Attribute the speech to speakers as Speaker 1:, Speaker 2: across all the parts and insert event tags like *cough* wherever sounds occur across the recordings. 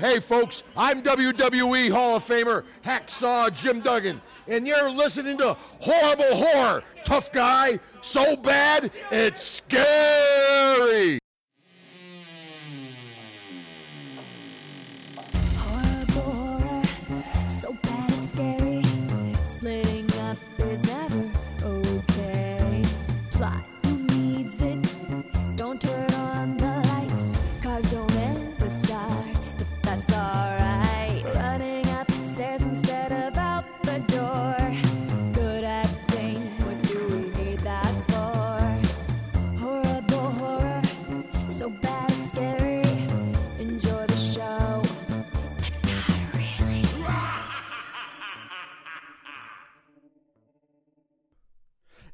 Speaker 1: Hey, folks, I'm WWE Hall of Famer Hacksaw Jim Duggan, and you're listening to Horrible Horror. Tough guy, so bad, it's scary.
Speaker 2: Horrible horror, so bad it's scary. Splitting up is never okay. Plot who needs it? Don't turn on the lights. Cars don't ever start, but that's alright. Running upstairs instead of out the door. Good acting, what do we need that for? Horrible horror, so bad it's scary. Enjoy the show.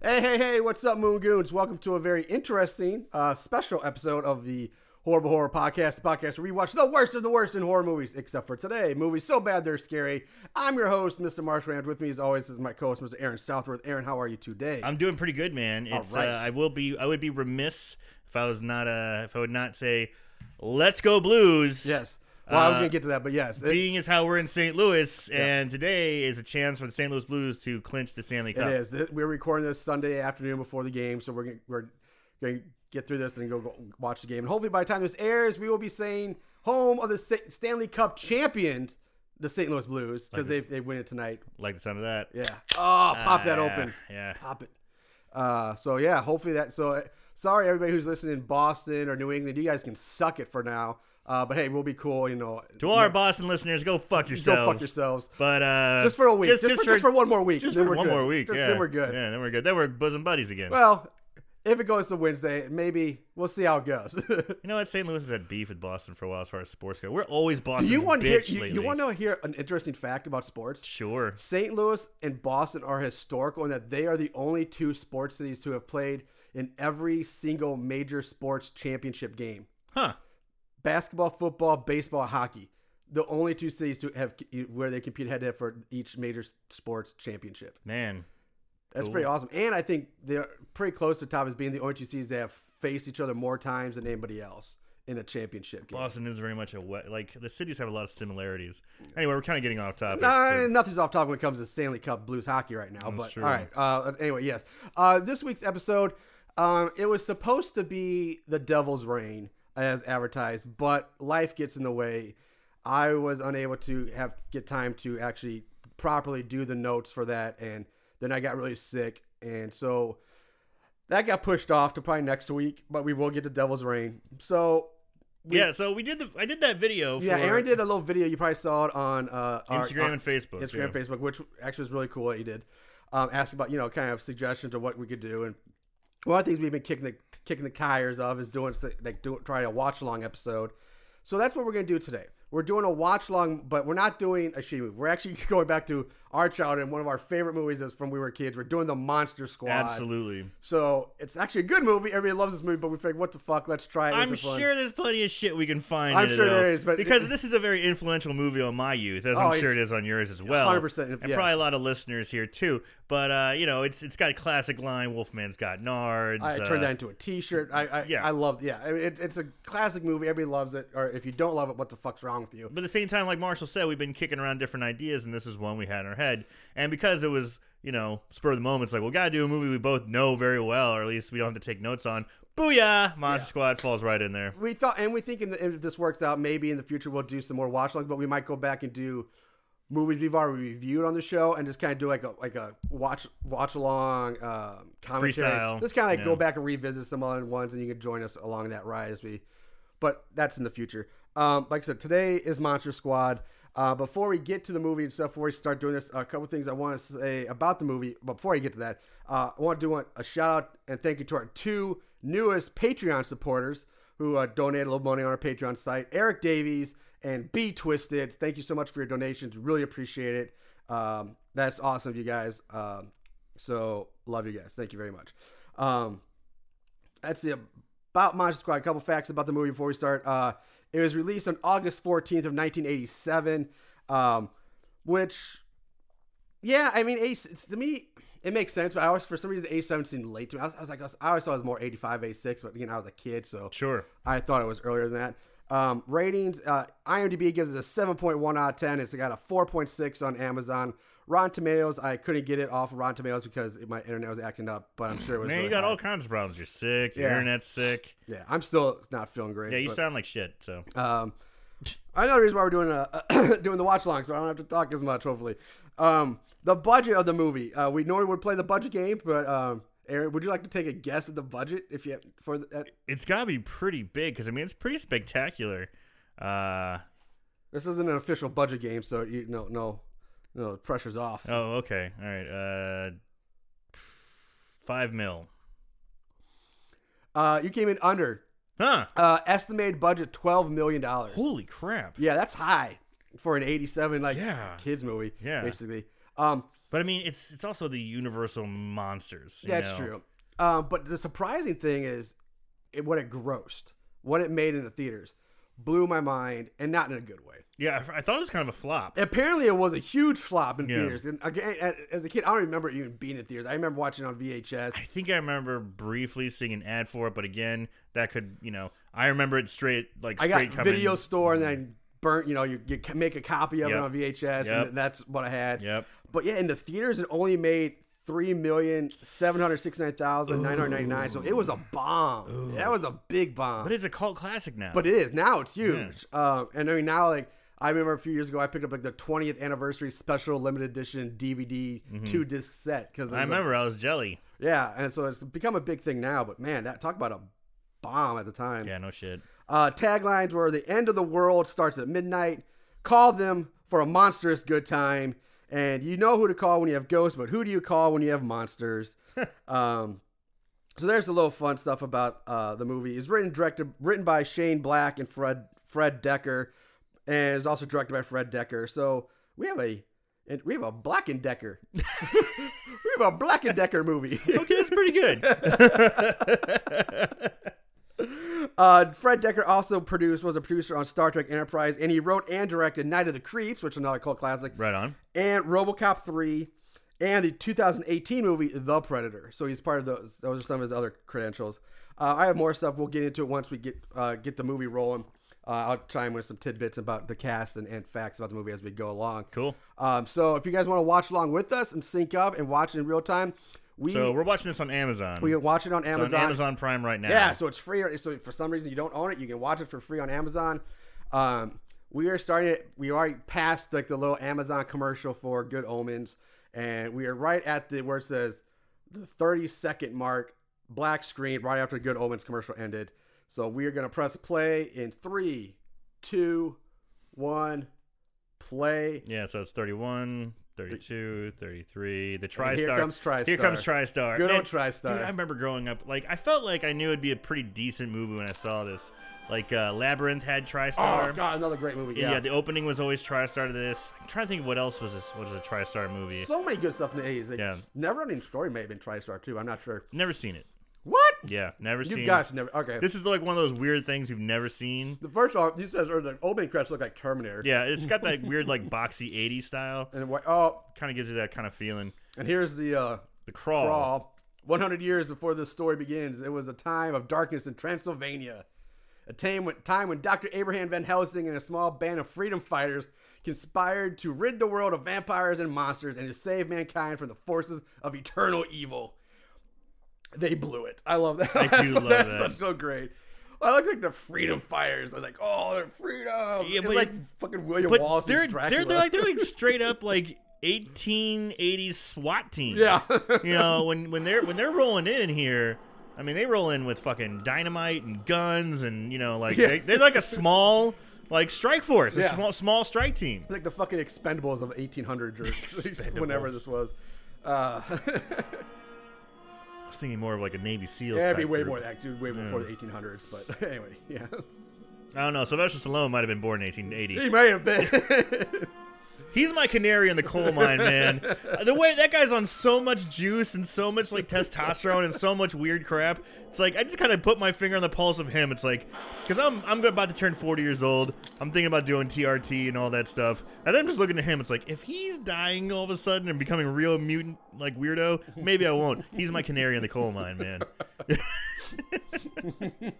Speaker 3: Hey, hey, hey, what's up, Moon Goons? Welcome to a very interesting, uh, special episode of the Horrible Horror Podcast, the podcast where we watch the worst of the worst in horror movies, except for today. Movies so bad they're scary. I'm your host, Mr. Marshland. With me, as always, is my co host, Mr. Aaron Southworth. Aaron, how are you today?
Speaker 4: I'm doing pretty good, man. It's
Speaker 3: right.
Speaker 4: uh, I will be I would be remiss if I was not uh if I would not say let's go blues.
Speaker 3: yes. Well, I was
Speaker 4: Uh,
Speaker 3: going to get to that, but yes. It,
Speaker 4: Being is how we're in St. Louis, and today is a chance for the St. Louis Blues to clinch the Stanley
Speaker 3: it
Speaker 4: Cup.
Speaker 3: is. Th- We're recording this Sunday afternoon before the game, so we're going we're gonna get through this and go, go watch the game. And hopefully, by the time this airs, we will be saying home of the Sa- Stanley Cup champion, the St. Louis Blues, because they, they win it tonight.
Speaker 4: Like the sound of that.
Speaker 3: Yeah. Oh, pop that
Speaker 4: Ah,
Speaker 3: open.
Speaker 4: yeah.
Speaker 3: Pop it. Uh, so yeah, hopefully that. So uh, sorry everybody who's listening in Boston or New England, you guys can suck it for now. Uh, but hey, we'll be cool. You know,
Speaker 4: To all our Boston listeners, go fuck yourselves.
Speaker 3: go fuck yourselves.
Speaker 4: But uh,
Speaker 3: Just for a week. Just, for, just for one more week.
Speaker 4: Just
Speaker 3: then
Speaker 4: for
Speaker 3: we're
Speaker 4: one
Speaker 3: good.
Speaker 4: more week.
Speaker 3: Just-
Speaker 4: yeah.
Speaker 3: Then we're good.
Speaker 4: Yeah, then we're good. Then we're bosom buddies again.
Speaker 3: Well, if it goes to Wednesday, maybe we'll see how it goes. *laughs* Do
Speaker 4: you know what? St. Louis has had beef with Boston for a while as far as sports go. We're always Boston.
Speaker 3: you
Speaker 4: want
Speaker 3: want to hear? You, you want to hear an interesting fact about sports?
Speaker 4: Sure.
Speaker 3: St. Louis and Boston are historical in that they are the only two sports cities to have played in every single major sports championship game.
Speaker 4: Huh.
Speaker 3: Basketball, football, baseball, hockey. The only two cities to have e, where they compete head to head for each major sports championship.
Speaker 4: Man.
Speaker 3: That's
Speaker 4: Cool.
Speaker 3: pretty awesome. And I think they're pretty close to top as being the only two cities that have faced each other more times than anybody else in a championship game.
Speaker 4: Boston is very much a wet. Like the cities have a lot of similarities. Anyway, we're kind of getting off topic.
Speaker 3: Nah,
Speaker 4: but-
Speaker 3: nothing's off topic when it comes to Stanley Cup Blues hockey right now. but
Speaker 4: true.
Speaker 3: all right. Uh, anyway, yes. Uh, this week's episode, um, it was supposed to be the Devil's Reign as advertised, but life gets in the way. I was unable to have get time to actually properly do the notes for that, and then I got really sick, and so that got pushed off to probably next week. But we will get to Devil's Reign. So
Speaker 4: yeah, so we did the. I did that video. For
Speaker 3: yeah, Aaron did a little video. You probably saw it on uh, our-
Speaker 4: Instagram
Speaker 3: our-
Speaker 4: and Facebook,
Speaker 3: Instagram, and
Speaker 4: yeah.
Speaker 3: Facebook, which actually was really cool that you did. Um, ask about you know kind of suggestions of what we could do, and one of the things we've been kicking the kicking the tires of is doing s- like do, trying a watch along episode. So that's what we're gonna do today. We're doing a watch along, but we're not doing a she movie. We're actually *laughs* going back to our childhood, and one of our favorite movies is from we were kids. We're doing the Monster Squad.
Speaker 4: Absolutely.
Speaker 3: So it's actually a good movie. Everybody loves this movie, but we figured, what the fuck? Let's try it. Let's
Speaker 4: I'm
Speaker 3: have fun.
Speaker 4: sure there's plenty of shit we can find.
Speaker 3: I'm
Speaker 4: in it,
Speaker 3: sure
Speaker 4: though,
Speaker 3: there is, but-
Speaker 4: because this is a very influential movie on my youth, as
Speaker 3: Oh,
Speaker 4: I'm sure
Speaker 3: it's
Speaker 4: it is on yours as well.
Speaker 3: 100%,
Speaker 4: and
Speaker 3: yes.
Speaker 4: probably a lot of listeners here too. But uh, you know, it's it's got a classic line. Wolfman's got nards.
Speaker 3: I
Speaker 4: uh,
Speaker 3: turned that into a T-shirt. I I,
Speaker 4: yeah.
Speaker 3: I love yeah. I mean, it, it's a classic movie. Everybody loves it. Or if you don't love it, what the fuck's wrong with you?
Speaker 4: But at the same time, like Marshall said, we've been kicking around different ideas, and this is one we had in our head. And because it was, you know, spur of the moment, it's like, we gotta do a movie we both know very well, or at least we don't have to take notes on. Booyah! Monster Squad falls right in there.
Speaker 3: We thought, and we think, in the, if this works out, maybe in the future we'll do some more watch alongs. But we might go back and do movies we've already reviewed on the show, and just kind of do like a like a watch watch along um, commentary.
Speaker 4: Freestyle,
Speaker 3: Just kind of like go
Speaker 4: yeah.
Speaker 3: back and revisit some other ones, and you can join us along that ride as we. But that's in the future. Um, like I said, today is Monster Squad. Uh, before we get to the movie and stuff, before we start doing this, a couple things I want to say about the movie. But before I get to that, uh, I want to do want a shout out and thank you to our two newest Patreon supporters who uh, donated a little money on our Patreon site, Eric Davies and B Twisted. Thank you so much for your donations. Really appreciate it. Um, that's awesome of you guys. Um, so love you guys. Thank you very much. Um, that's the about Monster Squad. A couple facts about the movie before we start. Uh, it was released on August 14th of 1987, um, which, yeah, I mean, 80, it's- to me, it makes sense. But I always, for some reason, 87 seemed late to me. I was, I was like, I, was- I always thought it was more 85, 86, but you know, I was a kid, so
Speaker 4: Sure.
Speaker 3: I thought it was earlier than that. Um, ratings uh, IMDb gives it a 7.1 out of 10. It's got a 4.6 on Amazon. Rotten Tomatoes, I couldn't get it off of Rotten Tomatoes because it, my internet was acting up, but I'm sure it was.
Speaker 4: Man,
Speaker 3: really
Speaker 4: you got
Speaker 3: high.
Speaker 4: all kinds of problems. You're sick. Your
Speaker 3: Yeah.
Speaker 4: internet's sick.
Speaker 3: Yeah, I'm still not feeling great.
Speaker 4: Yeah, you
Speaker 3: but,
Speaker 4: sound like shit. So
Speaker 3: Um, another reason why we're doing a, *coughs* doing the watch along, so I don't have to talk as much. Hopefully, um, the budget of the movie. Uh, we normally would play the budget game, but um, Aaron, would you like to take a guess at the budget if you for that?
Speaker 4: it's got to be pretty big because I mean it's pretty spectacular. Uh
Speaker 3: This isn't an official budget game, so you no no no pressure's off.
Speaker 4: oh, okay, all right. Uh, five mil.
Speaker 3: Uh, you came in under
Speaker 4: Huh?
Speaker 3: uh, estimated budget twelve million dollars.
Speaker 4: Holy crap!
Speaker 3: Yeah, that's high for an '87 like
Speaker 4: Yeah.
Speaker 3: kids movie.
Speaker 4: Yeah.
Speaker 3: basically. Um,
Speaker 4: But I mean, it's it's also the Universal monsters. you
Speaker 3: That's
Speaker 4: know?
Speaker 3: true. Um, but the surprising thing is it, what it grossed, what it made in the theaters, blew my mind, and not in a good way.
Speaker 4: Yeah, I I thought it was kind of a flop.
Speaker 3: Apparently, it was a huge flop in
Speaker 4: Yeah.
Speaker 3: theaters. And again, a- as a kid, I don't remember it even being in theaters. I remember watching it on VHS.
Speaker 4: I think I remember briefly seeing an ad for it, but again, that could you know I remember it straight like
Speaker 3: I
Speaker 4: straight
Speaker 3: got
Speaker 4: coming.
Speaker 3: video store, and then I burnt. You know, you, you ca- make a copy of
Speaker 4: Yep.
Speaker 3: it on VHS,
Speaker 4: Yep.
Speaker 3: and that's what I had.
Speaker 4: Yep.
Speaker 3: But yeah, in the theaters, it only made. Three million seven hundred sixty nine thousand nine hundred ninety nine. So it was a bomb. That was a big bomb.
Speaker 4: But it's a cult classic now.
Speaker 3: But it is now. It's huge. Um, and I mean now, like I remember a few years ago, I picked up like the 20th anniversary special limited edition DVD two disc set because
Speaker 4: Mm-hmm. I remember I was jelly.
Speaker 3: yeah, and so it's become a big thing now. But man, that talk about a bomb at the time.
Speaker 4: Yeah, no shit.
Speaker 3: Uh, taglines were "The end of the world starts at midnight." Call them for a monstrous good time. And you know who to call when you have ghosts, but who do you call when you have monsters? um, so there's a little fun stuff about uh, the movie. It's written directed written by Shane Black and Fred Fred Decker, and it's also directed by Fred Decker. So we have a and we have a Black and Decker. *laughs* we have a Black and Decker movie. *laughs*
Speaker 4: Okay, that's pretty good.
Speaker 3: Uh, Fred Decker also produced was a producer on Star Trek Enterprise, and he wrote and directed Night of the Creeps, which is another cult classic,
Speaker 4: right on.
Speaker 3: and RoboCop three, and the 2018 movie The Predator. So he's part of those. Those are some of his other credentials. Uh, I have more stuff. We'll get into it once we get uh, get the movie rolling. Uh, I'll chime with some tidbits about the cast and, and facts about the movie as we go along.
Speaker 4: Cool.
Speaker 3: Um, so if you guys want to watch along with us and sync up and watch it in real time, we
Speaker 4: So we're watching this on Amazon.
Speaker 3: we watch it on
Speaker 4: It's on Amazon Prime right now.
Speaker 3: yeah, so it's free. So if for some reason you don't own it, you can watch it for free on Amazon. Um, we are starting. It, we already passed like the little Amazon commercial for Good Omens, and we are right at the where it says the 30 second mark, black screen, right after Good Omens commercial ended. So we are gonna press play in three, two, one, play.
Speaker 4: Yeah, so it's 31, 32, 33. The TriStar.
Speaker 3: And here comes TriStar.
Speaker 4: Here comes TriStar.
Speaker 3: Good old
Speaker 4: And,
Speaker 3: TriStar.
Speaker 4: Dude, I remember growing up. Like, I felt like I knew it'd be a pretty decent movie when I saw this. Like, uh, Labyrinth had
Speaker 3: Oh
Speaker 4: TriStar.
Speaker 3: god, another great movie.
Speaker 4: Yeah.
Speaker 3: Yeah,
Speaker 4: the opening was always TriStar to this. I'm trying to think of what else was this. What is a TriStar movie?
Speaker 3: so many good stuff in the 80s. Like,
Speaker 4: Yeah.
Speaker 3: Never Ending Story may have been TriStar too. I'm not sure.
Speaker 4: Never seen it.
Speaker 3: What?
Speaker 4: Yeah, never seen
Speaker 3: You
Speaker 4: it.
Speaker 3: guys never. Okay.
Speaker 4: This is like one of those weird things you've never seen.
Speaker 3: The first off, he says, or the opening credits look like Terminator.
Speaker 4: Yeah, it's got that
Speaker 3: *laughs*
Speaker 4: weird like boxy 80s style.
Speaker 3: And what? Oh,
Speaker 4: Kind of gives you that kind of feeling.
Speaker 3: and here's the uh,
Speaker 4: The crawl.
Speaker 3: crawl. 100 years before this story begins, it was a time of darkness in Transylvania. A time when, time when Dr. Abraham Van Helsing and a small band of freedom fighters conspired to rid the world of vampires and monsters and to save mankind from the forces of eternal evil. They blew it. I love that. *laughs* I
Speaker 4: do love
Speaker 3: that's
Speaker 4: that.
Speaker 3: so great. I look like the freedom fighters. I'm like, oh, they're freedom.
Speaker 4: Yeah,
Speaker 3: it's
Speaker 4: but-
Speaker 3: like fucking William
Speaker 4: But
Speaker 3: Wallace.
Speaker 4: they're,
Speaker 3: Dracula.
Speaker 4: they're they're like they're like straight up like 1880s SWAT
Speaker 3: *laughs*
Speaker 4: team.
Speaker 3: Yeah.
Speaker 4: *laughs* you know when when they're when they're rolling in here. I mean, they roll in with fucking dynamite and guns, and you know, like
Speaker 3: Yeah.
Speaker 4: they, they're like a small, like strike force, a
Speaker 3: Yeah.
Speaker 4: small, small strike team.
Speaker 3: It's like the fucking Expendables of 1800 or *laughs* whenever
Speaker 4: *laughs* Expendables.
Speaker 3: this was. Uh, *laughs*
Speaker 4: I was thinking more of like a Navy SEAL.
Speaker 3: it'd
Speaker 4: type
Speaker 3: be way
Speaker 4: group.
Speaker 3: more than that, dude, way before the 1800s. But *laughs* anyway, yeah,
Speaker 4: I don't know. Sylvester Stallone might have been born in 1880.
Speaker 3: *laughs* he might have been. *laughs*
Speaker 4: He's my canary in the coal mine, man. the way that guy's on so much juice and so much like testosterone and so much weird crap. It's like I just kind of put my finger on the pulse of him. It's like because I'm I'm about to turn 40 years old. I'm thinking about doing TRT and all that stuff, and I'm just looking at him. It's like if he's dying all of a sudden and becoming a real mutant like weirdo, maybe I won't. He's my canary in the coal mine, man. *laughs*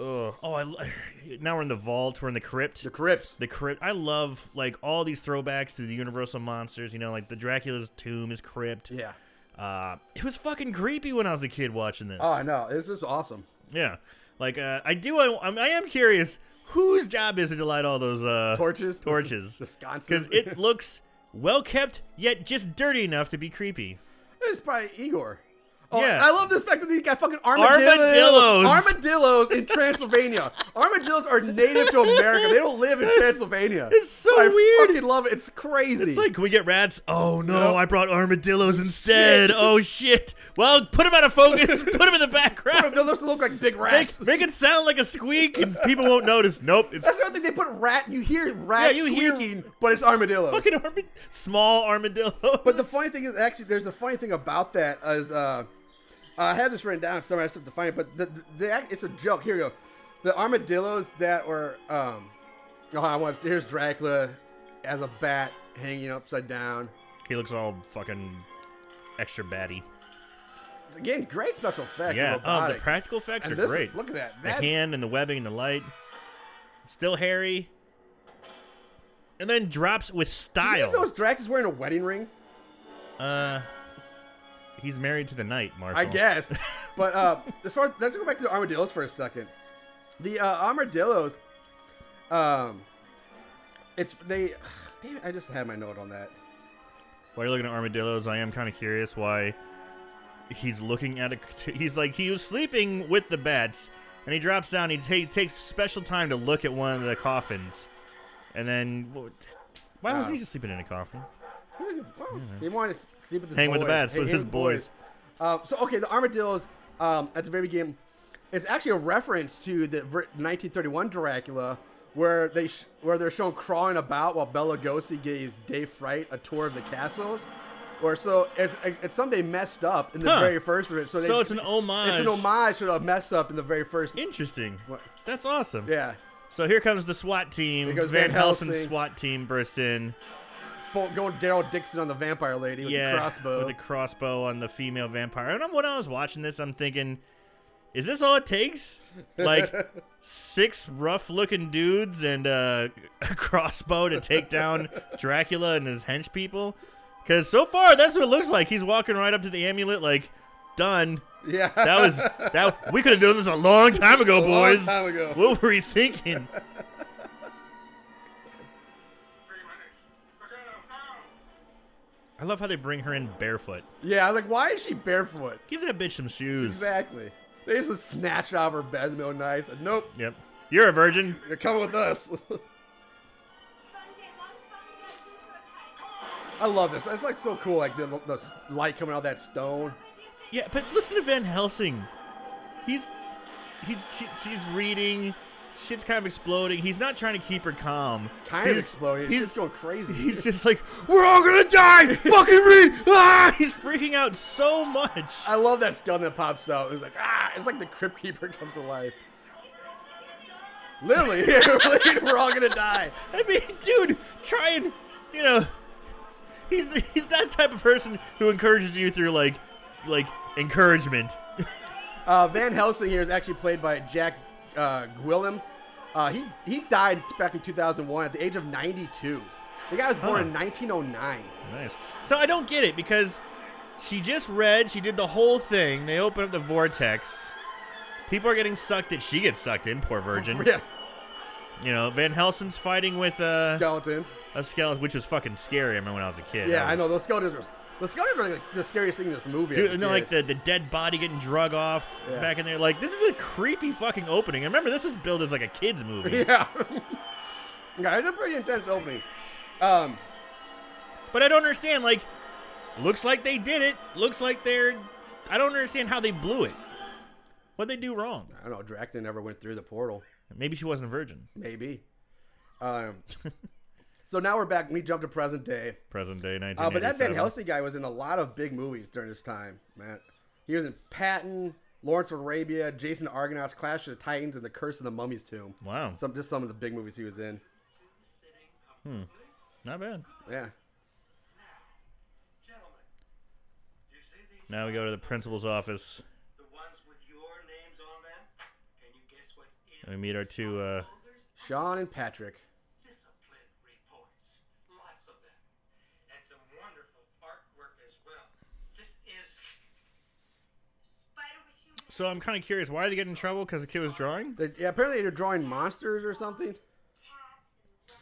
Speaker 4: Ugh. Oh, I lo- *sighs* now we're in the vault. We're in the crypt.
Speaker 3: The Crips.
Speaker 4: The crypt. I love like all these throwbacks to the Universal monsters. You know, like the Dracula's tomb is crypt.
Speaker 3: Yeah.
Speaker 4: Uh, it was fucking creepy when I was a kid watching this.
Speaker 3: Oh, I know. This is awesome.
Speaker 4: yeah. Like uh, I do. I, I'm- I am curious whose job is it to light all those uh,
Speaker 3: Torches? *laughs*
Speaker 4: *laughs* Torches.
Speaker 3: The sconces?
Speaker 4: Because it looks well kept, yet just dirty enough to be creepy.
Speaker 3: *laughs* It's probably Igor. Oh,
Speaker 4: Yeah.
Speaker 3: I love this fact that he's got fucking armadillos.
Speaker 4: Armadillos.
Speaker 3: Armadillos in
Speaker 4: *laughs*
Speaker 3: Transylvania. Armadillos are native to America. They don't live in Transylvania.
Speaker 4: It's so
Speaker 3: I
Speaker 4: weird.
Speaker 3: I fucking love it. It's crazy.
Speaker 4: It's like, can we get rats? Oh no,
Speaker 3: Yep.
Speaker 4: I brought armadillos instead. Oh shit. Well, put them out of focus. put them in the background.
Speaker 3: Armadillos look like big rats.
Speaker 4: Make, make it sound like a squeak, and people won't notice. Nope, it's
Speaker 3: That's another thing. They put rat. You hear rats
Speaker 4: Yeah, you hear-
Speaker 3: squeaking, but it's armadillos.
Speaker 4: fucking armad- small armadillo.
Speaker 3: But the funny thing is, actually, there's a funny thing about that is, uh, I had this written down somewhere. I just have to find it. But the, the, the act- it's a joke. Here we go. The armadillos that were, um, oh, I want here's Dracula as a bat hanging upside down.
Speaker 4: he looks all fucking extra batty.
Speaker 3: Again, great special effects. and
Speaker 4: Yeah, um, the
Speaker 3: robotics.
Speaker 4: practical effects
Speaker 3: And
Speaker 4: are
Speaker 3: this-
Speaker 4: great.
Speaker 3: Look at that.
Speaker 4: the
Speaker 3: That's,
Speaker 4: hand and the webbing and the light. Still hairy. And then drops with
Speaker 3: Did you guys
Speaker 4: style.
Speaker 3: notice Dracula's wearing a wedding ring?
Speaker 4: Uh, he's married to the knight, Marshall.
Speaker 3: I guess. but uh, as far let's go back to the armadillos for a second. The uh, armadillos, um, it's they. *sighs* Damn it, I just had my note on that.
Speaker 4: While you're looking at armadillos, I am kind of curious why he's looking at a. He's like he was sleeping with the bats, and he drops down. He ta- takes special time to look at one of the coffins, and then wha- why wasn't
Speaker 3: Ah.
Speaker 4: he just sleeping in a coffin?
Speaker 3: He wanted to sleep with his
Speaker 4: Hang
Speaker 3: boys.
Speaker 4: with the bats with
Speaker 3: hang
Speaker 4: his boys.
Speaker 3: Uh, so okay, the armadillos um, at the very beginning, it's actually a reference to the ver- 1931 Dracula, where they sh- where they're shown crawling about while Bela Lugosi gave Dave Fright a tour of the castles, or so. It's, it's something they messed up in the
Speaker 4: Huh.
Speaker 3: very first of it. So, they,
Speaker 4: So it's an homage.
Speaker 3: It's an homage to a mess up in the very first.
Speaker 4: Interesting.
Speaker 3: What?
Speaker 4: That's awesome.
Speaker 3: Yeah,
Speaker 4: So here comes the SWAT team.
Speaker 3: Here goes Van
Speaker 4: Van Helsing's
Speaker 3: Helsing.
Speaker 4: SWAT team bursts in.
Speaker 3: Bo- going Daryl Dixon on the vampire lady with
Speaker 4: yeah,
Speaker 3: the crossbow.
Speaker 4: with the crossbow on the female vampire. And I'm, when I was watching this, I'm thinking, is this all it takes?
Speaker 3: *laughs*
Speaker 4: Like six rough-looking dudes and uh, a crossbow to take down Dracula and his hench people? Because so far, that's what it looks like. He's walking right up to the amulet, like done.
Speaker 3: *laughs* yeah,
Speaker 4: That was that. We could have done this a long time ago,
Speaker 3: long
Speaker 4: boys.
Speaker 3: time ago.
Speaker 4: What were we
Speaker 3: *laughs*
Speaker 4: thinking? I love how they bring her in barefoot.
Speaker 3: yeah. I was like, why is she barefoot?
Speaker 4: Give that bitch some shoes.
Speaker 3: Exactly. They used to snatch out of her bed in the middle of the night. Said, nope,
Speaker 4: Yep. You're a virgin.
Speaker 3: you're coming with us. *laughs* I love this. It's like so cool, like the, the light coming out of that stone.
Speaker 4: Yeah, but listen to Van Helsing. He's he she, she's reading. Shit's kind of exploding. He's not trying to keep her calm.
Speaker 3: Kind
Speaker 4: he's,
Speaker 3: of exploding. He's
Speaker 4: He's
Speaker 3: just going crazy. *laughs*
Speaker 4: he's just like we're all gonna die. Fucking read. Ah! *laughs* Uh, He's freaking out so much.
Speaker 3: I love that skeleton that pops out. It's like ah, it's like the crypt keeper *laughs* comes to life. Literally, *laughs* we're all gonna die.
Speaker 4: I mean, dude, try and you know, he's he's that type of person who encourages you through like like encouragement.
Speaker 3: Uh, Van Helsing here is actually played by Jack uh, Gwillem. Uh, he he died back in 2001 at the age of 92. The guy was born in 1909.
Speaker 4: Nice. So I don't get it because she just read, she did the whole thing. They open up the vortex. People are getting sucked in. She gets sucked in, poor *laughs* virgin.
Speaker 3: *laughs* Yeah,
Speaker 4: You know, Van Helsing's fighting with uh,
Speaker 3: skeleton.
Speaker 4: a skeleton, which was fucking scary. I remember when I was a kid.
Speaker 3: Yeah, I know
Speaker 4: was-
Speaker 3: those skeletons are the skeletons are like the scariest thing in this movie. as
Speaker 4: Dude,
Speaker 3: a
Speaker 4: and then
Speaker 3: kid.
Speaker 4: like the, the dead body getting drug off
Speaker 3: Yeah.
Speaker 4: back in there. Like this is a creepy fucking opening. And remember, this is billed as like a kids movie.
Speaker 3: *laughs* yeah, yeah, it's a pretty intense opening. Um,
Speaker 4: But I don't understand. Like, looks like they did it. Looks like they're. I don't understand how they blew it. What they do wrong?
Speaker 3: I don't know. Dracula never went through the portal.
Speaker 4: Maybe she wasn't a virgin.
Speaker 3: Maybe.
Speaker 4: *laughs*
Speaker 3: Um, so now we're back. We jump to present day.
Speaker 4: Present day, nineteen.
Speaker 3: Uh, but that Van Helsing guy was in a lot of big movies during his time, man. He was in Patton, Lawrence of Arabia, Jason the Argonauts, Clash of the Titans, and The Curse of the Mummy's Tomb.
Speaker 4: Wow,
Speaker 3: Some just some of the big movies he was in.
Speaker 4: not bad.
Speaker 3: Yeah.
Speaker 4: Now we go to the principal's office.
Speaker 5: The ones with your names on them? Can you guess what's in
Speaker 4: And we meet our two. Uh,
Speaker 3: Sean and Patrick.
Speaker 5: discipline reports, lots of them, and some wonderful artwork as well. This is Spider with you.
Speaker 4: so I'm kind of curious why they get in trouble because the kid was drawing.
Speaker 3: They, yeah, apparently they're drawing monsters or something.
Speaker 5: Does he?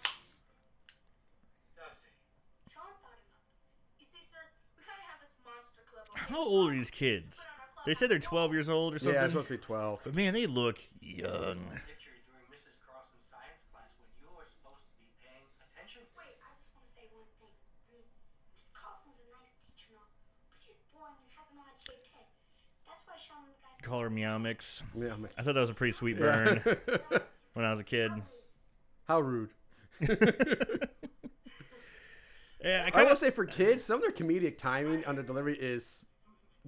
Speaker 6: Sean thought him up. You see, sir, we kind of have this monster club. over
Speaker 4: How old are these kids? They say they're 12 years old or something.
Speaker 3: Yeah, it's supposed to be twelve.
Speaker 4: But man, they look young.
Speaker 5: Pictures during Mrs. Carson's science class when you're supposed to be paying attention.
Speaker 6: Wait, I just want to say one thing. I mean, Miss Carlson's a nice teacher and all, but she's boring and has an odd-shaped head. That's why Sean and the guys
Speaker 4: Call her Meow Mix.
Speaker 3: *laughs* Yeah, I'm like,
Speaker 4: I thought that was a pretty sweet burn
Speaker 3: *laughs*
Speaker 4: when I was a kid.
Speaker 3: how rude.
Speaker 4: Yeah, I
Speaker 3: I
Speaker 4: kind
Speaker 3: will
Speaker 4: of.
Speaker 3: say for kids, some of their comedic timing on the delivery is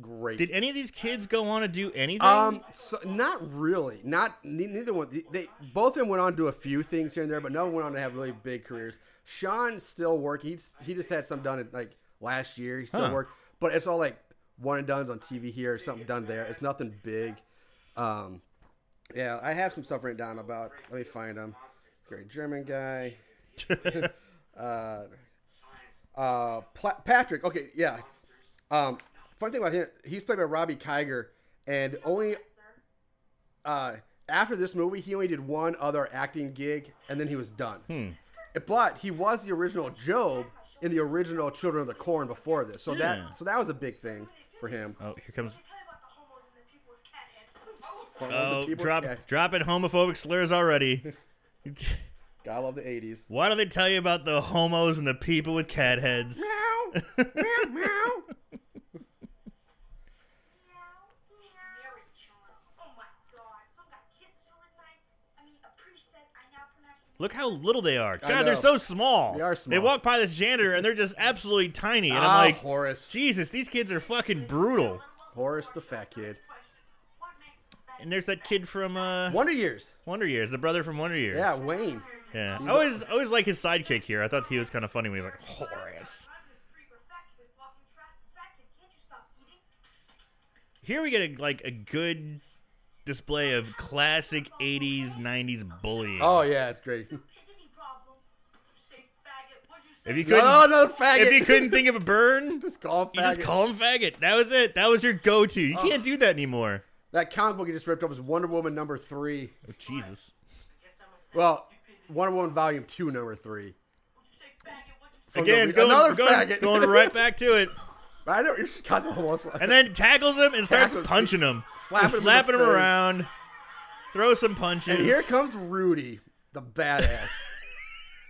Speaker 3: great.
Speaker 4: Did any of these kids go on to do anything?
Speaker 3: Um, so, not really. Not ne- neither one. They, they both of them went on to do a few things here and there, but no one went on to have really big careers. Sean's still working. He's, he just had some done in, like last year. He still
Speaker 4: Huh.
Speaker 3: worked, but it's all like one and done's on TV here, or something done there. It's nothing big. Um, yeah, I have some stuff written down about. Let me find them. Great German guy. uh, uh, Pla- Patrick. Okay, yeah. Um, fun thing about him, he's played by Robbie Kiger, and only uh, after this movie, he only did one other acting gig, and then he was done.
Speaker 4: Hmm.
Speaker 3: But he was the original Job in the original Children of the Corn before this, so
Speaker 4: Yeah.
Speaker 3: that so that was a big thing for him.
Speaker 4: oh, here comes.
Speaker 6: tell you about the homos and the people with
Speaker 3: One
Speaker 6: cat heads.
Speaker 3: of the
Speaker 4: Oh,
Speaker 3: people-
Speaker 4: drop,
Speaker 3: yeah,
Speaker 4: dropping homophobic slurs
Speaker 3: *laughs*
Speaker 4: already.
Speaker 3: gotta love the '80s.
Speaker 4: *laughs* Why don't they tell you about the homos and the people with cat heads?
Speaker 6: Meow, meow. Very charming. Oh my God! Some guy kissed her at night. I mean, a priest that I now pronounce.
Speaker 4: Look how little they are. God, they're
Speaker 3: know.
Speaker 4: so small.
Speaker 3: They are small.
Speaker 4: They walk by this janitor and they're just absolutely tiny. And
Speaker 3: Ah,
Speaker 4: I'm like,
Speaker 3: Horace,
Speaker 4: Jesus, these kids are fucking brutal.
Speaker 3: Horace the fat kid.
Speaker 4: And there's that kid from uh,
Speaker 3: Wonder Years,
Speaker 4: Wonder Years, the brother from Wonder Years.
Speaker 3: yeah, Wayne.
Speaker 4: Yeah. I always, I always like his sidekick here. I thought he was kind of funny when he was like, Horace.
Speaker 6: I'm the street where fat kids walk in traffic. Fat kid, can't you stop eating?
Speaker 4: Here we get a, like a good display of classic 80s, 90s bullying.
Speaker 3: Oh yeah, it's great.
Speaker 6: Kidney problem. You say faggot. What'd you say?
Speaker 4: If you couldn't,
Speaker 3: No, no, faggot.
Speaker 4: if you couldn't think of a
Speaker 3: *laughs*
Speaker 4: burn,
Speaker 3: just call him
Speaker 4: you just
Speaker 3: faggot. Oh.
Speaker 4: call him faggot. That was it. That was your go-to. You can't do that anymore.
Speaker 3: that comic book you just ripped up is Wonder Woman number three.
Speaker 4: Oh, Jesus.
Speaker 3: Well, Wonder Woman Volume Two, Number Three. From the
Speaker 4: Again,
Speaker 3: re-
Speaker 4: going,
Speaker 3: Oh, another
Speaker 4: going,
Speaker 3: faggot.
Speaker 4: going right back to it,
Speaker 3: *laughs* I know you should cut the whole slide.
Speaker 4: and then tackles him and starts
Speaker 3: Tackles-
Speaker 4: punching him,
Speaker 3: Slap
Speaker 4: Just
Speaker 3: him in the
Speaker 4: slapping him
Speaker 3: face.
Speaker 4: around, throw some punches.
Speaker 3: And here comes Rudy, the badass, *laughs*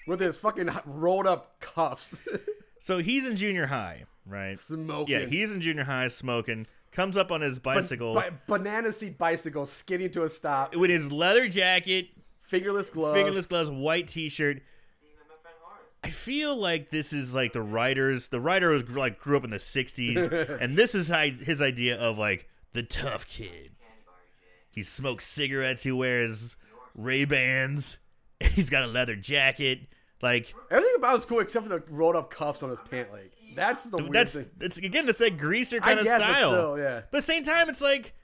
Speaker 3: with his fucking rolled up cuffs, *laughs*
Speaker 4: so he's in junior high, right?
Speaker 3: smoking.
Speaker 4: Yeah, he's in junior high, smoking. Comes up on his bicycle
Speaker 3: Ba- banana seat bicycle skidding to a stop,
Speaker 4: with his leather jacket,
Speaker 3: fingerless gloves.
Speaker 4: fingerless gloves, white T-shirt.
Speaker 5: Even my friend Horace.
Speaker 4: I feel like this is like the writers. The writer was like grew up in the '60s, and this is hi- his idea of like the tough kid. He smokes cigarettes. He wears Ray Bans. *laughs* He's got a leather jacket. Like
Speaker 3: Everything about it was cool except for the rolled up cuffs on his pant leg. That's the weird
Speaker 4: that's
Speaker 3: thing.
Speaker 4: that's again that's that greaser
Speaker 3: I
Speaker 4: kind of
Speaker 3: guess, but
Speaker 4: style.
Speaker 3: still, yeah.
Speaker 4: But same time, it's like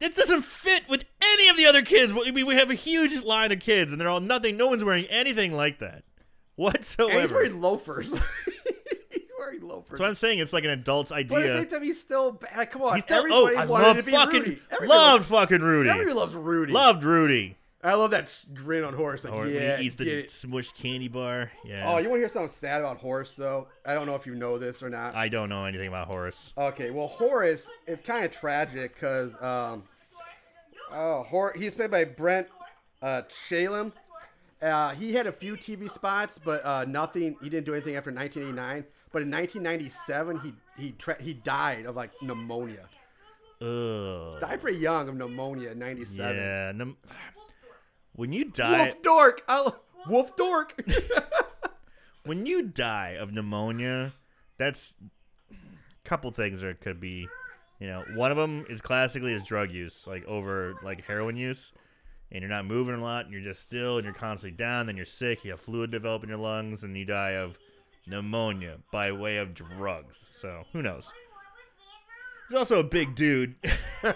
Speaker 4: it doesn't fit with any of the other kids. We, we- we have a huge line of kids, and they're all nothing. No one's wearing anything like that *laughs* whatsoever.
Speaker 3: And *laughs* he's wearing loafers. *laughs* he's wearing loafers.
Speaker 4: so I'm saying it's like an adult's idea.
Speaker 3: but at the same time, he's still bad. Like, come on,
Speaker 4: uh, He's still,
Speaker 3: everybody
Speaker 4: oh, I
Speaker 3: wanted
Speaker 4: love
Speaker 3: to be
Speaker 4: fucking,
Speaker 3: Rudy. Everybody
Speaker 4: loved fucking Rudy.
Speaker 3: Everybody loves Rudy.
Speaker 4: Loved Rudy.
Speaker 3: I love that s- grin on Horace. Like,
Speaker 4: Or when
Speaker 3: yeah,
Speaker 4: Oh, he eats the
Speaker 3: get it.
Speaker 4: smushed candy bar. Yeah.
Speaker 3: Oh, you want to hear something sad about Horace, though? I don't know if you know this or not.
Speaker 4: I don't know anything about Horace.
Speaker 3: okay, well, Horace, it's kind of tragic because, um, oh, Hor- he's played by Brent uh, Shalem. Uh, he had a few TV spots, but uh, nothing. He didn't do anything after 1989. But in 1997, he he tra- he died of like pneumonia.
Speaker 4: Ugh.
Speaker 3: Died pretty young of pneumonia in 97.
Speaker 4: Yeah. num- *sighs* when you die,
Speaker 3: Wolf Dork. I lo- Wolf Dork.
Speaker 4: when you die of pneumonia, that's a couple things that could be. You know, one of them is classically is drug use, like over like heroin use, and you're not moving a lot, and you're just still, and you're constantly down. Then you're sick. You have fluid develop in your lungs, and you die of pneumonia by way of drugs. So who knows? He's also a big dude. *laughs*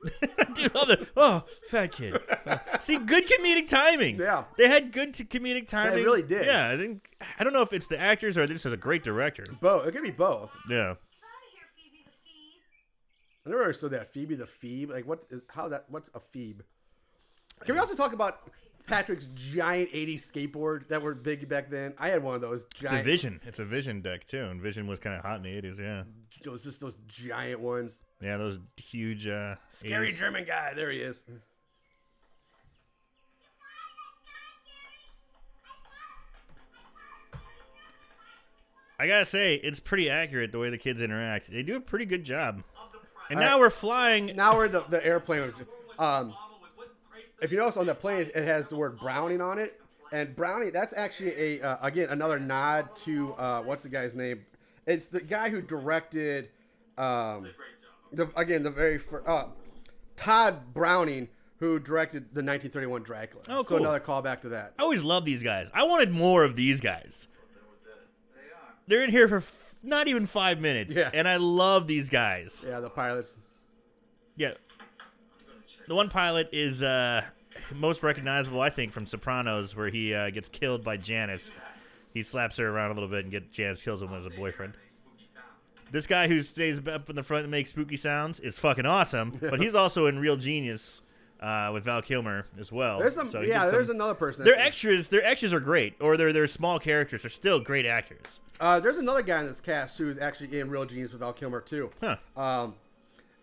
Speaker 6: Oh, You guys, listen!
Speaker 4: I *laughs* do love that. Oh, fat kid. See, good comedic timing.
Speaker 3: Yeah.
Speaker 4: They had good t- comedic timing.
Speaker 3: really did.
Speaker 4: Yeah, I think I don't know if it's the actors or this is a great director.
Speaker 3: Both. It could be both.
Speaker 4: Yeah.
Speaker 6: Get out of here, Phoebe the Phoebe.
Speaker 3: I never understood that. Phoebe the Phoebe. Like, what is, how that, what's a Phoebe? Can we also talk about Patrick's giant 80s skateboard that were big back then? I had one of those
Speaker 4: It's a
Speaker 3: giant.
Speaker 4: vision. It's a vision deck too, and vision was kind of hot in the eighties. Yeah,
Speaker 3: It was just those giant ones.
Speaker 4: yeah, those huge. Uh,
Speaker 3: Scary
Speaker 4: 80s.
Speaker 3: German guy. There he is.
Speaker 4: I gotta say, it's pretty accurate the way the kids interact. They do a pretty good job. And
Speaker 3: All
Speaker 4: now
Speaker 3: right.
Speaker 4: we're flying.
Speaker 3: Now we're in the, the airplane. Um, if you notice on the plane, it has the word Browning on it, and Browning. That's actually a uh, again another nod to uh, what's the guy's name? It's the guy who directed. Um, the, again, the very first, uh, Todd Browning, who directed the 1931 Dracula.
Speaker 4: Oh,
Speaker 3: So
Speaker 4: cool.
Speaker 3: another callback to that.
Speaker 4: I always love these guys. I wanted more of these guys. They're in here for f- not even five minutes,
Speaker 3: Yeah.
Speaker 4: and I love these guys.
Speaker 3: Yeah, the pilots.
Speaker 4: Yeah. The one pilot is uh, most recognizable, I think, from Sopranos, where he uh, gets killed by Janice. He slaps her around a little bit and get Janice kills him as a boyfriend. This guy who stays up in the front and makes spooky sounds is fucking
Speaker 3: *laughs*
Speaker 4: awesome, but he's also in Real Genius uh, with Val Kilmer as well.
Speaker 3: There's some.
Speaker 4: So he
Speaker 3: yeah,
Speaker 4: did
Speaker 3: there's
Speaker 4: some-
Speaker 3: another person.
Speaker 4: Their
Speaker 3: that's-
Speaker 4: extras, their extras are great, or their their small characters are still great actors.
Speaker 3: Uh, there's another guy in this cast who's actually in Real Genius with Al Kilmer too.
Speaker 4: Huh.
Speaker 3: Um,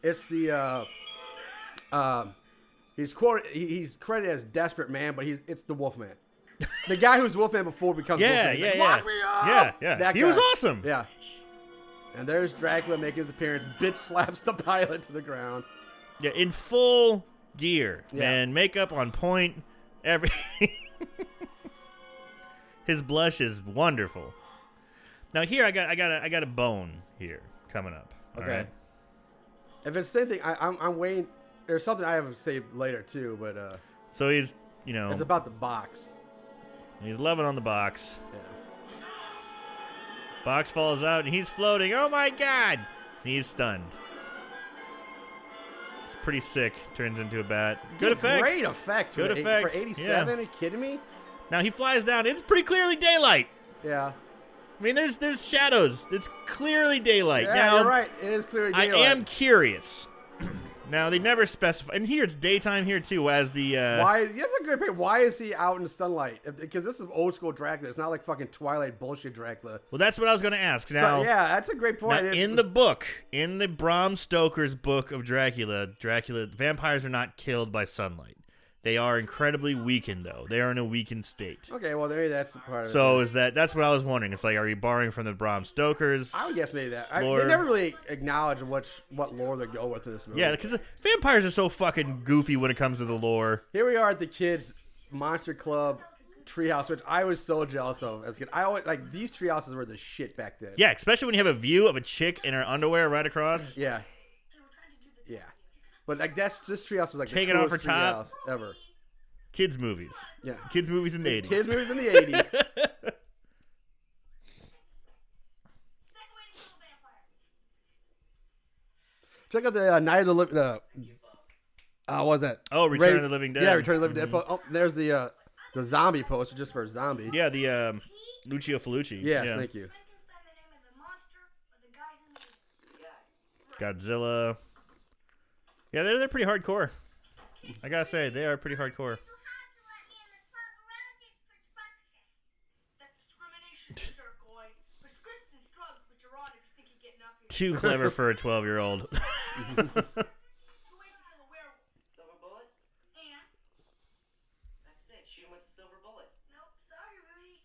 Speaker 3: it's the uh, um, he's quoted he, he's credited as Desperate Man, but he's it's the Wolfman, the guy who's Wolfman before becomes
Speaker 4: Yeah,
Speaker 3: Wolfman. He's
Speaker 4: yeah,
Speaker 3: like,
Speaker 4: yeah.
Speaker 3: Lock me up!
Speaker 4: Yeah, yeah.
Speaker 3: That
Speaker 4: He
Speaker 3: guy.
Speaker 4: was awesome.
Speaker 3: Yeah. And there's Dracula making his appearance. Bitch slaps the *laughs* pilot to the ground.
Speaker 4: Yeah, in full gear
Speaker 3: Yeah.
Speaker 4: and makeup on point. Every *laughs* his blush is wonderful. Now here I got I got a, I got a bone here coming up. all
Speaker 3: Okay.
Speaker 4: right?
Speaker 3: If it's the same thing, I, I'm, I'm waiting. There's something I have to say later too, but uh,
Speaker 4: So he's you know
Speaker 3: it's about the box.
Speaker 4: he's loving on the box.
Speaker 3: Yeah.
Speaker 4: Box falls out and he's floating. Oh my god! And he's stunned. It's pretty sick. Turns into a bat. Good effects.
Speaker 3: Great effects. for
Speaker 4: Good
Speaker 3: the eight-
Speaker 4: effects,
Speaker 3: For
Speaker 4: yeah.
Speaker 3: 87, are you kidding me?
Speaker 4: Now he flies down. It's pretty clearly daylight.
Speaker 3: Yeah.
Speaker 4: I mean, there's there's shadows. It's clearly daylight.
Speaker 3: Yeah,
Speaker 4: now,
Speaker 3: you're right. It is clearly
Speaker 4: I
Speaker 3: daylight.
Speaker 4: am curious. *clears throat* now they never specify, and here it's daytime here too. As the uh,
Speaker 3: Why? That's a good point. Why is he out in the sunlight? Because this is old school Dracula. It's not like fucking Twilight bullshit Dracula.
Speaker 4: well, that's what I was going to ask.
Speaker 3: So,
Speaker 4: Now,
Speaker 3: yeah, that's a great
Speaker 4: now
Speaker 3: point. It's-
Speaker 4: in the book, in the Bram Stoker's book of Dracula, Dracula vampires are not killed by sunlight. They are incredibly weakened, though. They are in a weakened state.
Speaker 3: okay, well maybe that's the part. Of
Speaker 4: So
Speaker 3: it.
Speaker 4: is that? That's what I was wondering. It's like, are you borrowing from the Bram Stoker's?
Speaker 3: I would guess maybe that. I,
Speaker 4: Lore.
Speaker 3: they never really acknowledge what what lore they go with in this movie.
Speaker 4: Yeah, because vampires are so fucking goofy when it comes to the lore.
Speaker 3: here we are at the kids' monster club treehouse, which I was so jealous of as a kid. I always like these treehouses were the shit back then.
Speaker 4: Yeah, especially when you have a view of a chick in her underwear right across.
Speaker 3: Yeah. Yeah. But like that's this treehouse was like
Speaker 4: Take
Speaker 3: the
Speaker 4: it off
Speaker 3: coolest
Speaker 4: her top.
Speaker 3: treehouse ever.
Speaker 4: Kids movies.
Speaker 3: Yeah.
Speaker 4: Kids movies in the 80s.
Speaker 3: Kids movies in the eighties. Check out the uh, Night of the Living. Uh, uh, what was that?
Speaker 4: Oh, Return of the Living Dead. Mm-hmm.
Speaker 3: Yeah, Return of the Living Dead. Oh, there's the uh, the zombie poster just for a zombie.
Speaker 4: Yeah, the um, Lucio Fulci.
Speaker 3: Yes,
Speaker 4: yeah.
Speaker 3: thank you.
Speaker 6: Frankenstein, the name of the monster, or the guy who made the guy.
Speaker 4: Godzilla. Yeah, they're, they're pretty hardcore. I gotta say, they are pretty hardcore.
Speaker 6: You have to let me in the club around it for sponsorship. That's discrimination, sir, boy. Prescriptions, drugs, which are on if you think you're getting up here.
Speaker 4: Too clever for a 12 year old.
Speaker 6: Who is still a werewolf?
Speaker 7: Silver bullet?
Speaker 6: And?
Speaker 7: That's it. Shoot him with the silver bullet.
Speaker 6: Nope, sorry, Rudy.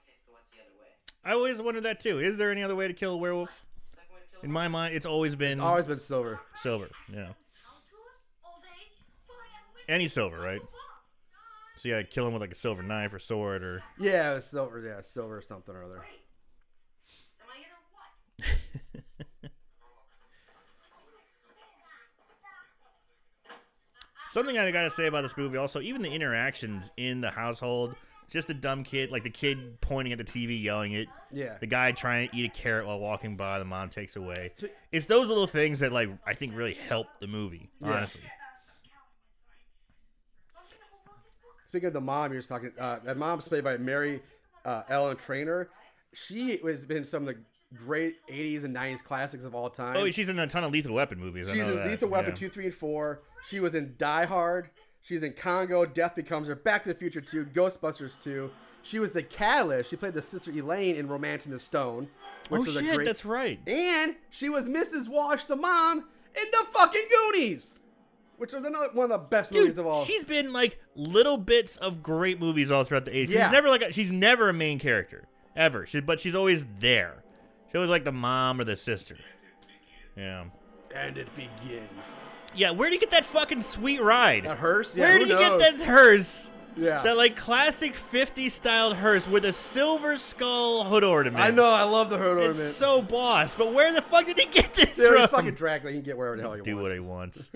Speaker 7: Okay, so what's the other way?
Speaker 4: *laughs* I always wondered that too. Is there any other way to kill a werewolf?
Speaker 7: Second way to kill
Speaker 4: In my mind, it's always been
Speaker 3: Always been silver.
Speaker 4: silver. You know,
Speaker 6: How to us? Old age? Boy, I'm with
Speaker 4: any silver, right?
Speaker 6: you. Boss.
Speaker 4: So you gotta kill him with like a silver knife or sword or.
Speaker 3: Yeah, it was silver. Yeah, silver something or other.
Speaker 6: Am I in or what?
Speaker 4: Something I gotta say about this movie, also, even the interactions in the household Just the dumb kid, like the kid pointing at the TV, yelling it.
Speaker 3: Yeah.
Speaker 4: The guy trying to eat a carrot while walking by, the mom takes away. It's those little things that, like, I think really help the movie. Honestly,
Speaker 3: Speaking of the mom, you're talking. Uh, that mom's played by Mary uh, Ellen Trainer. She has been some of the great '80s and '90s classics of all time.
Speaker 4: oh, she's in a ton of Lethal Weapon movies. I
Speaker 3: She's
Speaker 4: know
Speaker 3: in
Speaker 4: that.
Speaker 3: Lethal Weapon
Speaker 4: Yeah.
Speaker 3: two, three, and four. She was in Die Hard. She's in Congo. Death Becomes Her. Back to the Future two. Ghostbusters two. She was the catalyst. She played the sister Elaine in *Romancing the Stone*, which
Speaker 4: Oh
Speaker 3: was
Speaker 4: shit,
Speaker 3: a great.
Speaker 4: that's right.
Speaker 3: And she was Mrs. Wash, the mom, in the fucking Goonies, which was another one of the best movies
Speaker 4: Dude,
Speaker 3: of all.
Speaker 4: she's been like little bits of great movies all throughout the 80s.
Speaker 3: Yeah.
Speaker 4: She's never like a, she's never a main character ever. She, but she's always there. She always like the mom or the sister. Yeah.
Speaker 3: and it begins.
Speaker 4: Yeah, where do you get that fucking sweet ride?
Speaker 3: That hearse? Yeah,
Speaker 4: where
Speaker 3: who
Speaker 4: do you
Speaker 3: knows?
Speaker 4: get that hearse?
Speaker 3: Yeah.
Speaker 4: That like classic 50 styled hearse with a silver skull hood ornament.
Speaker 3: I know, I love the herd ornament.
Speaker 4: It's so boss, but where the fuck did he get this
Speaker 3: there
Speaker 4: from?
Speaker 3: is fucking Dracula. He can get wherever the hell he
Speaker 4: *laughs* do
Speaker 3: wants.
Speaker 4: what
Speaker 3: *laughs*
Speaker 4: he wants.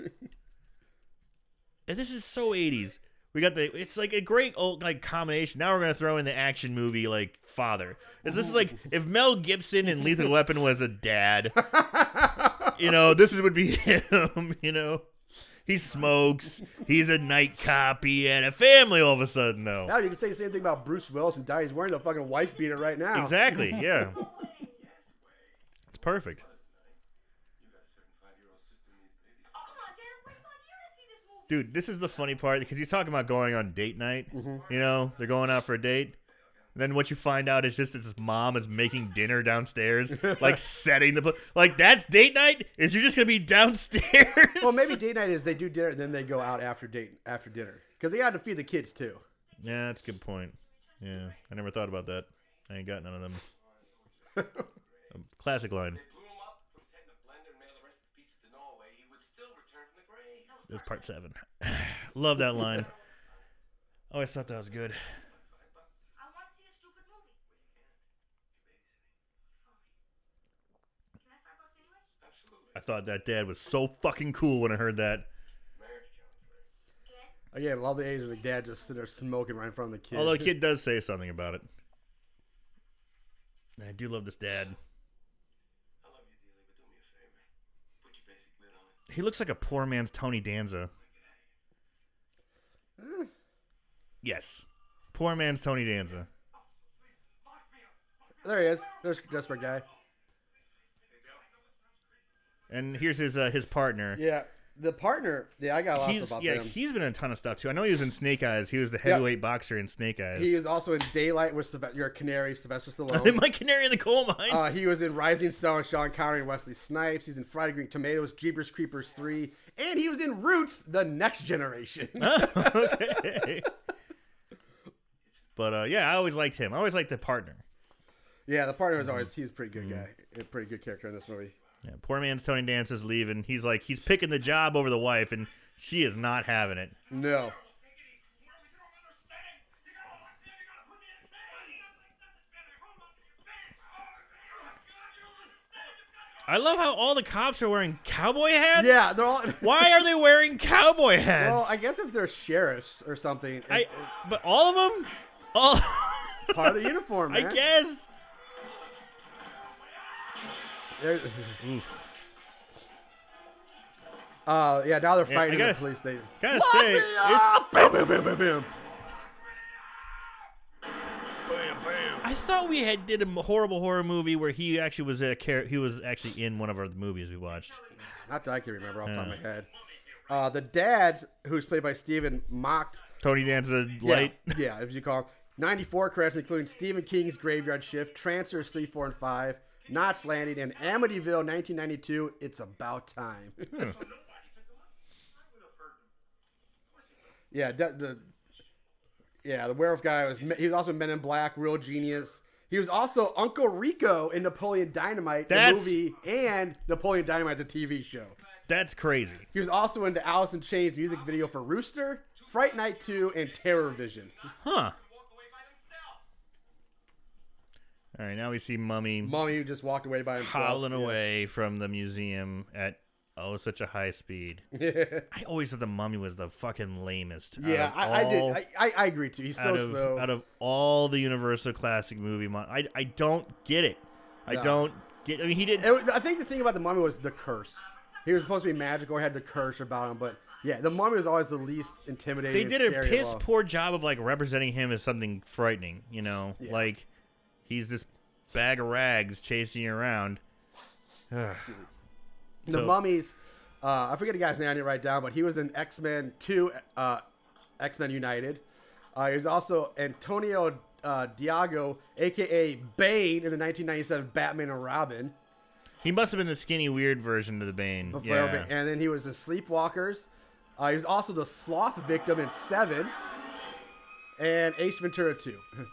Speaker 4: and this is so 80s. We got the it's like a great old like combination. Now we're gonna throw in the action movie like father. It's- This
Speaker 3: *laughs*
Speaker 4: is like if Mel Gibson in Lethal Weapon was a dad. you know, this is- would be *laughs* him. You know, he smokes. He's a night cop. He had a family all of a sudden though.
Speaker 3: Now you can say the same thing about Bruce Willis and die. He's wearing the fucking wife beater right now. *laughs*
Speaker 4: Exactly. Yeah. it's perfect. Dude, this is the funny part because he's talking about going on date night.
Speaker 3: Mm-hmm.
Speaker 4: You know, they're going out for a date. And then what you find out is just that his mom is making dinner downstairs,
Speaker 3: *laughs*
Speaker 4: like setting the pl- like that's date night. Is you just gonna be downstairs?
Speaker 3: Well, *laughs* maybe date night is they do dinner and then they go out after date after dinner because they got to feed the kids too.
Speaker 4: yeah, that's a good point. Yeah, I never thought about that. I ain't got none
Speaker 5: *laughs*
Speaker 4: of them. Classic line.
Speaker 5: Blew him up, put his head in a blender, and mailed the rest of the pieces to Norway. He would still return from the grave.
Speaker 4: That's part seven. *sighs* Love that line. Always thought that was good.
Speaker 6: I want to see a stupid movie. Fine. Can I five bucks anyway?
Speaker 4: I thought that dad was so fucking cool when I heard that.
Speaker 3: Again, love the age when the dad just sitting there smoking right in front of the kid.
Speaker 4: Although the kid does say something about it. I do love this dad.
Speaker 5: I love you dearly, but do me a favor. Put your basic lid on.
Speaker 4: He looks like a poor man's Tony Danza.
Speaker 3: Mm.
Speaker 4: Yes. Poor man's Tony Danza.
Speaker 3: *laughs* there he is. There's desperate guy.
Speaker 4: And here's his uh, his partner.
Speaker 3: Yeah, the partner. Yeah, I got lots
Speaker 4: he's
Speaker 3: about
Speaker 4: yeah,
Speaker 3: them.
Speaker 4: he's been in a ton of stuff too. I know he was in Snake Eyes. He was the heavyweight boxer in Snake Eyes.
Speaker 3: He is also in Daylight with Sylve- your canary Sylvester
Speaker 4: *laughs*
Speaker 3: Stallone.
Speaker 4: my canary *laughs* in the coal mine.
Speaker 3: Uh, he was in Rising Sun with Sean Connery and Wesley Snipes. He's in Friday Green Tomatoes, Jeepers Creepers 3. And he was in Roots, The Next
Speaker 4: *laughs*
Speaker 3: Generation.
Speaker 4: okay. *laughs* but uh, yeah, I always liked him. I always liked the partner.
Speaker 3: yeah, the partner was always, he's a pretty good guy. A pretty good character in this movie.
Speaker 4: Yeah, poor man's Tony Dance is leaving. He's like he's picking the job over the wife, and she is not having it.
Speaker 3: No.
Speaker 4: I love how all the cops are wearing cowboy hats.
Speaker 3: Yeah, they're all. *laughs*
Speaker 4: Why are they wearing cowboy hats?
Speaker 3: Well, I guess if they're sheriffs or something, it's
Speaker 4: I- but all of them, all *laughs*
Speaker 3: part of the uniform,
Speaker 4: I
Speaker 3: man.
Speaker 4: guess.
Speaker 3: They're- Uh, yeah, now they're
Speaker 4: Yeah, I
Speaker 3: fighting
Speaker 4: gotta-
Speaker 3: the police station.
Speaker 4: Gotta say, it's
Speaker 3: Bam, bam, bam, bam, bam.
Speaker 4: I thought we had did a m- horrible horror movie where he actually was a char- he was actually in one of our movies we watched.
Speaker 3: Not that I can remember off the top
Speaker 4: Yeah.
Speaker 3: of my head. Uh, the dad, who's played by Steven, mocked
Speaker 4: Tony Danza light.
Speaker 3: Yeah, *laughs* yeah, if you call him. 94 credits, including Stephen King's Graveyard Shift, Trancers 3, 4, and 5, Knots Landing, and Amityville 1992, It's About Time. *laughs* yeah, the, the, yeah, the werewolf guy was, he was also in Men in Black, Real Genius. He was also Uncle Rico in Napoleon Dynamite, the
Speaker 4: That's-
Speaker 3: movie, and Napoleon Dynamite, the TV show.
Speaker 4: That's crazy.
Speaker 3: He was also in the Alice in Chains music video for Rooster, Fright Night 2, and Terror Vision.
Speaker 4: Huh.
Speaker 5: Walk away by himself.
Speaker 4: All right, now we see Mummy
Speaker 3: Mummy just walked away by himself.
Speaker 4: howling
Speaker 3: Yeah.
Speaker 4: away from the museum at Oh, such a high speed.
Speaker 3: *laughs* yeah,
Speaker 4: I always thought the mummy was the fucking lamest. out of
Speaker 3: I, I did.
Speaker 4: all-
Speaker 3: I, I, I agree too. He's so
Speaker 4: out of
Speaker 3: slow.
Speaker 4: out of all the Universal classic movie. Mon- I I don't get it. I
Speaker 3: No.
Speaker 4: don't get. I mean, he did.
Speaker 3: It was- I think the thing about the mummy was the curse. He was supposed to be magical. Had the curse about him, but yeah, the mummy was always the least intimidating.
Speaker 4: They
Speaker 3: and
Speaker 4: did a
Speaker 3: scary of
Speaker 4: piss
Speaker 3: all.
Speaker 4: poor job of like representing him as something frightening. You know,
Speaker 3: Yeah.
Speaker 4: like he's this bag of rags chasing you around.
Speaker 3: The
Speaker 4: So-
Speaker 3: mummies. Uh, I forget the guy's name. I didn't write it down, but he was in X Men Two, uh, X Men United. Uh, he was also Antonio uh, Diago, aka Bane, in the 1997 Batman and Robin.
Speaker 4: He must have been the skinny, weird version of the Bane.
Speaker 3: Before
Speaker 4: yeah.
Speaker 3: Bane- And then he was in Sleepwalkers. Uh, he was also the sloth victim in Seven, and Ace Ventura Two. *laughs*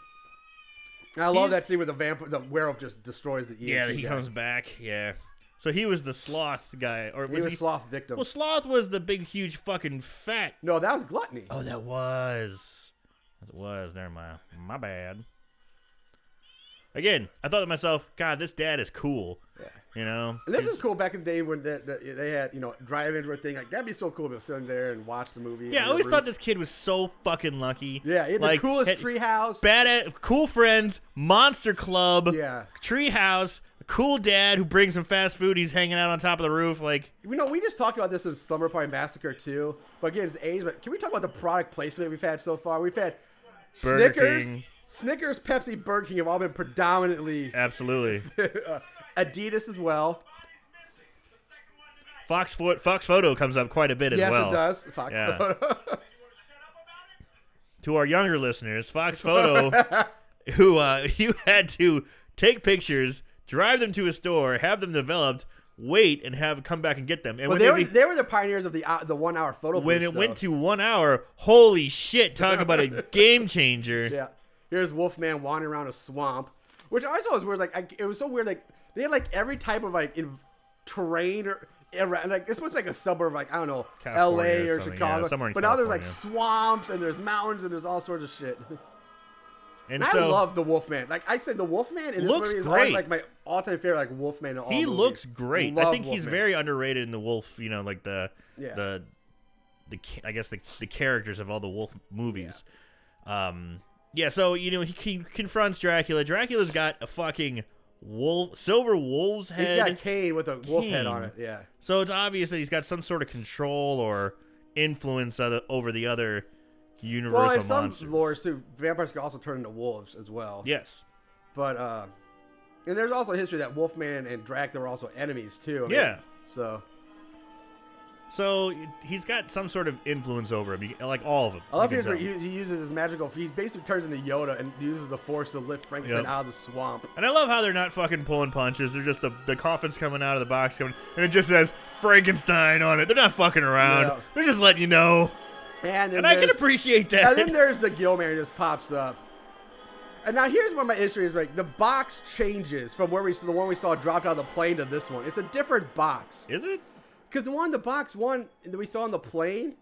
Speaker 3: And I love
Speaker 4: He's-
Speaker 3: that scene where the vamp, the werewolf just destroys the EMP.
Speaker 4: yeah, he
Speaker 3: guy.
Speaker 4: comes back. Yeah. So he was the sloth guy, or
Speaker 3: He
Speaker 4: was
Speaker 3: was
Speaker 4: he?
Speaker 3: a sloth victim.
Speaker 4: E Well, sloth was the big, huge, fucking fat
Speaker 3: no, that was gluttony.
Speaker 4: Oh, that was. That was. Never mind. My bad. Again, I thought to myself, God, this dad is cool.
Speaker 3: Yeah.
Speaker 4: You know?
Speaker 3: And this
Speaker 4: He's-
Speaker 3: is cool back in the day when they, they- they had, you know, drive-in where thing. Like, that'd be so cool to sit there and watch the movie. on
Speaker 4: Yeah, I
Speaker 3: the
Speaker 4: always
Speaker 3: roof.
Speaker 4: thought this kid was so fucking lucky.
Speaker 3: Yeah, he had
Speaker 4: Like,
Speaker 3: the coolest
Speaker 4: had
Speaker 3: treehouse.
Speaker 4: Bad at cool friends, monster club,
Speaker 3: Yeah.
Speaker 4: treehouse, a cool dad who brings him fast food. He's hanging out on top of the roof. Like,
Speaker 3: you know, we just talked about this in Slumber Party Massacre too. But again, it's age. But can we talk about the product placement we've had so far? We've had
Speaker 4: Burger
Speaker 3: Snickers,
Speaker 4: King.
Speaker 3: Snickers, Pepsi, Burger King have all been predominantly *laughs*
Speaker 4: absolutely.
Speaker 3: uh, Adidas as well.
Speaker 4: Fox Fo- Fox Photo comes up quite a bit as
Speaker 3: yes,
Speaker 4: well.
Speaker 3: it does. Fox *laughs*
Speaker 4: Yeah.
Speaker 3: Photo.
Speaker 4: to our younger
Speaker 3: *laughs*
Speaker 4: listeners, Fox Photo, who uh, *laughs* you had to take pictures, drive them to a store, have them developed, wait, and have come back and get them. And
Speaker 3: but
Speaker 4: when
Speaker 3: they
Speaker 4: they,
Speaker 3: were,
Speaker 4: be-
Speaker 3: they were the pioneers of the uh, the one-hour photo.
Speaker 4: when
Speaker 3: booths,
Speaker 4: it went
Speaker 3: though.
Speaker 4: to one hour, holy shit! Talk
Speaker 3: *laughs*
Speaker 4: about a game changer. *laughs*
Speaker 3: Yeah. Here's Wolfman wandering around a swamp, which I saw was weird. Like, I, it was so weird. Like, they had like every type of like in, terrain or era- like this was like a suburb, like I don't know,
Speaker 4: California
Speaker 3: L.A.
Speaker 4: or
Speaker 3: or
Speaker 4: something,
Speaker 3: Chicago.
Speaker 4: yeah, somewhere in
Speaker 3: but now there's like swamps and there's mountains and there's all sorts of shit. *laughs* And,
Speaker 4: And
Speaker 3: I
Speaker 4: so
Speaker 3: love the Wolfman. Like I said, the Wolfman in this
Speaker 4: Looks
Speaker 3: movie is always
Speaker 4: great.
Speaker 3: like my all-time favorite, like Wolfman. In all
Speaker 4: he
Speaker 3: movies.
Speaker 4: looks great. I
Speaker 3: Love
Speaker 4: think he's
Speaker 3: Wolfman.
Speaker 4: very underrated in the Wolf. You know, like the
Speaker 3: Yeah.
Speaker 4: the the ca- I guess the the characters of all the Wolf movies. Um, yeah. So you know he, he confronts Dracula. Dracula's got a fucking wolf, silver wolf's
Speaker 3: He's
Speaker 4: head.
Speaker 3: got a cane with a wolf head on
Speaker 4: Cane.
Speaker 3: it. Yeah.
Speaker 4: So it's obvious that he's got some sort of control or influence other, over the other universal
Speaker 3: Well, in some
Speaker 4: monsters.
Speaker 3: lore too, vampires can also turn into wolves as well.
Speaker 4: yes.
Speaker 3: But uh and there's also history that Wolfman and Dracula were also enemies too. I mean,
Speaker 4: Yeah.
Speaker 3: So
Speaker 4: So he's got some sort of influence over him, You- like all of them.
Speaker 3: I love
Speaker 4: you
Speaker 3: here's
Speaker 4: can
Speaker 3: where
Speaker 4: tell.
Speaker 3: he, he uses his magical. He basically turns into Yoda and uses the Force to lift Frankenstein
Speaker 4: Yep.
Speaker 3: out of the swamp.
Speaker 4: And I love how they're not fucking pulling punches. They're just the, the coffin's coming out of the box coming, and it just says Frankenstein on it. They're not fucking around.
Speaker 3: Yeah.
Speaker 4: They're just letting you know.
Speaker 3: And then
Speaker 4: And I can
Speaker 3: there's-
Speaker 4: appreciate that.
Speaker 3: And then there's the Gill Man who just pops up. And now here's where my issue is like the box changes from where we saw the one we saw dropped out of the plane to this one. It's a different box.
Speaker 4: *laughs* Is it?
Speaker 3: Because the one in the box one that we saw on the plane,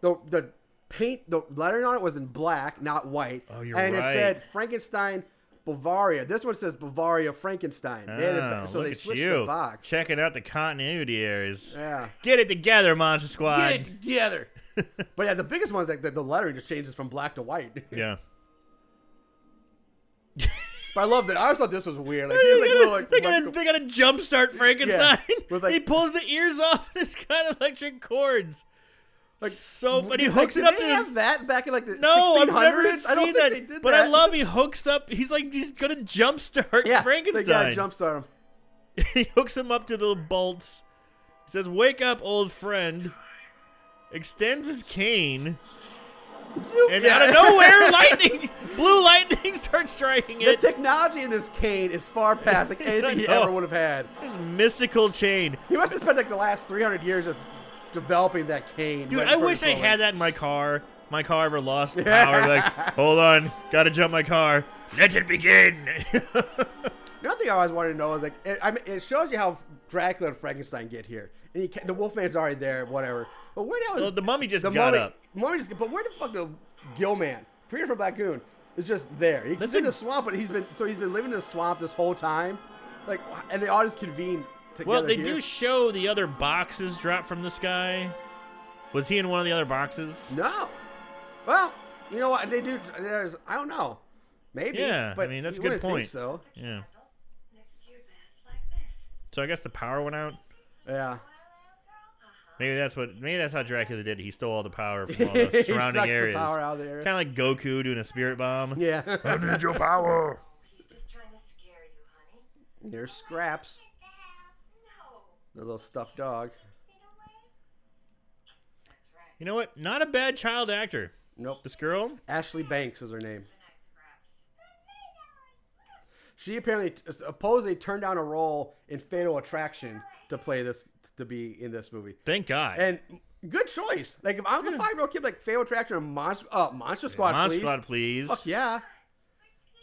Speaker 3: the the paint, the lettering on it was in black, not white.
Speaker 4: Oh, you're
Speaker 3: and
Speaker 4: right.
Speaker 3: it said Frankenstein, Bavaria. This one says Bavaria Frankenstein. They had it
Speaker 4: Oh,
Speaker 3: back- so
Speaker 4: look
Speaker 3: they
Speaker 4: at
Speaker 3: switched
Speaker 4: you.
Speaker 3: the box.
Speaker 4: Checking out the continuity errors.
Speaker 3: Yeah.
Speaker 4: Get it together, Monster Squad.
Speaker 3: Get it
Speaker 4: *laughs*
Speaker 3: together. but yeah, the biggest one is like the, the lettering just changes from black to white. *laughs*
Speaker 4: Yeah.
Speaker 3: but I love that. I always thought this was weird.
Speaker 4: *laughs*
Speaker 3: Like, he has, like,
Speaker 4: They gotta,
Speaker 3: little, like,
Speaker 4: they, gotta,
Speaker 3: *laughs* electrical-
Speaker 4: they gotta jumpstart Frankenstein.
Speaker 3: with, like-
Speaker 4: *laughs* he pulls the ears off and it's got electric cords. Like so, but he
Speaker 3: Like,
Speaker 4: hooks
Speaker 3: did
Speaker 4: it up
Speaker 3: they
Speaker 4: to
Speaker 3: have
Speaker 4: his.
Speaker 3: that back in like the 1600s?
Speaker 4: No, I've never
Speaker 3: I don't
Speaker 4: seen
Speaker 3: think
Speaker 4: that.
Speaker 3: they did
Speaker 4: but I
Speaker 3: that.
Speaker 4: love he hooks up. He's like he's gonna jumpstart
Speaker 3: yeah, They
Speaker 4: Frankenstein.
Speaker 3: gotta jumpstart him.
Speaker 4: *laughs* he hooks him up to the bolts. He says, "Wake up, old friend." Extends his cane, and out
Speaker 3: *laughs*
Speaker 4: of nowhere, lightning, blue lightning *laughs* starts striking
Speaker 3: The
Speaker 4: it.
Speaker 3: technology in this cane is far past like anything he
Speaker 4: *laughs* I know.
Speaker 3: ever would have had.
Speaker 4: This mystical chain.
Speaker 3: He must have spent like the last 300 years just developing that cane.
Speaker 4: Dude,
Speaker 3: ready
Speaker 4: I
Speaker 3: for
Speaker 4: wish I
Speaker 3: his moment.
Speaker 4: had that in my car. My car ever
Speaker 3: *laughs*
Speaker 4: lost power. like, hold on, gotta jump my car. Let it begin. *laughs*
Speaker 3: Another thing I always wanted to know is like, it, I mean, it shows you how Dracula and Frankenstein get here, and he ca the Wolfman's already there, whatever. But where the hell is
Speaker 4: Well, the mummy just
Speaker 3: the
Speaker 4: got
Speaker 3: mummy,
Speaker 4: up.
Speaker 3: Mummy just, but where the fuck the Gillman, Peter from Black Lagoon, is just there? He's
Speaker 4: That's
Speaker 3: in
Speaker 4: a-
Speaker 3: the swamp, but he's been so he's been living in the swamp this whole time, like, and they all just convened together
Speaker 4: Well, they
Speaker 3: here.
Speaker 4: do show the other boxes drop from the sky. Was he in one of the other boxes?
Speaker 3: no. Well, you know what? They do. There's. I don't know. Maybe.
Speaker 4: Yeah, I
Speaker 3: But
Speaker 4: mean, that's
Speaker 3: you
Speaker 4: a
Speaker 3: wouldn't
Speaker 4: good
Speaker 3: think
Speaker 4: point.
Speaker 3: so
Speaker 4: Yeah.
Speaker 6: Next to your bed, like this.
Speaker 4: So I guess the power went out.
Speaker 3: yeah.
Speaker 4: Maybe that's what. Maybe that's how Dracula did. it. He stole all the power
Speaker 3: *laughs*
Speaker 4: from all the
Speaker 3: He
Speaker 4: surrounding
Speaker 3: sucks the
Speaker 4: areas.
Speaker 3: power out of the area.
Speaker 4: Kind of like Goku doing a spirit bomb. *laughs*
Speaker 3: Yeah.
Speaker 1: Need your power.
Speaker 6: He's just trying to scare you, honey.
Speaker 3: There's scraps.
Speaker 6: No.
Speaker 3: The little stuffed dog.
Speaker 6: That's right.
Speaker 4: You know what? Not a bad child actor.
Speaker 3: Nope.
Speaker 4: This girl.
Speaker 3: Ashley Banks is her name.
Speaker 6: Night scraps.
Speaker 3: She apparently supposedly turned down a role in Fatal Attraction to play this to be in this movie.
Speaker 4: Thank God.
Speaker 3: And good choice. Like if I was a five year old kid, like Fatal Attraction or Monster, uh, Monster Squad,
Speaker 4: Monster
Speaker 3: please.
Speaker 4: Squad, please.
Speaker 3: Fuck yeah.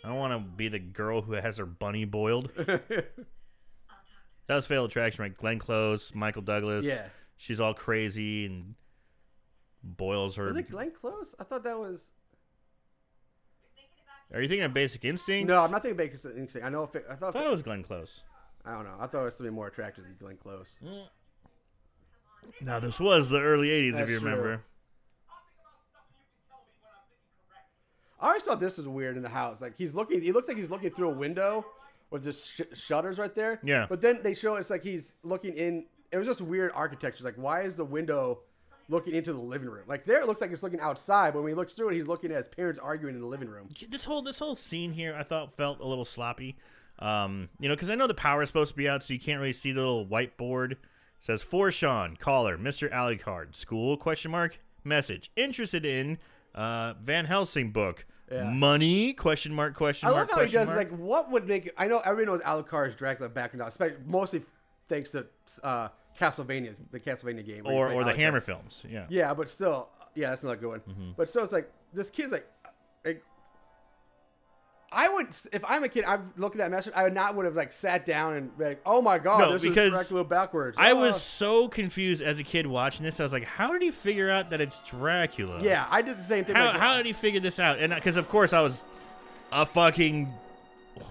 Speaker 4: I don't want to be the girl who has her
Speaker 3: *laughs*
Speaker 4: bunny boiled. that was Fatal Attraction, right? Glenn Close, Michael Douglas.
Speaker 3: Yeah.
Speaker 4: She's all crazy and boils her.
Speaker 3: Was it Glenn Close? I thought that was.
Speaker 4: Are you thinking of Basic Instinct?
Speaker 3: No, I'm not thinking Baker's Instinct. I know. If it, I
Speaker 4: I
Speaker 3: thought.
Speaker 4: thought it was Glenn Close.
Speaker 3: I don't know. I thought it was something more attractive than Glenn Close.
Speaker 4: Now this was the early '80s, if
Speaker 3: That's
Speaker 4: you remember.
Speaker 3: true. I always thought this was weird in the house. Like he's looking, he looks like he's looking through a window with just sh- shutters right there.
Speaker 4: Yeah.
Speaker 3: But then they show it's like he's looking in. It was just weird architecture. Like why is the window looking into the living room? Like there it looks like he's looking outside, but when he looks through it, he's looking at his parents arguing in the living room.
Speaker 4: This whole this whole scene here, I thought felt a little sloppy. Um, you know, because I know the power is supposed to be out, so you can't really see the little whiteboard. It says for Sean, caller, Mister Alucard, school question mark message interested in uh, Van Helsing book. Money question mark question
Speaker 3: I
Speaker 4: mark
Speaker 3: love how he
Speaker 4: question
Speaker 3: does.
Speaker 4: mark.
Speaker 3: Like what would make? I know everyone knows Alucard is Dracula back and especially mostly thanks to uh, Castlevania, the Castlevania game, where you
Speaker 4: or
Speaker 3: play
Speaker 4: or the
Speaker 3: Alucard.
Speaker 4: Hammer films. Yeah.
Speaker 3: Yeah, but still, yeah, that's not a good one.
Speaker 4: Mm-hmm.
Speaker 3: But so it's like this kid's like, like, I would if I'm a kid, I've looked at that message. I would not would have like sat down and be like, oh my god,
Speaker 4: No,
Speaker 3: this is
Speaker 4: because
Speaker 3: Dracula backwards.
Speaker 4: I
Speaker 3: Ah.
Speaker 4: was so confused as a kid watching this. I was like, "How did he figure out that it's Dracula?"
Speaker 3: yeah, I did the same thing.
Speaker 4: how,
Speaker 3: like,
Speaker 4: how did he figure this out? And because of course I was a fucking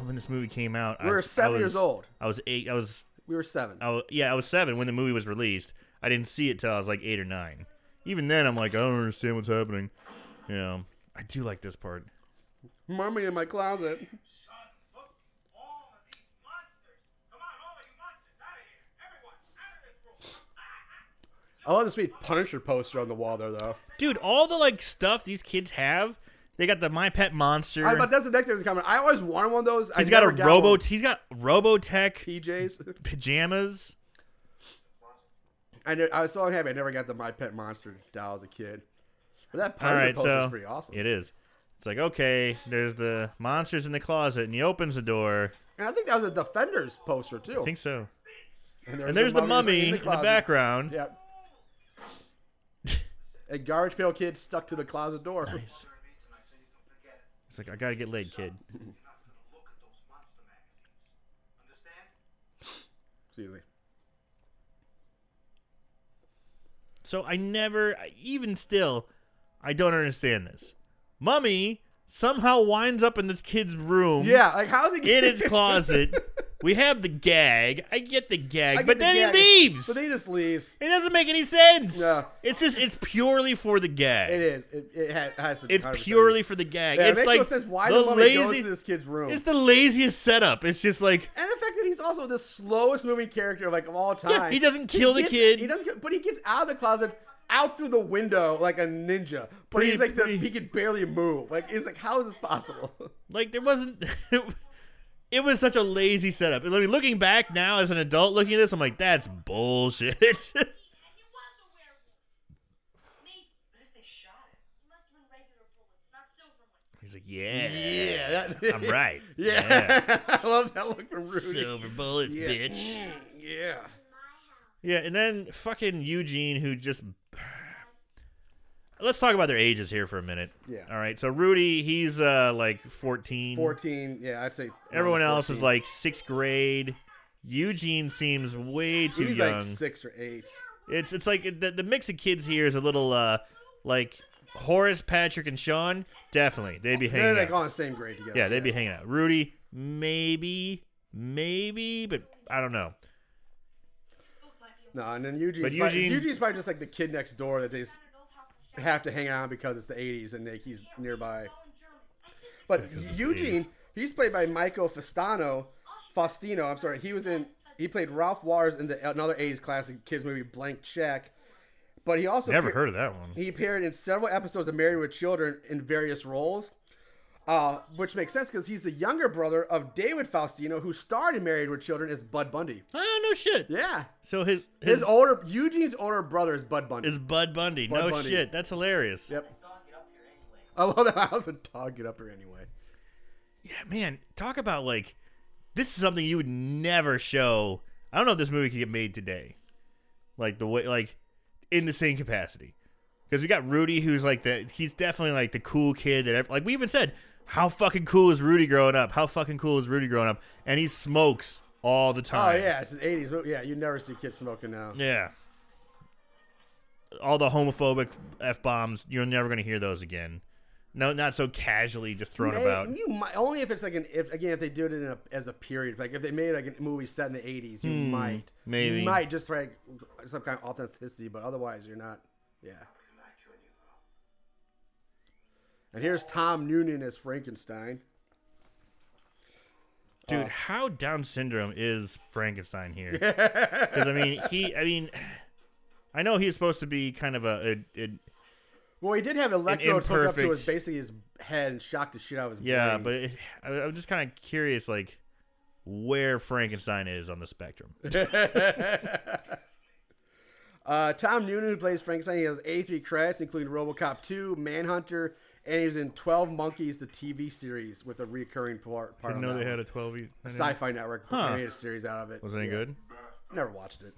Speaker 4: when this movie came out.
Speaker 3: We
Speaker 4: I,
Speaker 3: were
Speaker 4: was-
Speaker 3: seven
Speaker 4: I was-
Speaker 3: years old.
Speaker 4: I was eight. I was,
Speaker 3: we were seven.
Speaker 4: I was yeah. I was seven when the movie was released. I didn't see it till I was like eight or nine. Even then, I'm like, I don't understand what's happening. You know, I do like this part.
Speaker 3: Mummy in my closet.
Speaker 5: Son, look, Oh, all of these monsters. Come on, all of you monsters, out of here. Everyone, out of this room. Ah,
Speaker 3: I love the sweet Punisher poster on the wall there, though.
Speaker 4: Dude, all the like stuff these kids have. They got the My Pet Monster.
Speaker 3: I, but that's the next thing that's coming. I always wanted one of those. I
Speaker 4: he's got a
Speaker 3: never got
Speaker 4: robo.
Speaker 3: one.
Speaker 4: He's got Robotech
Speaker 3: PJs.
Speaker 4: pajamas.
Speaker 3: I, ne- I was so happy I never got the My Pet Monster doll as a kid. But that
Speaker 4: All
Speaker 3: Punisher
Speaker 4: right,
Speaker 3: poster
Speaker 4: so
Speaker 3: is pretty awesome.
Speaker 4: It is. It's like okay, there's the monsters in the closet, and he opens the door.
Speaker 3: And I think that was a Defenders poster too.
Speaker 4: I think so.
Speaker 3: and Oh, there's,
Speaker 4: And there's the mummy in the,
Speaker 3: closet.
Speaker 4: background.
Speaker 3: Yep. a garbage pail kid stuck to the closet door.
Speaker 4: Nice. It's like I gotta get laid, kid.
Speaker 5: You're not gonna look at those monster magazines. Understand?
Speaker 3: Excuse me.
Speaker 4: So I never, even still, I don't understand this. Mummy somehow winds up in this kid's room.
Speaker 3: Yeah, like how's he *laughs*
Speaker 4: In his closet. we have the gag. I get the
Speaker 3: I
Speaker 4: gag,
Speaker 3: get
Speaker 4: but
Speaker 3: the
Speaker 4: then
Speaker 3: gag.
Speaker 4: he leaves.
Speaker 3: But then he just leaves.
Speaker 4: it doesn't make any sense.
Speaker 3: No.
Speaker 4: It's just it's purely for the gag.
Speaker 3: It is. It, it ha- has to. be
Speaker 4: It's
Speaker 3: 100%.
Speaker 4: purely for the gag.
Speaker 3: Yeah, it
Speaker 4: it's
Speaker 3: makes
Speaker 4: like
Speaker 3: no sense why
Speaker 4: the
Speaker 3: the, mummy goes
Speaker 4: lazy.
Speaker 3: to this kid's room.
Speaker 4: It's the laziest setup. It's just like
Speaker 3: and the fact that he's also the slowest moving character of like of all time.
Speaker 4: he doesn't kill the
Speaker 3: gets-
Speaker 4: kid.
Speaker 3: He doesn't, get- but he gets out of the closet, out through the window like a ninja. But
Speaker 4: Pretty-
Speaker 3: he's like
Speaker 4: pretty-
Speaker 3: the, he could barely move. Like it's like how is this possible?
Speaker 4: like there wasn't. It was such a lazy setup. I mean, looking back now as an adult looking at this, I'm like, that's bullshit. *laughs*
Speaker 6: And he was a werewolf. Maybe. But if they shot him, he must have been regular bullets, not silver ones.
Speaker 4: He's
Speaker 3: yeah, *laughs*
Speaker 4: like, *laughs* yeah,
Speaker 3: that,
Speaker 4: I'm right.
Speaker 3: *laughs* Yeah, I love that look from
Speaker 4: Yeah.
Speaker 3: Rudy.
Speaker 4: silver bullets,
Speaker 3: Yeah.
Speaker 4: bitch.
Speaker 3: Yeah.
Speaker 4: Yeah, and then fucking Eugene, who just. *sighs* Let's talk about their ages here for a minute.
Speaker 3: Yeah.
Speaker 4: All right. So Rudy, he's uh like 14.
Speaker 3: 14, yeah, I'd say. around
Speaker 4: Everyone else is
Speaker 3: 14.
Speaker 4: like sixth grade. Eugene seems way too
Speaker 3: Rudy's
Speaker 4: young.
Speaker 3: like six or eight.
Speaker 4: It's it's like the, the mix of kids here is a little uh like Horace, Patrick, and Sean. Definitely, they'd be
Speaker 3: They're
Speaker 4: hanging
Speaker 3: like
Speaker 4: out.
Speaker 3: on the same grade together.
Speaker 4: Yeah, they'd be hanging out. Rudy, maybe, maybe, but I don't know.
Speaker 3: No, and then Eugene's,
Speaker 4: But
Speaker 3: probably,
Speaker 4: Eugene-
Speaker 3: Eugene's probably just like the kid next door that they s- have to hang on because it's the 80s and like, he's nearby. But
Speaker 4: Because it's the
Speaker 3: Eugene,
Speaker 4: 80s.
Speaker 3: he's played by Michael Fastano. Faustino, I'm sorry. He was in. He played Ralph Wars in the another 80s classic kids movie, Blank Check. But he also
Speaker 4: Never
Speaker 3: appear-
Speaker 4: heard of that one.
Speaker 3: He appeared in several episodes of Married with Children in various roles, uh, which makes sense because he's the younger brother of David Faustino, who starred in Married with Children as Bud Bundy.
Speaker 4: Oh no shit.
Speaker 3: Yeah,
Speaker 4: So his
Speaker 3: his,
Speaker 4: his,
Speaker 3: older Eugene's older brother is Bud Bundy.
Speaker 4: is Bud Bundy.
Speaker 3: Bud
Speaker 4: no
Speaker 3: Bundy.
Speaker 4: shit. That's hilarious.
Speaker 3: yep. I love that. I was a dog get up here anyway.
Speaker 4: Yeah, man. Talk about like this is something you would never show. I don't know if this movie could get made today. Like the way like in the same capacity. Because we got Rudy, who's like the he's definitely like the cool kid that ever, like we even said, how fucking cool is Rudy growing up? How fucking cool is Rudy growing up? And he smokes all the
Speaker 3: Oh
Speaker 4: time.
Speaker 3: yeah, it's an 80s. movie. Yeah, you never see kids smoking now.
Speaker 4: Yeah. All the homophobic f bombs, you're never gonna hear those again. No, not so casually just thrown
Speaker 3: May-
Speaker 4: about.
Speaker 3: You might, only if it's like an if again if they do it in a, as a period like if they made like a movie set in the eighties you might
Speaker 4: Hmm, maybe.
Speaker 3: you might just for like some kind of authenticity but otherwise you're not yeah. And here's Tom Noonan as Frankenstein.
Speaker 4: Dude, how Down syndrome is Frankenstein *laughs* here? Because I mean, he, I mean, *sighs* I know he's supposed to be kind of a, a, a
Speaker 3: Well, he did have electrodes hooked up to
Speaker 4: imperfect-
Speaker 3: his basically his head and shocked the shit out of his
Speaker 4: yeah, but
Speaker 3: brain.
Speaker 4: it, I, I'm just kind of curious, like where Frankenstein is on the *laughs* spectrum.
Speaker 3: Uh, Tom Noonan who plays Frankenstein. He has 83 credits, including RoboCop 2, Manhunter, and he was in 12 Monkeys, the TV series, with a recurring part. part
Speaker 4: I
Speaker 3: on
Speaker 4: know
Speaker 3: that
Speaker 4: they
Speaker 3: one.
Speaker 4: had a 12. e-
Speaker 3: Sci-Fi Network
Speaker 4: Huh.
Speaker 3: made a series out of it.
Speaker 4: Was it any
Speaker 3: Yeah.
Speaker 4: good? Hmm.
Speaker 3: Never watched it.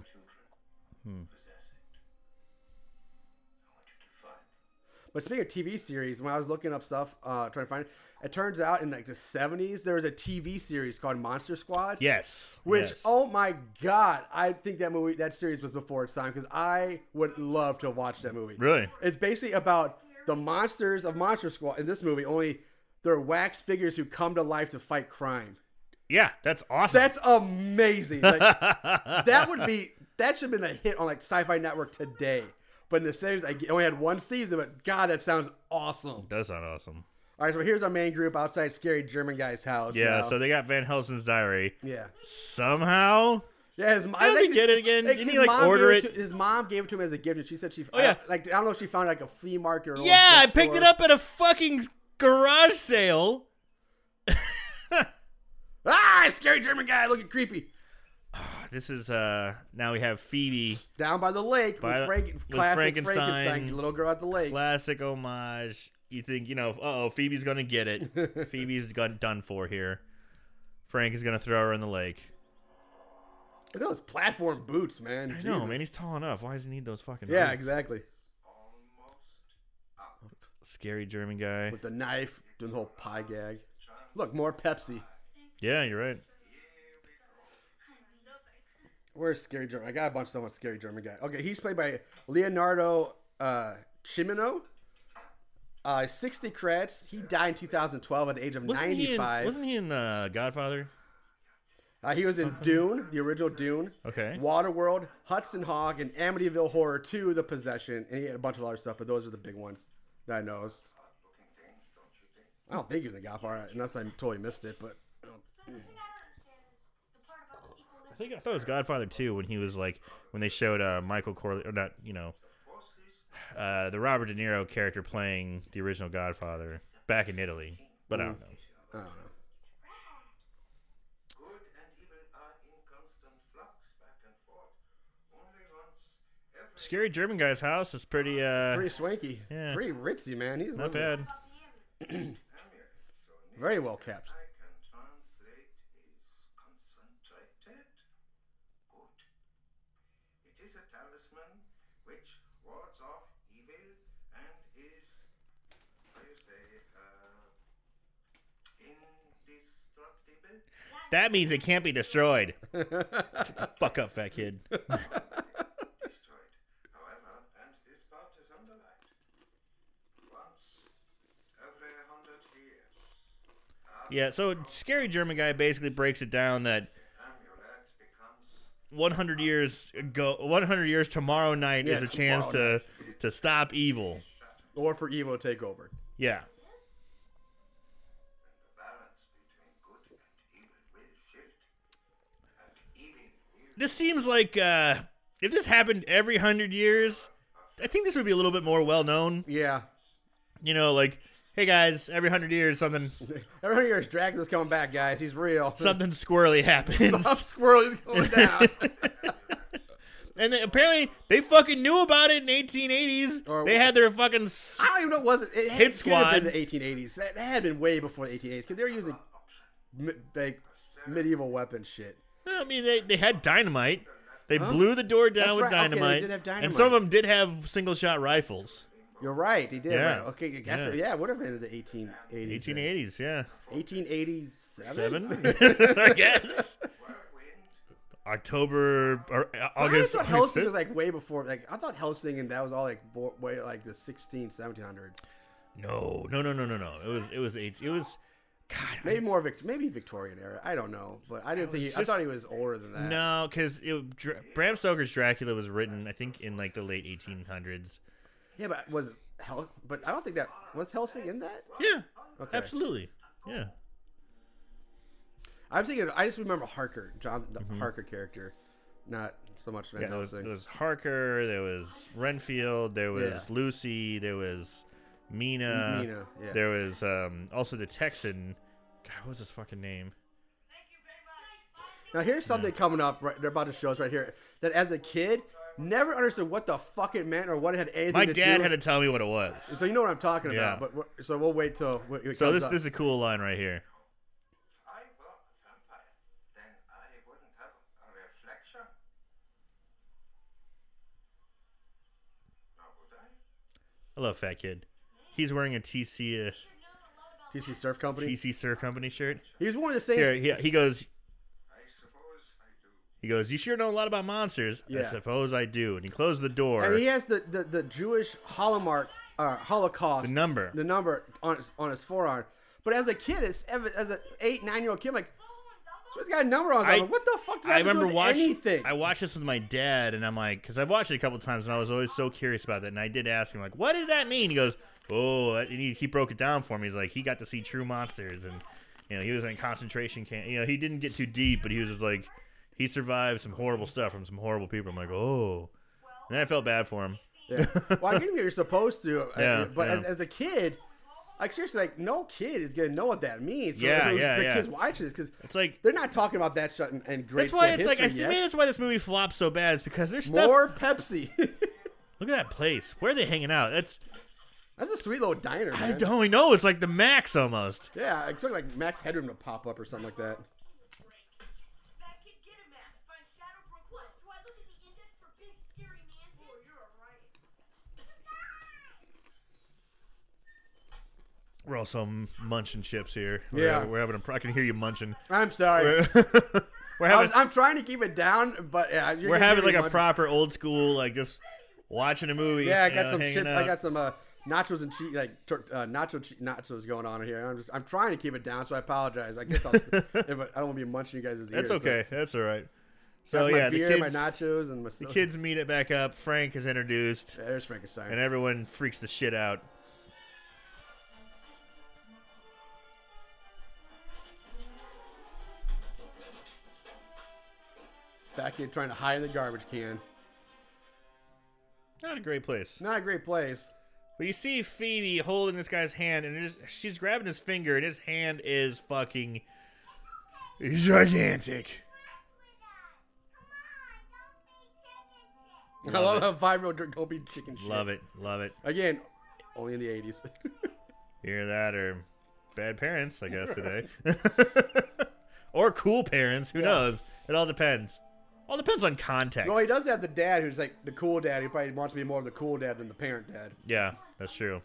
Speaker 3: But speaking of TV series, when I was looking up stuff, uh, trying to find it, it turns out in like the '70s there was a TV series called Monster Squad.
Speaker 4: Yes.
Speaker 3: Which,
Speaker 4: yes.
Speaker 3: oh my god, I think that movie, that series was before its time because I would love to have watched that movie.
Speaker 4: Really?
Speaker 3: It's basically about the monsters of Monster Squad in this movie, only they're wax figures who come to life to fight crime.
Speaker 4: yeah, that's awesome.
Speaker 3: That's amazing.
Speaker 4: *laughs*
Speaker 3: Like, that would be, that should have been a hit on like Sci Fi Network today. But in the series, I only had one season, but god, that sounds awesome.
Speaker 4: does sound awesome.
Speaker 3: All right, so here's our main group outside Scary German Guy's house.
Speaker 4: Yeah,
Speaker 3: now.
Speaker 4: so they got Van Helsing's diary.
Speaker 3: yeah.
Speaker 4: Somehow,
Speaker 3: Yeah, his mom.
Speaker 4: How did he get it again? Didn't he, like, order
Speaker 3: gave
Speaker 4: it?
Speaker 3: To, his mom gave it to him as a gift, and she said she.
Speaker 4: Oh, yeah.
Speaker 3: like I don't know if she found like a flea market. Or a
Speaker 4: Yeah, I picked it
Speaker 3: bookstore.
Speaker 4: up at a fucking garage sale.
Speaker 3: Ah, scary German guy looking creepy.
Speaker 4: This is uh now we have Phoebe,
Speaker 3: Down by the lake
Speaker 4: By-
Speaker 3: with, Frank,
Speaker 4: with
Speaker 3: classic
Speaker 4: Frankenstein.
Speaker 3: Frankenstein, little girl at the lake.
Speaker 4: classic homage. You think you know? Uh oh, Phoebe's gonna
Speaker 3: *laughs*
Speaker 4: get it. Phoebe's gone done for here. Frank is gonna throw her in the lake.
Speaker 3: Look at those platform boots, man.
Speaker 4: I know,
Speaker 3: Jesus.
Speaker 4: man. He's tall enough. Why does he need those fucking?
Speaker 3: yeah,
Speaker 4: boots?
Speaker 3: exactly.
Speaker 4: Scary German guy.
Speaker 3: With the knife, doing the whole pie gag. Look, more Pepsi.
Speaker 4: Yeah, you're right.
Speaker 3: Where's Scary German? I got a bunch of stuff on Scary German guy. Okay, he's played by Leonardo uh, Chimino. Uh, 60 credits. He died in 2012 at the age of
Speaker 4: Wasn't he? In,
Speaker 3: 95.
Speaker 4: wasn't he in uh, Godfather?
Speaker 3: Uh, he was in Dune, the original Dune,
Speaker 4: Okay.
Speaker 3: Waterworld, Hudson Hawk, and Amityville Horror 2, The Possession, and he had a bunch of other stuff, but those are the big ones that I noticed. I don't think he was in Godfather, unless I totally missed it, but
Speaker 4: I think I thought it was Godfather 2 when he was like when they showed uh, Michael Corleone or not, you know, uh, the Robert De Niro character playing the original Godfather back in Italy. But I don't
Speaker 3: Hmm.
Speaker 4: know.
Speaker 3: I don't know.
Speaker 5: Good and evil are in constant flux back and forth. Only once every
Speaker 4: Scary German guy's house is pretty uh
Speaker 3: Pretty swanky.
Speaker 4: yeah.
Speaker 3: Pretty ritzy, man. He's
Speaker 4: not
Speaker 3: living it.
Speaker 4: bad.
Speaker 3: Very well kept.
Speaker 5: I can translate is concentrated. Good. It is a talisman which wards off evil and is, how you say, uh, indestructible.
Speaker 4: That means it can't be destroyed. *laughs* Shut the Fuck up, fat kid.
Speaker 5: destroyed, however, and this part is underlined. Once every hundred years,
Speaker 4: Yeah, so Scary German guy basically breaks it down that
Speaker 5: amulet becomes
Speaker 4: 100 years ago, 100 years tomorrow night
Speaker 3: Yeah,
Speaker 4: is a chance
Speaker 3: tomorrow
Speaker 4: to to stop evil.
Speaker 3: or for Evo Takeover.
Speaker 4: Yeah.
Speaker 5: The balance between good and evil will shift. And evil will
Speaker 4: This seems like uh, if this happened every 100 years, I think this would be a little bit more well known.
Speaker 3: Yeah.
Speaker 4: You know, like, hey guys, every 100
Speaker 3: *laughs*
Speaker 4: years something
Speaker 3: Everyone here is Dracula's coming back, guys. He's real. *laughs*
Speaker 4: something squirrely
Speaker 3: Up
Speaker 4: happens.
Speaker 3: squirrel is
Speaker 4: *laughs*
Speaker 3: going down.
Speaker 4: And they, apparently they fucking knew about it in 1880s.
Speaker 3: Or-
Speaker 4: they had their fucking s-
Speaker 3: I don't even know. Was it? It had,
Speaker 4: Hit
Speaker 3: it could have
Speaker 4: Squad.
Speaker 3: been the 1880s. That, that had been way before the 1880s because they were using mi- like medieval weapon shit.
Speaker 4: I mean, they, they had dynamite. They blew the door down
Speaker 3: That's
Speaker 4: with
Speaker 3: right. Okay, they
Speaker 4: dynamite,
Speaker 3: did have
Speaker 4: and some of
Speaker 3: dynamite.
Speaker 4: them did have single shot rifles.
Speaker 3: You're right. He did.
Speaker 4: Yeah.
Speaker 3: Right. Okay. I guess.
Speaker 4: Yeah.
Speaker 3: Yeah. yeah it would have been in the 1880s. then.
Speaker 4: 1880s, yeah,
Speaker 3: 1887. *laughs*
Speaker 4: seven, *laughs* I guess. October or uh,
Speaker 3: I always
Speaker 4: August.
Speaker 3: thought
Speaker 4: August
Speaker 3: Helsing was
Speaker 4: 5th?
Speaker 3: like way before. Like I thought Helsing and that was all like bo- way like the 16, 1700s.
Speaker 4: no, no, no, no, no, no. It was it was eight. It was God. I-
Speaker 3: Maybe more Vic- maybe Victorian era. I don't know, but I didn't think. He,
Speaker 4: was
Speaker 3: I
Speaker 4: just-
Speaker 3: thought he was older than that.
Speaker 4: no, because Dr- Bram Stoker's Dracula was written, I think, in like the late 1800s.
Speaker 3: Yeah, but was Hel? But I don't think that was Helsing in that.
Speaker 4: Yeah,
Speaker 3: Okay.
Speaker 4: absolutely. Yeah,
Speaker 3: I'm thinking. I just remember Harker, John the Harker character, not so much Van
Speaker 4: Mm-hmm. yeah. There was,
Speaker 3: Helsing.
Speaker 4: there was Harker. There was Renfield. There was
Speaker 3: Yeah.
Speaker 4: Lucy. There was Mina.
Speaker 3: Mina, yeah.
Speaker 4: There was um, also the Texan. God, what was his fucking name?
Speaker 3: Now here's something coming up. Right, they're about to show us right here. That as a kid, never understood what the fuck it meant or what it had anything
Speaker 4: My
Speaker 3: to
Speaker 4: dad
Speaker 3: do.
Speaker 4: had to tell me what it was.
Speaker 3: so you know what I'm talking
Speaker 4: Yeah.
Speaker 3: about. But we're- so we'll wait till it it
Speaker 4: So
Speaker 3: comes
Speaker 4: this
Speaker 3: up.
Speaker 4: this is a cool line right here.
Speaker 5: If I were a vampire, then I wouldn't have a reflection. Now would I?
Speaker 4: I love Fat Kid. He's wearing a TC uh,
Speaker 3: TC Surf Company.
Speaker 4: TC Sir Company shirt.
Speaker 3: He was one of the same.
Speaker 4: Here he, he goes.
Speaker 5: I suppose I do.
Speaker 4: He goes. You sure know a lot about monsters. I
Speaker 3: Yeah.
Speaker 4: suppose I do. And he closed the door.
Speaker 3: And he has the, the, the Jewish holomark, uh, Holocaust.
Speaker 4: The number.
Speaker 3: The number on his, on his forearm. But as a kid, as, as an eight, nine year old kid, I'm like, so he's got a number on his
Speaker 4: I-
Speaker 3: arm. What the fuck does that
Speaker 4: I
Speaker 3: have to do
Speaker 4: remember
Speaker 3: with
Speaker 4: watching.
Speaker 3: anything?
Speaker 4: I watched this with my dad, and I'm like, because I've watched it a couple times, and I was always so curious about that. And I did ask him, like, what does that mean? He goes, oh, and he, he broke it down for me. He's like, he got to see true monsters, and you know, he was in a concentration camp. You know, he didn't get too deep, but he was just like, he survived some horrible stuff from some horrible people. I'm like, oh, and then I felt bad for him.
Speaker 3: Yeah. well, I think you're supposed to. uh,
Speaker 4: *laughs* Yeah,
Speaker 3: but As,
Speaker 4: yeah.
Speaker 3: as a kid, like seriously, like no kid is gonna know what that means. So,
Speaker 4: Yeah,
Speaker 3: like,
Speaker 4: yeah,
Speaker 3: the
Speaker 4: yeah.
Speaker 3: kids watching this because
Speaker 4: It's like
Speaker 3: they're not talking about that shit in, in grade
Speaker 4: that's why
Speaker 3: school
Speaker 4: it's like I
Speaker 3: history
Speaker 4: think
Speaker 3: yet.
Speaker 4: maybe that's why this movie flopped so bad. It's because there's stuff.
Speaker 3: More Pepsi. *laughs*
Speaker 4: Look at that place. Where are they hanging out? That's
Speaker 3: That's a sweet little diner.
Speaker 4: I
Speaker 3: man.
Speaker 4: don't know. It's like the max almost.
Speaker 3: Yeah, I expect like Max Headroom to pop up or something like that.
Speaker 6: That kid get him at. Find Shadowbrook. What? Do I look at the index for big scary man? Oh, you're right.
Speaker 4: We're also m- munching chips here. We're,
Speaker 3: Yeah.
Speaker 4: we're having a. pro- I can hear
Speaker 3: *laughs*
Speaker 4: you munching.
Speaker 3: I'm sorry.
Speaker 4: We're, *laughs* we're
Speaker 3: I
Speaker 4: having
Speaker 3: was, I'm trying to keep it down, but yeah, you're
Speaker 4: we're
Speaker 3: gonna
Speaker 4: having
Speaker 3: give
Speaker 4: like
Speaker 3: me
Speaker 4: a
Speaker 3: one-
Speaker 4: proper old school like just watching a movie.
Speaker 3: Yeah, I
Speaker 4: you
Speaker 3: got
Speaker 4: know,
Speaker 3: some
Speaker 4: uh, hanging
Speaker 3: chip. I
Speaker 4: out.
Speaker 3: got some uh, nachos and cheese, like tur- uh, nacho che- nachos going on here. I'm just I'm trying to keep it down, so I apologize. I guess I'll,
Speaker 4: *laughs*
Speaker 3: if I, I don't want to be munching you guys' ears.
Speaker 4: That's
Speaker 3: but-
Speaker 4: okay. That's all right.
Speaker 3: Got
Speaker 4: So
Speaker 3: my
Speaker 4: yeah,
Speaker 3: beer,
Speaker 4: the
Speaker 3: my
Speaker 4: kids
Speaker 3: nachos, and my
Speaker 4: the kids meet it back up. Frank is introduced,
Speaker 3: There's Frankenstein.
Speaker 4: and everyone freaks the shit out.
Speaker 3: Fat kid trying to hide in the garbage can.
Speaker 4: Not a great place.
Speaker 3: Not a great place.
Speaker 4: But you see Phoebe holding this guy's hand, and it is, she's grabbing his finger, and his hand is fucking gigantic.
Speaker 3: I love how five year old don't be chicken shit.
Speaker 4: Love it, love it.
Speaker 3: Again, only in the 80s.
Speaker 4: You hear that or bad parents, I guess today, *laughs* or cool parents. Who knows? It all depends. All depends on
Speaker 3: *laughs*
Speaker 4: context.
Speaker 3: well, he does have the dad who's like the cool dad. He probably wants to be more of the cool dad than the parent dad.
Speaker 4: Yeah, that's true.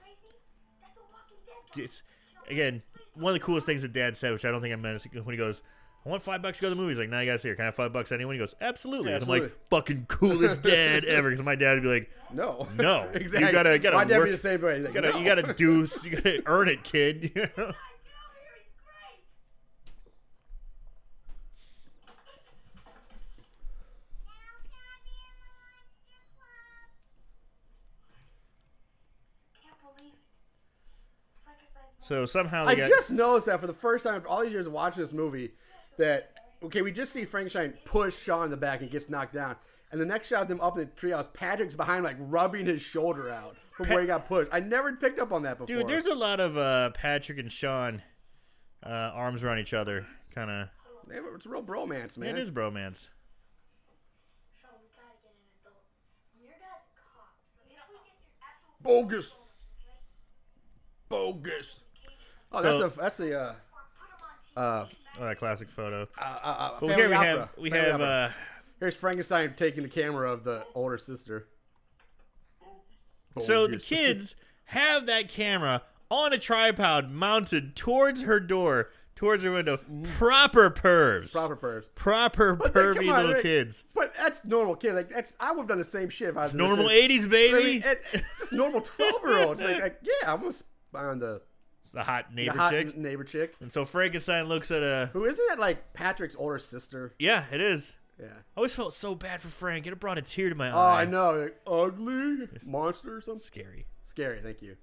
Speaker 4: It's again one of the coolest things that Dad said, which I don't think I meant is when he goes. I want five bucks to go to the movies. Like, now you guys here. Can I have five bucks anyone? He goes, absolutely.
Speaker 3: Yeah,
Speaker 4: And I'm
Speaker 3: absolutely.
Speaker 4: like, fucking coolest dad ever. Because my dad would be like,
Speaker 3: No. *laughs*
Speaker 4: No,
Speaker 3: exactly.
Speaker 4: You gotta, you gotta
Speaker 3: My dad
Speaker 4: work,
Speaker 3: be the same way. He's like,
Speaker 4: You *laughs* gotta,
Speaker 3: no.
Speaker 4: you gotta do, you gotta earn it, kid. *laughs* You know?
Speaker 6: Get over here. He's great.
Speaker 4: So somehow they
Speaker 3: I
Speaker 4: got
Speaker 3: just noticed that for the first time after all these years of watching this movie, that okay, we just see Frankenstein push Shaw in the back and gets knocked down, and the next shot of them up in the treehouse, Patrick's behind like rubbing his shoulder out from where he got pushed. I never picked up on that before.
Speaker 4: dude. There's a lot of uh, Patrick and Sean uh, arms around each other, kind of.
Speaker 3: it's a real bromance, man.
Speaker 4: It is bromance.
Speaker 6: Sean, we gotta get an adult. Your dad's a cop, so if we get your actual
Speaker 3: bogus, bogus. Oh,
Speaker 4: So-
Speaker 3: that's a that's a uh, uh,
Speaker 4: Oh, that classic photo.
Speaker 3: uh, uh,
Speaker 4: Well,
Speaker 3: family
Speaker 4: here we
Speaker 3: opera.
Speaker 4: have we
Speaker 3: Family
Speaker 4: have
Speaker 3: opera.
Speaker 4: uh,
Speaker 3: Here's Frankenstein taking the camera of the older sister.
Speaker 4: So the
Speaker 3: Bogus.
Speaker 4: kids have that camera on a tripod mounted towards her door, towards her window. Proper pervs.
Speaker 3: *laughs* Mm. proper purse.
Speaker 4: Proper
Speaker 3: But then,
Speaker 4: pervy
Speaker 3: come on,
Speaker 4: little
Speaker 3: like,
Speaker 4: kids.
Speaker 3: But that's normal kid. Like that's I would have done the same shit if I was in this
Speaker 4: Normal
Speaker 3: situation.
Speaker 4: 80s,
Speaker 3: I mean,
Speaker 4: baby.
Speaker 3: and-
Speaker 4: *laughs*
Speaker 3: and just normal twelve year olds. Like, like, yeah, I'm gonna spy on the,
Speaker 4: the hot
Speaker 3: the
Speaker 4: neighbor
Speaker 3: hot
Speaker 4: chick.
Speaker 3: neighbor chick.
Speaker 4: and so Frankenstein looks at a.
Speaker 3: Who isn't that like Patrick's older sister?
Speaker 4: Yeah, it is.
Speaker 3: Yeah.
Speaker 4: I always felt so bad for Frank. It brought a tear to my
Speaker 3: Oh,
Speaker 4: eye.
Speaker 3: I know. Like, ugly monster or something.
Speaker 4: Scary.
Speaker 3: Scary. Thank you.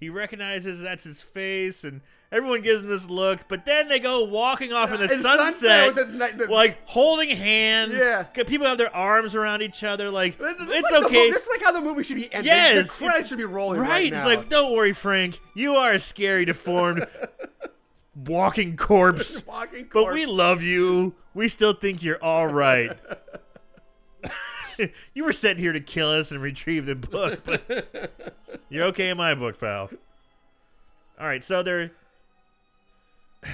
Speaker 4: He recognizes that's his face, and everyone gives him this look. But then they go walking off in the
Speaker 3: It's
Speaker 4: sunset,
Speaker 3: with the- like, the-
Speaker 4: like holding hands.
Speaker 3: Yeah.
Speaker 4: G- people have their arms around each other. Like
Speaker 3: This is
Speaker 4: it's
Speaker 3: like the
Speaker 4: okay.
Speaker 3: Mo- this is like how the movie should be ending.
Speaker 4: yes,
Speaker 3: the credits
Speaker 4: it's-
Speaker 3: should be rolling right,
Speaker 4: Right,
Speaker 3: now.
Speaker 4: it's like don't worry, Frank. You are a scary,
Speaker 3: *laughs*
Speaker 4: deformed, walking corpse.
Speaker 3: Walking
Speaker 4: But
Speaker 3: corpse.
Speaker 4: we love you. We still think you're all right. *laughs* you were sent here to kill us and retrieve the book, but you're okay in my book, pal. All right, so they're *sighs*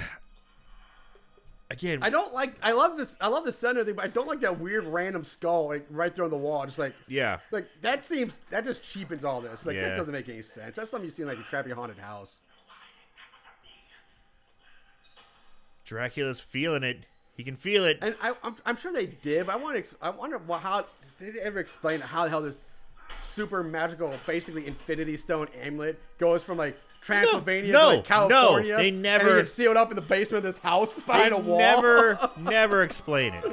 Speaker 4: again.
Speaker 3: I don't like. I love this. I love the center thing, but I don't like that weird random skull like right there on the wall. Just like
Speaker 4: yeah,
Speaker 3: Like that seems that just cheapens all this. Like
Speaker 4: Yeah.
Speaker 3: that doesn't make any sense. That's something you see in like a crappy haunted house.
Speaker 4: Dracula's feeling it. He can feel it.
Speaker 3: And I, I'm, I'm sure they did. But I want to. Ex- I wonder wha- how did they ever explain how the hell this super magical, basically infinity stone amulet goes from like Transylvania
Speaker 4: no,
Speaker 3: to like California.
Speaker 4: they
Speaker 3: and
Speaker 4: never-
Speaker 3: then it's sealed up in the basement of this house *laughs* behind a
Speaker 4: They
Speaker 3: wall.
Speaker 4: Never,
Speaker 3: *laughs*
Speaker 4: never explain it.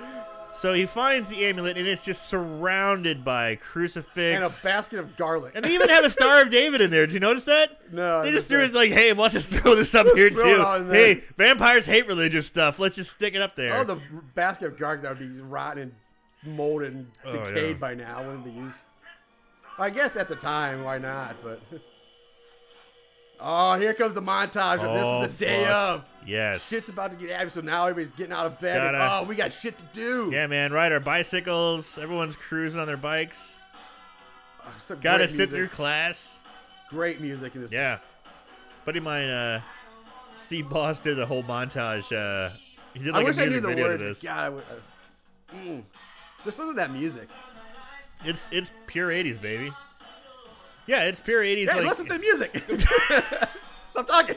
Speaker 4: So he finds the amulet, and it's just surrounded by a crucifix.
Speaker 3: and a basket of garlic.
Speaker 4: And they even have a Star of David in there. Did you notice that?
Speaker 3: No, I
Speaker 4: They just
Speaker 3: missed
Speaker 4: threw
Speaker 3: that.
Speaker 4: it like, hey, let's just throw this up here
Speaker 3: throw it all
Speaker 4: too.
Speaker 3: in there.
Speaker 4: Hey, vampires hate religious stuff. Let's just stick it up there.
Speaker 3: oh, the basket of garlic that would be rotten and molded and
Speaker 4: Oh,
Speaker 3: decayed
Speaker 4: yeah.
Speaker 3: by now. Wouldn't be used. I guess at the time, why not? But *laughs* oh, here comes the montage. Of
Speaker 4: Oh,
Speaker 3: this is the day
Speaker 4: fuck.
Speaker 3: of.
Speaker 4: yes.
Speaker 3: Shit's about to get out, so now everybody's getting out of bed. and,
Speaker 4: Gotta-
Speaker 3: oh, we got shit to do.
Speaker 4: yeah, man. Ride our bicycles. Everyone's cruising on their bikes.
Speaker 3: Oh, some
Speaker 4: Got to
Speaker 3: great
Speaker 4: sit through
Speaker 3: music.
Speaker 4: class.
Speaker 3: Great music in this.
Speaker 4: Yeah. Buddy of mine, uh, Steve Boss, did a whole montage. Uh, he did
Speaker 3: I
Speaker 4: like
Speaker 3: wish
Speaker 4: a
Speaker 3: I knew
Speaker 4: music
Speaker 3: the
Speaker 4: video to
Speaker 3: word.
Speaker 4: this.
Speaker 3: God, I would, uh, mm. Just listen to that music.
Speaker 4: It's it's pure '80s, baby. Yeah, it's pure '80s.
Speaker 3: Hey,
Speaker 4: like,
Speaker 3: listen to the music. *laughs* Stop talking.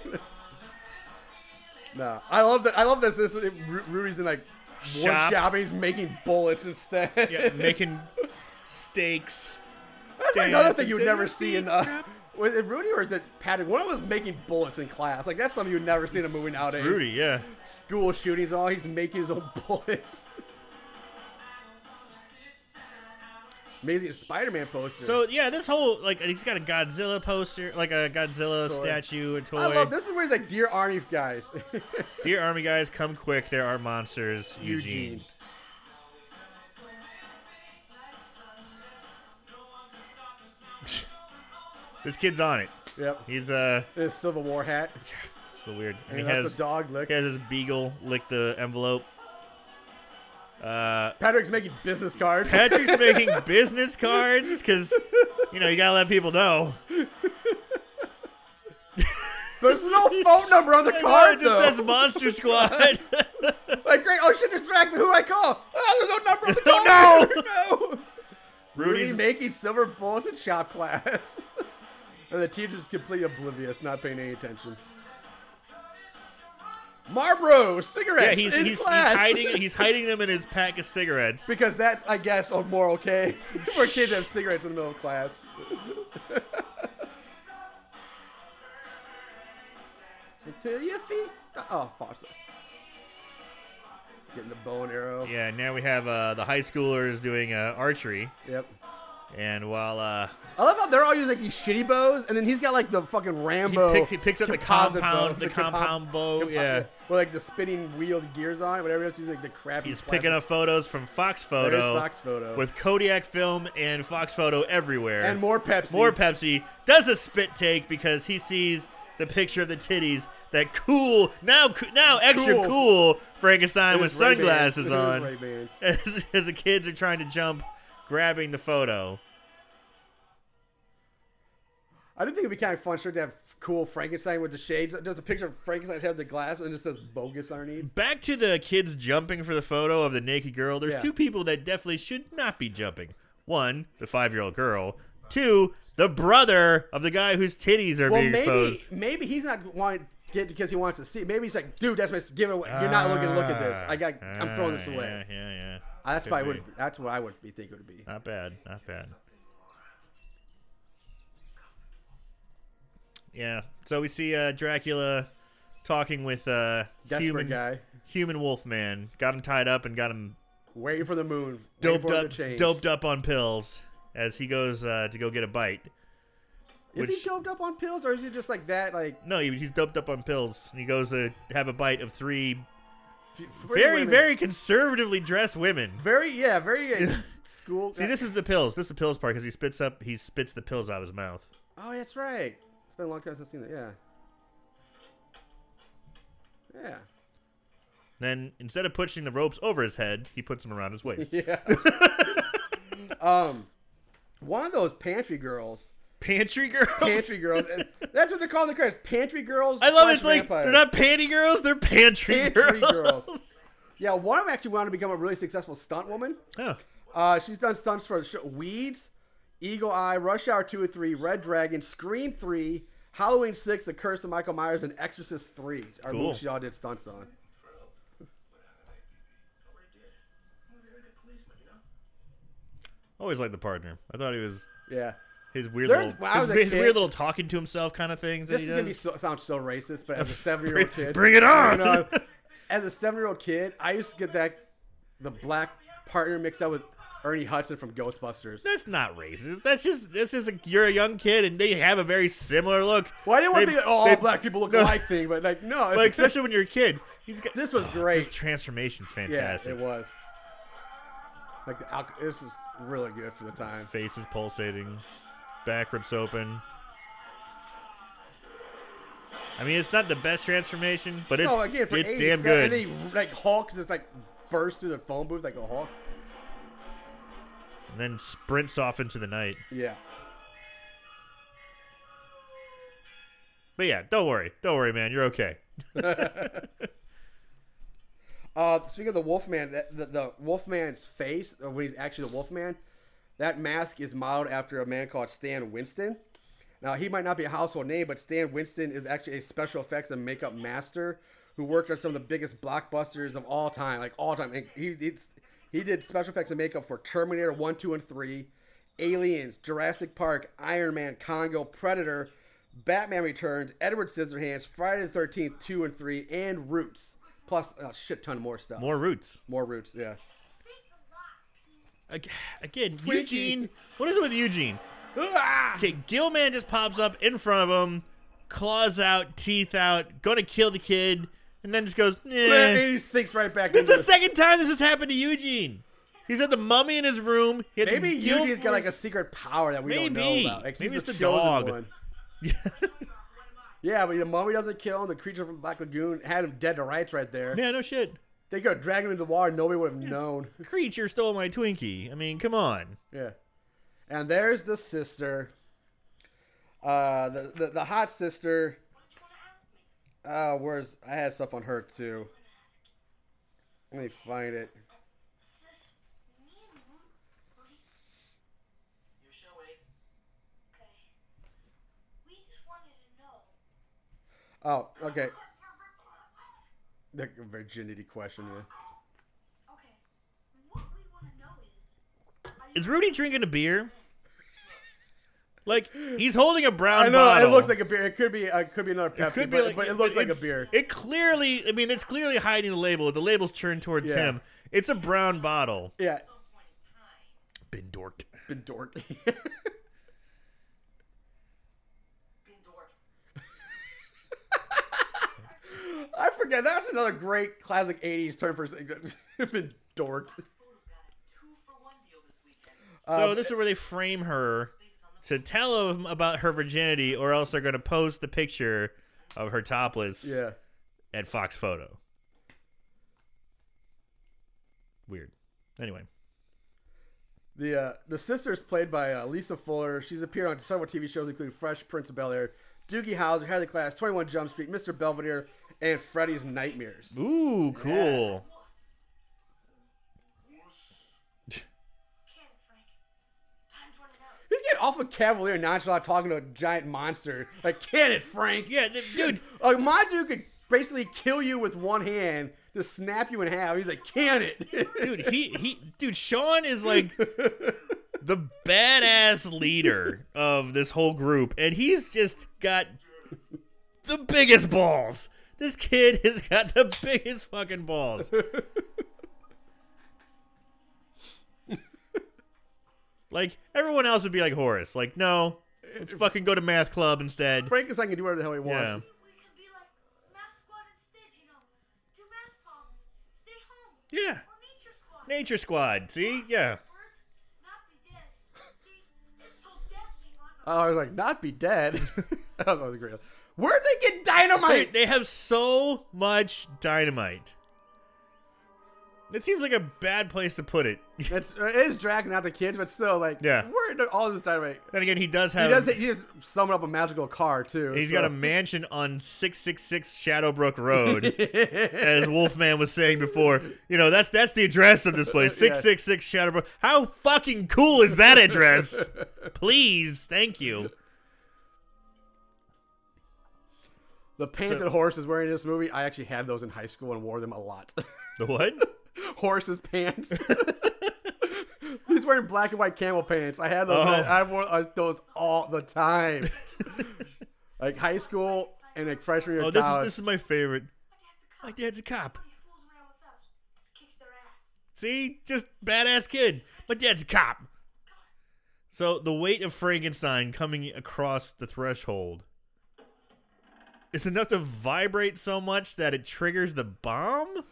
Speaker 3: No, I love that. I love this. This it, Ru- Rudy's in like wood
Speaker 4: Shop.
Speaker 3: shopping. He's making bullets instead. *laughs*
Speaker 4: yeah, making steaks.
Speaker 3: That's like another
Speaker 4: dance
Speaker 3: thing you would
Speaker 4: until
Speaker 3: never
Speaker 4: your
Speaker 3: see
Speaker 4: feet
Speaker 3: in. Uh,
Speaker 4: drop.
Speaker 3: was it Rudy or is it Patrick? One was making bullets in class. Like that's something you'd never see in a movie
Speaker 4: It's
Speaker 3: nowadays.
Speaker 4: Rudy, yeah.
Speaker 3: School shootings. All he's making his own *laughs* bullets. Amazing Spider-Man poster.
Speaker 4: So yeah, this whole like he's got a Godzilla poster, like a Godzilla
Speaker 3: Toy.
Speaker 4: statue, a toy.
Speaker 3: I love this is where he's like, "Dear Army guys, *laughs*
Speaker 4: Dear army guys, come quick! There are monsters. Eugene.
Speaker 3: Eugene."
Speaker 4: This kid's on it.
Speaker 3: Yep.
Speaker 4: He's uh,
Speaker 3: And a Civil War
Speaker 4: *laughs*
Speaker 3: hat.
Speaker 4: it's so weird. And
Speaker 3: And
Speaker 4: he
Speaker 3: that's
Speaker 4: has
Speaker 3: a dog lick.
Speaker 4: he has his beagle lick the envelope. Uh,
Speaker 3: Patrick's making business cards.
Speaker 4: Patrick's making business cards because you know you gotta let people know.
Speaker 3: *laughs* There's
Speaker 4: *laughs*
Speaker 3: no phone number on the card
Speaker 4: it just
Speaker 3: though.
Speaker 4: says
Speaker 3: *laughs*
Speaker 4: Monster Squad.
Speaker 3: like, great. Oh shit, it's Dracula. Who I call? Oh, there's no number
Speaker 4: *laughs*
Speaker 3: on the
Speaker 4: Oh,
Speaker 3: card. *laughs* no. Rudy's
Speaker 4: Rudy's
Speaker 3: making silver bullets in shop class. *laughs* and the teacher's completely oblivious, not paying any attention. Marlboro
Speaker 4: yeah,
Speaker 3: cigarettes.
Speaker 4: he's
Speaker 3: in
Speaker 4: he's, he's
Speaker 3: class. *laughs*
Speaker 4: hiding he's hiding them in his pack of cigarettes.
Speaker 3: Because that's, I guess, a moral okay *laughs* for kids to have cigarettes in the middle of *laughs* class. Until your feet. Oh, Foster. Getting the bow and arrow.
Speaker 4: Yeah, now we have uh, the high schoolers doing uh, archery.
Speaker 3: Yep.
Speaker 4: And while uh,
Speaker 3: I love how they're all using like these shitty bows, and then he's got like the fucking
Speaker 4: he,
Speaker 3: Rambo.
Speaker 4: pick, he picks up the
Speaker 3: *laughs* composite
Speaker 4: compound,
Speaker 3: bow,
Speaker 4: the,
Speaker 3: compos-
Speaker 4: compound bow,
Speaker 3: compo-
Speaker 4: yeah.
Speaker 3: With like the spinning wheels, and gears on, it, whatever else. He's like the crappy.
Speaker 4: He's
Speaker 3: plastic-
Speaker 4: picking up photos from Fox Photo,
Speaker 3: Fox Photo.
Speaker 4: with Kodiak film and Fox Photo everywhere,
Speaker 3: and more Pepsi.
Speaker 4: More Pepsi does a spit take because he sees the picture of the titties that cool now co- now extra
Speaker 3: Cool.
Speaker 4: cool, Frankenstein
Speaker 3: It
Speaker 4: with
Speaker 3: was Ray-Bans. *laughs*
Speaker 4: sunglasses
Speaker 3: It was
Speaker 4: on
Speaker 3: Ray-Bans.
Speaker 4: *laughs* as, as the kids are trying to jump, grabbing the photo.
Speaker 3: I do think it'd be kind of fun sure to have cool Frankenstein with the shades. Does a picture of Frankenstein have the glass and it says bogus underneath?
Speaker 4: Back to the kids jumping for the photo of the naked girl. There's
Speaker 3: Yeah.
Speaker 4: two people that definitely should not be jumping. One, the five-year-old girl. Two, the brother of the guy whose titties are
Speaker 3: Well,
Speaker 4: being
Speaker 3: maybe
Speaker 4: exposed.
Speaker 3: maybe he's not wanting to get because he wants to see. Maybe he's like, dude, that's my give it away. You're not looking. Look at this. I got. I'm throwing this
Speaker 4: Ah,
Speaker 3: away.
Speaker 4: Yeah, yeah, Ah, yeah.
Speaker 3: Uh, That's
Speaker 4: Could
Speaker 3: probably
Speaker 4: be.
Speaker 3: what. That's what I would be think it would be.
Speaker 4: Not bad. Not bad. Yeah. So we see uh, Dracula talking with uh,
Speaker 3: Desperate
Speaker 4: human
Speaker 3: guy.
Speaker 4: human Wolfman. Got him tied up and got him
Speaker 3: Waiting for the moon. waiting
Speaker 4: doped
Speaker 3: for him
Speaker 4: up,
Speaker 3: to change.
Speaker 4: doped up on pills as he goes uh, to go get a bite.
Speaker 3: Is
Speaker 4: which-
Speaker 3: he doped up on pills or is he just like that? Like
Speaker 4: No, he, he's doped up on pills and he goes to have a bite of three
Speaker 3: f- free
Speaker 4: very,
Speaker 3: women?
Speaker 4: very conservatively dressed women.
Speaker 3: very yeah very uh, school.
Speaker 4: See, this is the pills. This is the pills part because he spits up. He spits the pills out of his mouth.
Speaker 3: Oh, that's right. It's been a long time since I've seen that. Yeah. Yeah.
Speaker 4: Then instead of pushing the ropes over his head, he puts them around his waist.
Speaker 3: *laughs*
Speaker 4: *laughs*
Speaker 3: Yeah. um, one of those pantry girls.
Speaker 4: Pantry girls.
Speaker 3: Pantry girls. and that's what they call the crash. Pantry girls.
Speaker 4: *laughs* I love
Speaker 3: slash
Speaker 4: it. It's like
Speaker 3: vampires.
Speaker 4: they're not panty girls. They're pantry,
Speaker 3: Pantry girls.
Speaker 4: girls. *laughs*
Speaker 3: Yeah, one of them actually wanted to become a really successful stunt woman.
Speaker 4: Oh,
Speaker 3: Uh, she's done stunts for sh- Weeds, Eagle Eye, Rush Hour 2 and 3, Red Dragon, Scream 3, Halloween 6, The Curse of Michael Myers, and Exorcist 3 are
Speaker 4: Cool.
Speaker 3: movies she all did stunts on.
Speaker 4: always like the partner. I thought he was
Speaker 3: Yeah.
Speaker 4: his weird
Speaker 3: There's-
Speaker 4: little
Speaker 3: when I was
Speaker 4: his,
Speaker 3: a
Speaker 4: his
Speaker 3: kid-
Speaker 4: weird little talking to himself kind of things.
Speaker 3: This is
Speaker 4: that he
Speaker 3: going to be
Speaker 4: does.
Speaker 3: so, sound so racist, but
Speaker 4: *laughs*
Speaker 3: as a seven year old
Speaker 4: Bring-
Speaker 3: kid.
Speaker 4: bring it on! *laughs*
Speaker 3: As a seven year old kid, I used to get that, the black partner mixed up with Ernie Hudson from Ghostbusters.
Speaker 4: That's not racist. That's just that's just a, you're a young kid and they have a very similar look.
Speaker 3: Well, I didn't want
Speaker 4: They-
Speaker 3: to be all
Speaker 4: they-
Speaker 3: black people look
Speaker 4: No.
Speaker 3: alike thing, but like, no. it's-
Speaker 4: Like especially when you're a kid, he's
Speaker 3: *laughs*
Speaker 4: got
Speaker 3: this was
Speaker 4: his
Speaker 3: great.
Speaker 4: transformation's
Speaker 3: Yeah,
Speaker 4: fantastic.
Speaker 3: it was. Like the alco- this is really good for the time.
Speaker 4: Face is pulsating, back rips open. I mean, it's not the best transformation, but it's
Speaker 3: no, again for
Speaker 4: it's
Speaker 3: 87,
Speaker 4: damn good.
Speaker 3: And then he, like Hulk just like bursts through the phone booth like a Hulk.
Speaker 4: and then sprints off into the night.
Speaker 3: Yeah.
Speaker 4: But yeah, don't worry, don't worry, man, you're okay.
Speaker 3: Uh, speaking of the Wolfman, that, the, the Wolfman's face uh, when he's actually the Wolfman, that mask is modeled after a man called Stan Winston. Now he might not be a household name, but Stan Winston is actually a special effects and makeup master who worked on some of the biggest blockbusters of all time, like all time. And he did he did special effects and makeup for Terminator One, Two, and Three, Aliens, Jurassic Park, Iron Man, Congo, Predator, Batman Returns, Edward Scissorhands, Friday the Thirteenth, Two and Three, and Roots. Plus a shit ton more stuff.
Speaker 4: More roots.
Speaker 3: More roots, yeah.
Speaker 4: Ag- Again, Eugene. Ah. What is it with Eugene? Okay, Gilman just pops up in front of him, claws out, teeth out, gonna kill the kid, and then just goes.
Speaker 3: Man,
Speaker 4: "Eh."
Speaker 3: and he sinks right back
Speaker 4: This
Speaker 3: into
Speaker 4: is the second time this has happened to Eugene. He's had the mummy in his room. He had the
Speaker 3: Maybe
Speaker 4: guilt
Speaker 3: Eugene's got like a
Speaker 4: force-
Speaker 3: secret power that we don't
Speaker 4: Maybe.
Speaker 3: know about. Like, he's
Speaker 4: Maybe it's the
Speaker 3: chosen
Speaker 4: dog.
Speaker 3: one. Yeah, but the mummy doesn't kill him. The creature from Black Lagoon had him dead to rights right
Speaker 4: *laughs*
Speaker 3: there.
Speaker 4: Yeah, no shit.
Speaker 3: They could have dragged him into the water. Nobody would have known. *laughs*
Speaker 4: Creature stole my Twinkie. I mean, come on.
Speaker 3: Yeah. And there's the sister. Uh, the, the, the hot sister. Uh, where's I had stuff on her too. Let me find it.
Speaker 7: Your show is.
Speaker 6: We just wanted to
Speaker 3: Oh,
Speaker 6: know.
Speaker 3: okay. The virginity question. Yeah.
Speaker 6: Okay. What we want to know is.
Speaker 4: Is Rudy drinking a beer? Like he's holding a brown
Speaker 3: I know
Speaker 4: bottle.
Speaker 3: it looks like a beer. It could be. uh, It could be another Pepsi,
Speaker 4: Could be
Speaker 3: but,
Speaker 4: like-
Speaker 3: but it looks like a
Speaker 4: it's-
Speaker 3: beer.
Speaker 4: It clearly, I mean, it's clearly hiding the label. The label's turned towards
Speaker 3: Yeah.
Speaker 4: him. It's a brown bottle.
Speaker 3: yeah.
Speaker 4: Been dorked.
Speaker 3: been dorky. *laughs*
Speaker 6: Been dork.
Speaker 3: I forget. That's another great classic 80s term for *laughs* been dorked.
Speaker 7: Photo's got a two-for-one deal this weekend.
Speaker 3: Um,
Speaker 4: So this is where they frame her to tell them about her virginity, or else they're going to post the picture of her topless
Speaker 3: Yeah.
Speaker 4: at Fox Photo. Weird. Anyway,
Speaker 3: The uh, the sisters played by uh, Lisa Fuller. She's appeared on several TV shows, including Fresh Prince of Bel Air, Doogie Howser, Head of the Class, Twenty One Jump Street, Mr. Belvedere, and Freddy's Nightmares.
Speaker 4: ooh, cool.
Speaker 6: Ken, Frank. Time's running out.
Speaker 3: He's getting awful cavalier, and nonchalant, talking to a giant monster. Like, can it, Frank?
Speaker 4: Yeah, th- dude.
Speaker 3: A monster who could basically kill you with one hand, just snap you in half. He's like, can it? *laughs*
Speaker 4: dude he he dude sean *laughs* is like the badass leader of this whole group and he's just got the biggest balls this kid *laughs* has got the biggest fucking *laughs* balls like everyone else would be like horace like no let's fucking go to math club instead
Speaker 3: Frankenstein can do whatever the hell he wants.
Speaker 4: yeah
Speaker 6: We could be like Math Squad and Stitch, you know. Do math problems. Stay home.
Speaker 4: yeah
Speaker 6: Or Nature Squad.
Speaker 4: nature squad see yeah
Speaker 6: Words not be dead. See, it's so deathly on a
Speaker 3: I was like, not be dead. *laughs* that was always great. Where'd they get
Speaker 4: They,
Speaker 3: dynamite?
Speaker 4: they have so much dynamite. It seems like a bad place to put it. *laughs*
Speaker 3: It's, it is dragging out the kids, but still, like,
Speaker 4: Yeah.
Speaker 3: where did all this dynamite?
Speaker 4: then again, he does
Speaker 3: He
Speaker 4: have.
Speaker 3: does. He just summoned up a magical car too.
Speaker 4: he's
Speaker 3: so-
Speaker 4: got a mansion on 666
Speaker 3: *laughs*
Speaker 4: Shadowbrook Road, as Wolfman was saying before. You know, that's that's the address of this
Speaker 3: *laughs*
Speaker 4: place,
Speaker 3: Yeah.
Speaker 4: 666 Shadowbrook. How fucking cool is
Speaker 3: *laughs*
Speaker 4: that address? Please, thank you.
Speaker 3: the pants
Speaker 4: so-
Speaker 3: that Horace is wearing in this movie. I actually had those in high school and wore them a lot. *laughs*
Speaker 4: The what?
Speaker 3: Horace's
Speaker 4: *laughs*
Speaker 3: pants. he's wearing black and white camel pants. I had those.
Speaker 4: Oh.
Speaker 3: I, I wore uh, those all the time. like high school and like freshman year
Speaker 4: Oh,
Speaker 3: of
Speaker 4: this is
Speaker 3: college.
Speaker 4: this is my favorite.
Speaker 6: dad's a
Speaker 4: My
Speaker 6: cop.
Speaker 4: dad's a cop.
Speaker 6: Nobody fools around with us. Kicks their ass.
Speaker 4: See, just badass kid. My dad's a cop. So the weight of Frankenstein coming across the threshold is enough to vibrate so much that it triggers the bomb.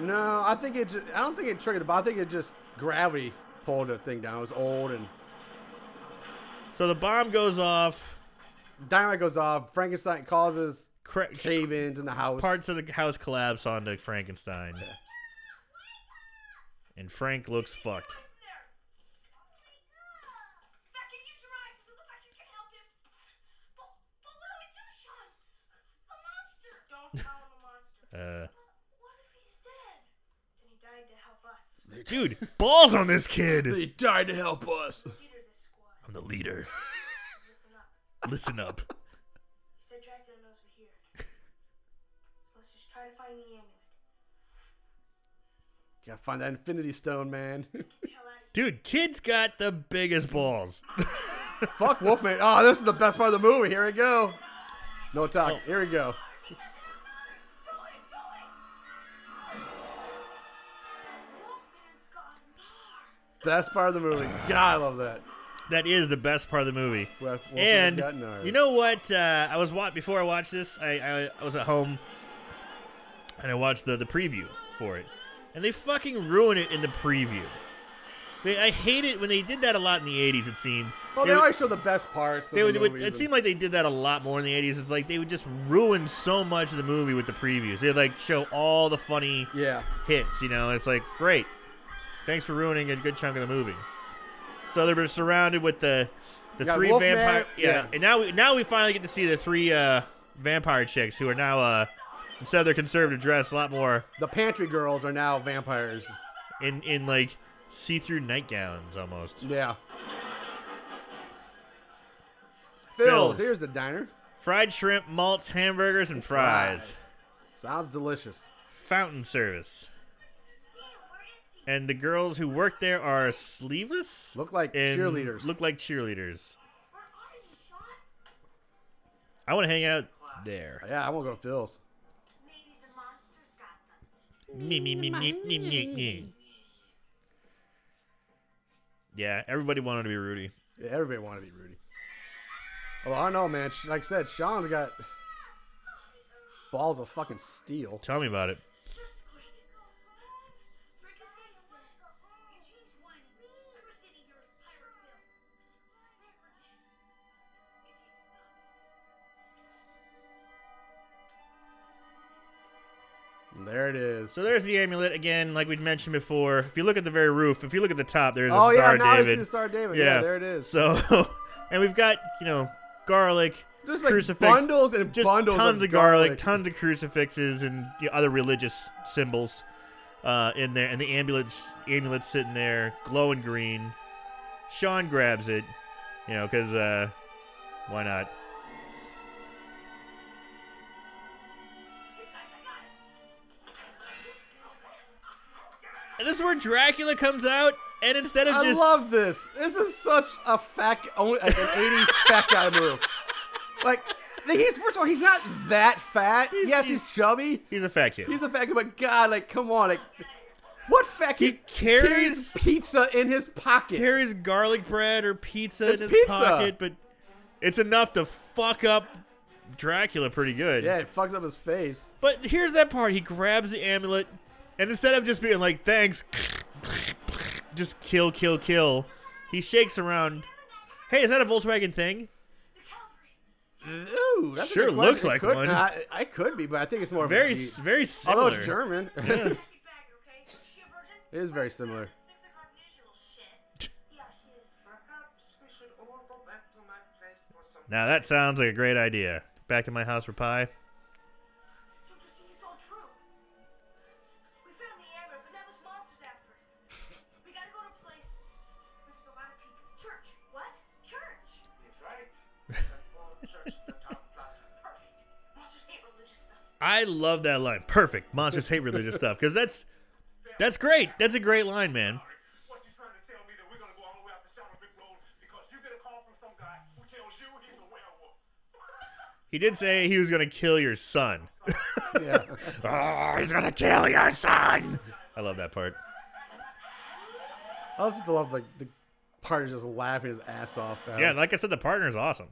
Speaker 3: No, I think it. Just, I don't think it triggered it, but I think it just gravity pulled the thing down. It was old and
Speaker 4: So the bomb goes off.
Speaker 3: dynamite goes off. Frankenstein causes
Speaker 4: Cra-
Speaker 3: cave-ins in the house.
Speaker 4: parts of the house collapse onto Frankenstein, and Frank looks fucked.
Speaker 6: That can use your eyes. It looks like you can help him. But, but what do we do, Sean? The monster. Don't call him a monster.
Speaker 4: *laughs* Uh,
Speaker 6: What if he's dead? Then he died to help us.
Speaker 4: dude, balls on this kid.
Speaker 3: They died to help us.
Speaker 6: Leader this squad.
Speaker 4: I'm the leader.
Speaker 6: Listen up.
Speaker 4: Listen up.
Speaker 6: You said Dracula knows we're here. so let's just try to find the amulet.
Speaker 3: Gotta find that Infinity Stone, man. *laughs*
Speaker 6: Get the hell out of here.
Speaker 4: Dude, kid's got the biggest balls.
Speaker 3: Fuck Wolfman. Oh, this is the best part of the movie. Here we go. No talk.
Speaker 4: Oh.
Speaker 3: Here we go.
Speaker 6: Wolfman's gone.
Speaker 3: Best part of the movie. God, I love that.
Speaker 4: That is the best part of the movie.
Speaker 3: Wolf- Wolfman's
Speaker 4: and
Speaker 3: got nerve.
Speaker 4: you know what? Uh, I was wa- before I watched this. I, I I was at home, and I watched the the preview for it, and they fucking ruin it in the preview. They, I hate it when they did that a lot in the '80s. It seemed.
Speaker 3: Well, they
Speaker 4: would-
Speaker 3: always show the best parts. Of
Speaker 4: they
Speaker 3: the
Speaker 4: would, they would-
Speaker 3: movies
Speaker 4: it
Speaker 3: and-
Speaker 4: seemed like they did that a lot more in the 80s it's like they would just ruin so much of the movie with the previews they'd like show all the funny
Speaker 3: Yeah.
Speaker 4: hits, you know. It's like, great. Thanks for ruining a good chunk of the movie. So they're surrounded with the the
Speaker 3: You got
Speaker 4: three
Speaker 3: Wolfman,
Speaker 4: vampire yeah.
Speaker 3: yeah.
Speaker 4: And now we now we finally get to see the three uh vampire chicks who are now uh instead of their conservative dress, a lot more
Speaker 3: The pantry girls are now vampires.
Speaker 4: in in like see-through nightgowns almost.
Speaker 3: Yeah. Phil's.
Speaker 4: Phil's.
Speaker 3: Here's the diner.
Speaker 4: Fried shrimp, malts, hamburgers and fries.
Speaker 3: Sounds delicious.
Speaker 4: Fountain service. And the girls who work there are sleeveless.
Speaker 3: Look like
Speaker 4: and
Speaker 3: cheerleaders.
Speaker 4: Look like cheerleaders. I want to hang out there.
Speaker 3: Yeah, I won't go to Phil's.
Speaker 6: Maybe the monster's got them.
Speaker 4: Me, me, me, me, me, me, me. Yeah, everybody wanted to be Rudy.
Speaker 3: Yeah, everybody wanted to be Rudy. Well, I don't know, man. Sh- Like I said, Sean's got balls of fucking steel.
Speaker 4: Tell me about it.
Speaker 3: There it is.
Speaker 4: So there's the amulet again, like we mentioned before. If you look at the very roof, if you look at the top, there's a
Speaker 3: oh yeah,
Speaker 4: star
Speaker 3: now I see
Speaker 4: David.
Speaker 3: the Star David. Yeah, there it is.
Speaker 4: So, *laughs* and we've got you know garlic,
Speaker 3: There's, like,
Speaker 4: crucifix,
Speaker 3: bundles and
Speaker 4: just
Speaker 3: bundles
Speaker 4: tons
Speaker 3: of
Speaker 4: of garlic,
Speaker 3: garlic.
Speaker 4: tons of crucifixes, and you know, other religious symbols uh, in there, and the ambulance amulet sitting there, glowing green. Sean grabs it, you know, because uh, why not? And this is where Dracula comes out, and instead of
Speaker 3: I
Speaker 4: just
Speaker 3: love this. This is such a fat, only like an
Speaker 4: *laughs*
Speaker 3: '80s fat guy move. Like he's first of all, he's not that fat. yes, he's,
Speaker 4: he's-
Speaker 3: chubby.
Speaker 4: he's a fat kid.
Speaker 3: He's a fat guy, but God, like, come on, like, what fat
Speaker 4: He
Speaker 3: kid
Speaker 4: carries-
Speaker 3: pizza in his pocket?
Speaker 4: carries garlic bread or pizza
Speaker 3: It's
Speaker 4: in his
Speaker 3: pizza.
Speaker 4: pocket, but it's enough to fuck up Dracula pretty good.
Speaker 3: yeah, it fucks up his face.
Speaker 4: But here's that part: he grabs the amulet, and instead of just being like "thanks," just kill, kill, kill, he shakes around. Hey, is that a Volkswagen thing?
Speaker 3: Ooh, that's a
Speaker 4: Sure
Speaker 3: good question.
Speaker 4: looks
Speaker 3: It
Speaker 4: like
Speaker 3: could
Speaker 4: one.
Speaker 3: not- I could be, but I think it's more of
Speaker 4: Very,
Speaker 3: a G.
Speaker 4: s- very similar.
Speaker 3: Although it's German, it is very similar.
Speaker 5: Perhaps we should all go back to my place for some.
Speaker 4: Now that sounds like a great idea. Back to my house for pie.
Speaker 5: He's right. That old church in the town plaza.
Speaker 4: I love that line. Perfect. Monsters hate religious stuff because that's that's great. That's a great line, man.
Speaker 5: What you trying to tell me that we're gonna go all the way out to Shadow Brick Road because you get a call from some guy who tells you he's a werewolf?
Speaker 4: He did say he was gonna kill your son. *laughs*
Speaker 3: Yeah.
Speaker 4: oh, he's gonna kill your son. I love that part.
Speaker 3: *laughs* I just love like the part is just laughing his ass off. Now.
Speaker 4: Yeah, like I said, the partner is awesome.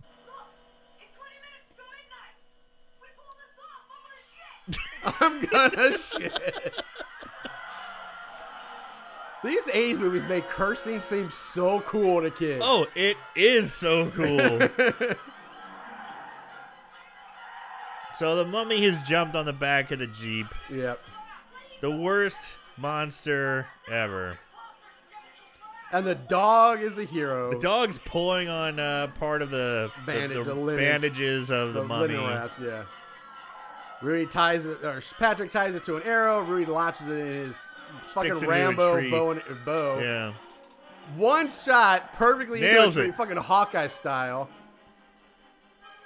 Speaker 4: *laughs*
Speaker 3: I'm gonna shit. These '80s movies make cursing seem so cool to kids.
Speaker 4: Oh, it is
Speaker 3: *laughs*
Speaker 4: so cool. so the mummy has jumped on the back of the jeep.
Speaker 3: Yep.
Speaker 4: The worst monster ever.
Speaker 3: And the dog is the hero.
Speaker 4: The dog's pulling on uh, part of the, the-
Speaker 3: Bandage-
Speaker 4: the
Speaker 3: the linens.
Speaker 4: bandages of the, mummy.
Speaker 3: linen wraps, yeah. Rudy ties it, or Patrick ties it to an arrow. Rudy launches it in his
Speaker 4: it
Speaker 3: fucking
Speaker 4: into a
Speaker 3: Rambo
Speaker 4: tree.
Speaker 3: bow. And, uh, bow.
Speaker 4: Yeah.
Speaker 3: One shot, perfectly into a
Speaker 4: Nails
Speaker 3: tree,
Speaker 4: it.
Speaker 3: fucking Hawkeye style.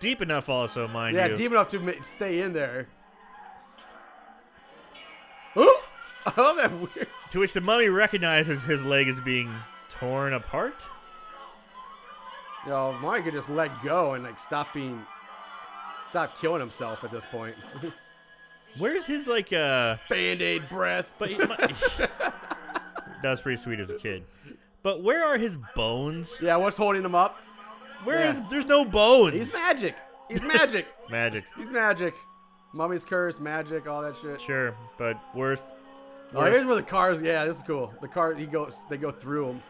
Speaker 4: Deep enough, also, mind
Speaker 3: yeah,
Speaker 4: you.
Speaker 3: deep enough to ma- stay in there. Ooh, *laughs* I love that weird.
Speaker 4: To which the mummy recognizes his leg is being torn apart.
Speaker 3: You know, Mario could just let go and like stop being, stop killing himself at this point. *laughs*
Speaker 4: Where's his like uh?
Speaker 3: Band aid breath.
Speaker 4: But *laughs* that was pretty sweet as a kid. But where are his bones?
Speaker 3: Yeah, what's holding him up?
Speaker 4: Where
Speaker 3: Yeah.
Speaker 4: is? There's no bones.
Speaker 3: He's magic. He's magic.
Speaker 4: Magic,
Speaker 3: He's magic. Mummy's curse, magic, all that shit.
Speaker 4: sure, but worst.
Speaker 3: Oh, here's where the cars. Yeah, this is cool. The car. He goes. They go through him.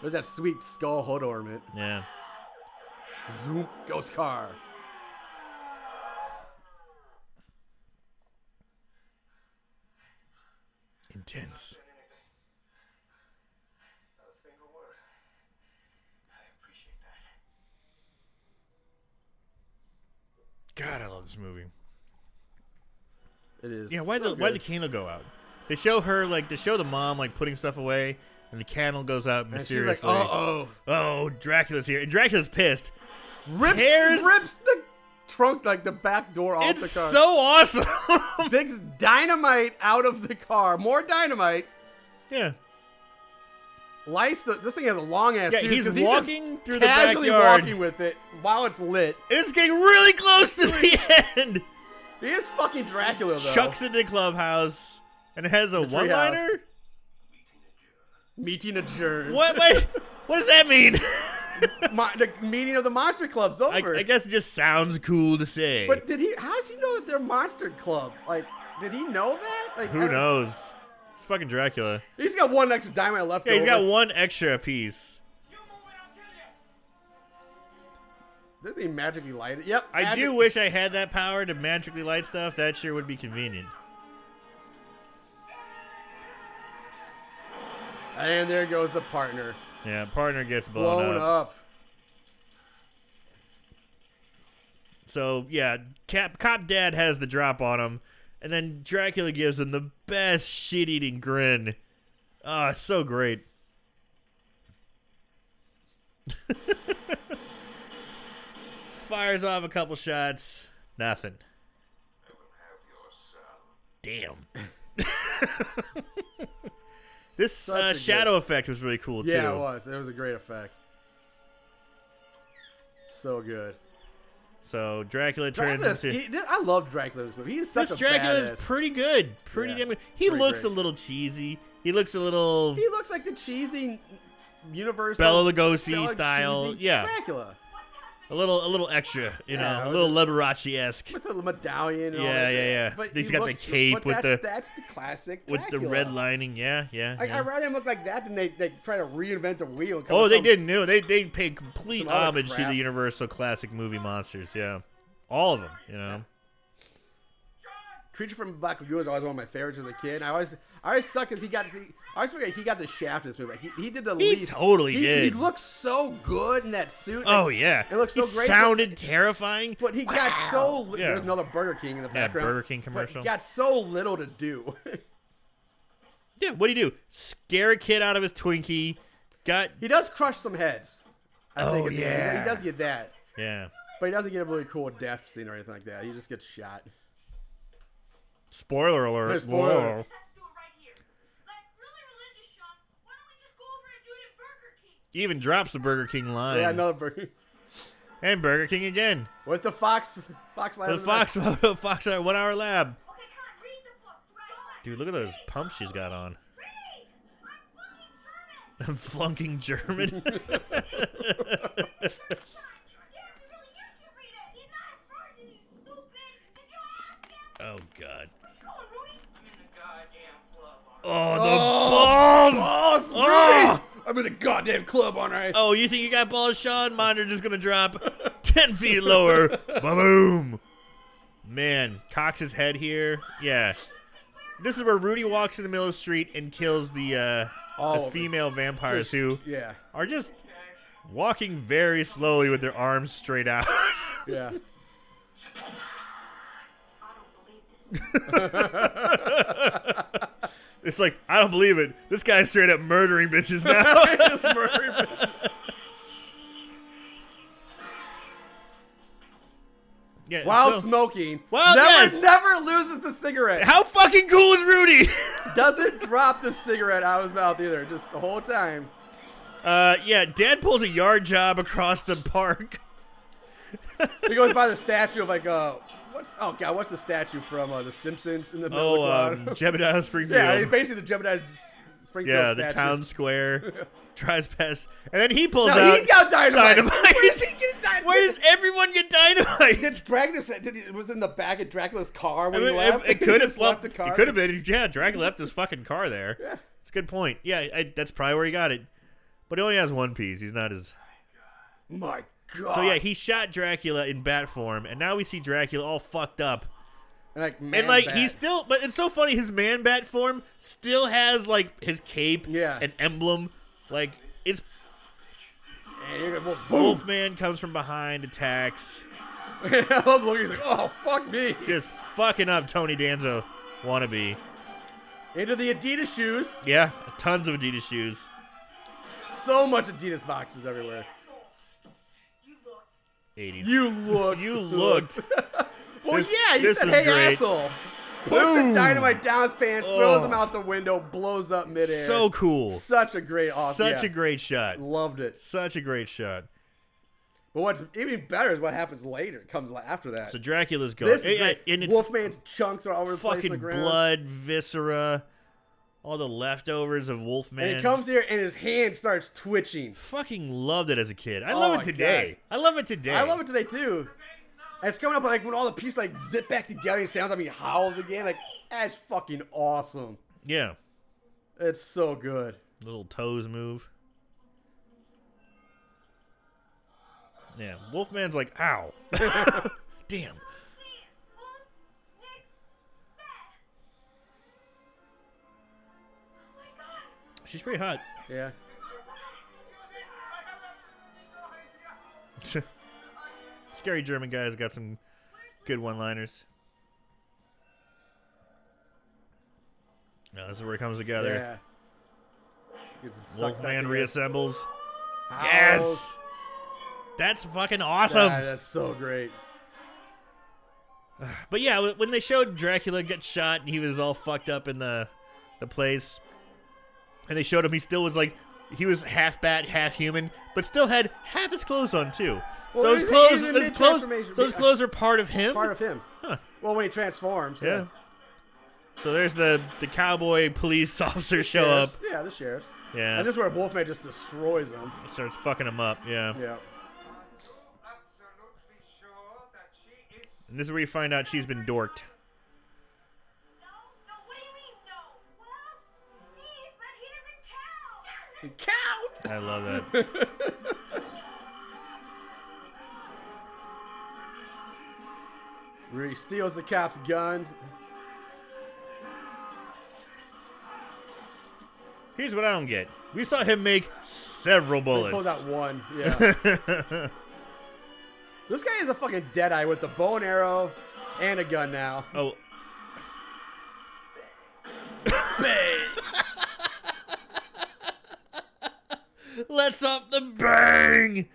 Speaker 3: There's that sweet skull hood ornament.
Speaker 4: Yeah.
Speaker 3: Zoom. Ghost car.
Speaker 4: Intense.
Speaker 5: Not a single word. I appreciate that.
Speaker 4: God, I love this movie.
Speaker 3: It is.
Speaker 4: Yeah, why
Speaker 3: so
Speaker 4: the why the
Speaker 3: good.
Speaker 4: candle go out? They show her like they show the mom like putting stuff away, and the candle goes out
Speaker 3: And she's like,
Speaker 4: mysteriously.
Speaker 3: uh oh.
Speaker 4: oh, Dracula's here, and Dracula's pissed.
Speaker 3: Rips,
Speaker 4: Tears-
Speaker 3: rips the trunk like the back door off
Speaker 4: It's
Speaker 3: the car.
Speaker 4: so awesome. *laughs*
Speaker 3: digs dynamite out of the car. More dynamite.
Speaker 4: yeah.
Speaker 3: Lights the. This thing has a long ass.
Speaker 4: Yeah,
Speaker 3: fuse
Speaker 4: he's
Speaker 3: 'cause
Speaker 4: walking
Speaker 3: just
Speaker 4: through the
Speaker 3: casually
Speaker 4: backyard.
Speaker 3: walking with it while it's lit.
Speaker 4: And it's getting really close to the end.
Speaker 3: He is fucking Dracula though.
Speaker 4: Chucks into the clubhouse and has a
Speaker 3: treehouse.
Speaker 4: one liner.
Speaker 3: Meeting
Speaker 5: Meeting adjourned.
Speaker 3: adjourned. *laughs*
Speaker 4: What? Wait. What does that mean?
Speaker 3: Mo- the meeting of the monster club's
Speaker 4: I,
Speaker 3: *laughs* over.
Speaker 4: I guess it just sounds cool to say.
Speaker 3: But did he? How does he know that they're monster club? Like, did he know that? Like, I
Speaker 4: Who
Speaker 3: don't-
Speaker 4: knows? It's fucking Dracula.
Speaker 3: He's got one extra dynamite left.
Speaker 4: Yeah, he's got
Speaker 3: over.
Speaker 4: one extra piece.
Speaker 3: Doesn't he magically light it? Yep.
Speaker 4: I
Speaker 3: magic-
Speaker 4: do wish I had that power to magically light stuff. That sure would be convenient.
Speaker 3: And there goes the partner,
Speaker 4: Yeah, partner gets blown,
Speaker 3: blown
Speaker 4: up.
Speaker 3: up.
Speaker 4: So yeah, Cap Cop Dad has the drop on him, and then Dracula gives him the best shit-eating grin. Ah, it's so great. *laughs* Fires off a couple shots. Nothing. Damn. *laughs* this
Speaker 3: a
Speaker 4: uh,
Speaker 3: good-
Speaker 4: shadow effect was really cool too.
Speaker 3: Yeah, it was. It was a great effect. So good.
Speaker 4: So Dracula turns
Speaker 3: Dracula's,
Speaker 4: into.
Speaker 3: he, th- I love Dracula in this movie. He's such
Speaker 4: this
Speaker 3: a
Speaker 4: Dracula
Speaker 3: badass.
Speaker 4: is pretty good. Pretty
Speaker 3: Yeah,
Speaker 4: damn good. He
Speaker 3: pretty
Speaker 4: looks
Speaker 3: great.
Speaker 4: a little cheesy. He looks a little
Speaker 3: he looks like the cheesy universal
Speaker 4: Bela Lugosi
Speaker 3: Bela
Speaker 4: style.
Speaker 3: cheesy
Speaker 4: Yeah.
Speaker 3: Dracula
Speaker 4: a little a little extra, you
Speaker 3: Yeah,
Speaker 4: know, a
Speaker 3: with
Speaker 4: little Liberace esque
Speaker 3: with the medallion. And all
Speaker 4: Yeah,
Speaker 3: that.
Speaker 4: yeah, yeah.
Speaker 3: But
Speaker 4: He's
Speaker 3: he
Speaker 4: got the
Speaker 3: looks-
Speaker 4: cape
Speaker 3: but
Speaker 4: with
Speaker 3: that's,
Speaker 4: the-
Speaker 3: that's the classic
Speaker 4: with the
Speaker 3: Dracula.
Speaker 4: red lining. Yeah, yeah.
Speaker 3: Like,
Speaker 4: yeah.
Speaker 3: I'd rather him look like that than they, they try to reinvent the wheel. and come
Speaker 4: oh,
Speaker 3: with
Speaker 4: they
Speaker 3: some-
Speaker 4: didn't know. They they paid complete
Speaker 3: some other
Speaker 4: homage to
Speaker 3: crap.
Speaker 4: the Universal classic movie monsters. Yeah, all of them. You know.
Speaker 3: Creature from Black Lagoon was always one of my favorites as a kid. and I always, I always suck because he got, he, I always forget he got the shaft in this movie. Like, he, he did the
Speaker 4: He
Speaker 3: lead.
Speaker 4: totally
Speaker 3: he,
Speaker 4: did.
Speaker 3: He looked so good in that suit.
Speaker 4: Oh
Speaker 3: Like,
Speaker 4: yeah,
Speaker 3: it looks
Speaker 4: He
Speaker 3: so great, but-
Speaker 4: Sounded terrifying.
Speaker 3: But he got so li-
Speaker 4: Yeah.
Speaker 3: there's another Burger King in the background.
Speaker 4: Burger King
Speaker 3: But
Speaker 4: commercial.
Speaker 3: he got so little to do. *laughs*
Speaker 4: yeah, what do you do? Scare a kid out of his Twinkie. Got
Speaker 3: he does crush some heads. I
Speaker 4: Oh,
Speaker 3: think at the end.
Speaker 4: yeah.
Speaker 3: he does get that,
Speaker 4: yeah.
Speaker 3: but he doesn't get a really cool death scene or anything like that. He just gets shot.
Speaker 4: Spoiler alert.
Speaker 3: There's spoiler.
Speaker 4: Whoa.
Speaker 6: Let's do it right here.
Speaker 8: Like, really religious, Sean. Why don't we just go over and do it at Burger King?
Speaker 4: Even drops the Burger King line.
Speaker 3: Yeah, another *laughs* Burger.
Speaker 4: And Burger King again.
Speaker 3: What's the fox? Fox light
Speaker 4: *laughs* The
Speaker 3: of the
Speaker 4: Fox Fox Hour- One Hour Lab.
Speaker 8: Okay, come on, read the book. Right.
Speaker 4: Dude, look at those pumps she's got on. *laughs*
Speaker 8: Read! I'm fucking German!
Speaker 4: I'm flunking
Speaker 3: *laughs*
Speaker 4: German. *laughs*
Speaker 8: Yeah, really, you should read it! He's not a virgin, you stupid! Did you ask him?
Speaker 4: oh God.
Speaker 8: Come on, Rudy!
Speaker 7: I'm in the goddamn club. aren't
Speaker 4: Oh the balls!
Speaker 3: Balls,
Speaker 4: oh!
Speaker 3: Rudy! *laughs* I'm in a goddamn club on right.
Speaker 4: Oh, you think you got balls, Sean? Mine are just gonna drop *laughs* ten feet lower. Boom. Man, Cox's head here. Yeah. This is where Rudy walks in the middle of the street and kills the uh
Speaker 3: All of
Speaker 4: the
Speaker 3: it.
Speaker 4: female vampires who
Speaker 3: Yeah,
Speaker 4: are just walking very slowly with their arms straight out. *laughs*
Speaker 3: yeah.
Speaker 6: I don't believe this.
Speaker 4: It's like, I don't believe it. This guy's straight up murdering
Speaker 3: *laughs*
Speaker 4: bitches now.
Speaker 3: *laughs*
Speaker 4: yeah,
Speaker 3: While
Speaker 4: so-
Speaker 3: smoking,
Speaker 4: Well,
Speaker 3: never
Speaker 4: yes.
Speaker 3: never loses the cigarette.
Speaker 4: how fucking cool is Rudy? *laughs*
Speaker 3: Doesn't drop the cigarette out of his mouth either. Just the whole time.
Speaker 4: Uh, yeah, Dad pulls a yard job across
Speaker 3: *laughs*
Speaker 4: the park.
Speaker 3: He goes by the statue of like uh, what's oh god, what's the statue from uh, the Simpsons in the middle
Speaker 4: Oh,
Speaker 3: of
Speaker 4: um,
Speaker 3: the crowd?
Speaker 4: Jebediah
Speaker 3: *laughs*
Speaker 4: Springfield.
Speaker 3: yeah, he's basically the Gemini Springfield
Speaker 4: Yeah,
Speaker 3: statue.
Speaker 4: the town square. *laughs* Drives past, and then he pulls
Speaker 3: No,
Speaker 4: out.
Speaker 3: he's got dynamite.
Speaker 4: dynamite.
Speaker 3: Where is he getting dynamite?
Speaker 4: Where does everyone get
Speaker 3: Did
Speaker 4: dynamite?
Speaker 3: Dracula said did he, was in the back of Dracula's car
Speaker 4: I
Speaker 3: when
Speaker 4: mean,
Speaker 3: he
Speaker 4: it
Speaker 3: left? *laughs*
Speaker 4: it
Speaker 3: He
Speaker 4: could have
Speaker 3: just
Speaker 4: well,
Speaker 3: left the car.
Speaker 4: It could have been. Yeah, Dracula left his fucking car there.
Speaker 3: Yeah.
Speaker 4: It's a good point. Yeah, I, that's probably where he got it. But he only has one piece. He's not as
Speaker 3: My god.
Speaker 4: So yeah, he shot Dracula in bat form, and now we see Dracula all fucked up.
Speaker 3: and like, man
Speaker 4: and like
Speaker 3: bat.
Speaker 4: he's still, but it's so funny. His man bat form still has like his cape,
Speaker 3: Yeah.
Speaker 4: an emblem. Like it's
Speaker 3: And you're gonna- well, boom.
Speaker 4: Wolfman comes from behind, attacks,
Speaker 3: *laughs* I love looking. He's like, oh fuck me.
Speaker 4: just fucking up Tony Danza wannabe.
Speaker 3: Into the Adidas shoes.
Speaker 4: Yeah, tons of Adidas shoes.
Speaker 3: So much Adidas boxes everywhere.
Speaker 6: You look.
Speaker 4: Eighties.
Speaker 3: You look.
Speaker 4: you looked.
Speaker 3: *laughs* Well,
Speaker 4: This-
Speaker 3: yeah, he
Speaker 4: this
Speaker 3: said,
Speaker 4: is
Speaker 3: "Hey,
Speaker 4: great."
Speaker 3: asshole!" Puts
Speaker 4: Boom.
Speaker 3: the dynamite down his pants,
Speaker 4: Oh.
Speaker 3: throws him out the window, blows up midair.
Speaker 4: so cool.
Speaker 3: Such a great off.
Speaker 4: Such
Speaker 3: yeah.
Speaker 4: a great shot.
Speaker 3: Loved it.
Speaker 4: Such a great shot.
Speaker 3: But what's even better is what happens later. It comes after that.
Speaker 4: So Dracula's gone.
Speaker 3: this is
Speaker 4: Eh, eh,
Speaker 3: great.
Speaker 4: and it's
Speaker 3: Wolfman's chunks are all over the place on
Speaker 4: fucking
Speaker 3: the ground.
Speaker 4: blood, viscera. all the leftovers of Wolfman.
Speaker 3: And he comes here and his hand starts twitching.
Speaker 4: Fucking loved it as a kid. I
Speaker 3: Oh
Speaker 4: love
Speaker 3: my
Speaker 4: it today. I love it today.
Speaker 3: I love it today too. And it's coming up like when all the pieces like zip back together and sounds like he howls again. Like that's fucking awesome.
Speaker 4: Yeah,
Speaker 3: It's so good.
Speaker 4: little toes move. Yeah, Wolfman's like,
Speaker 3: *laughs*
Speaker 4: ow, *laughs* damn. She's pretty hot.
Speaker 3: Yeah.
Speaker 4: *laughs* Scary German guy's got some good one-liners. Now this is where it comes together.
Speaker 3: Yeah. Gets sucked back
Speaker 4: Wolfman
Speaker 3: in.
Speaker 4: reassembles.
Speaker 3: Howls.
Speaker 4: Yes! That's fucking awesome.
Speaker 3: God, that's so great.
Speaker 4: But yeah, wh- when they showed Dracula get shot and he was all fucked up in the the place, and they showed him, he still was like he was half bat, half human, but still had half his clothes on too.
Speaker 3: Well,
Speaker 4: so
Speaker 3: he's
Speaker 4: his
Speaker 3: a-
Speaker 4: clothes,
Speaker 3: he's a
Speaker 4: his clothes,
Speaker 3: mid-transformation.
Speaker 4: so his clothes are part of him.
Speaker 3: Part of him.
Speaker 4: Huh.
Speaker 3: Well, when he transforms.
Speaker 4: Yeah. So there's the the cowboy police *laughs* officer show up.
Speaker 3: Sheriffs. Yeah, the sheriffs.
Speaker 4: Yeah.
Speaker 3: And this is where Wolfman just destroys him.
Speaker 4: Starts fucking him up. Yeah.
Speaker 3: Yeah.
Speaker 5: Absolutely sure that she is
Speaker 4: And this is where you find out she's been dorked.
Speaker 8: No, no, what do you mean no? Well, Steve, but he doesn't count. *laughs*
Speaker 3: Count.
Speaker 4: I love
Speaker 3: *laughs*
Speaker 4: that.
Speaker 3: Where he steals the cop's gun.
Speaker 4: Here's what I don't get. We saw him make several
Speaker 3: He pulls
Speaker 4: bullets.
Speaker 3: out one. Yeah.
Speaker 4: *laughs*
Speaker 3: this guy is a fucking deadeye with the bow and arrow and a gun now. *laughs*
Speaker 4: Oh. Let's up the bang.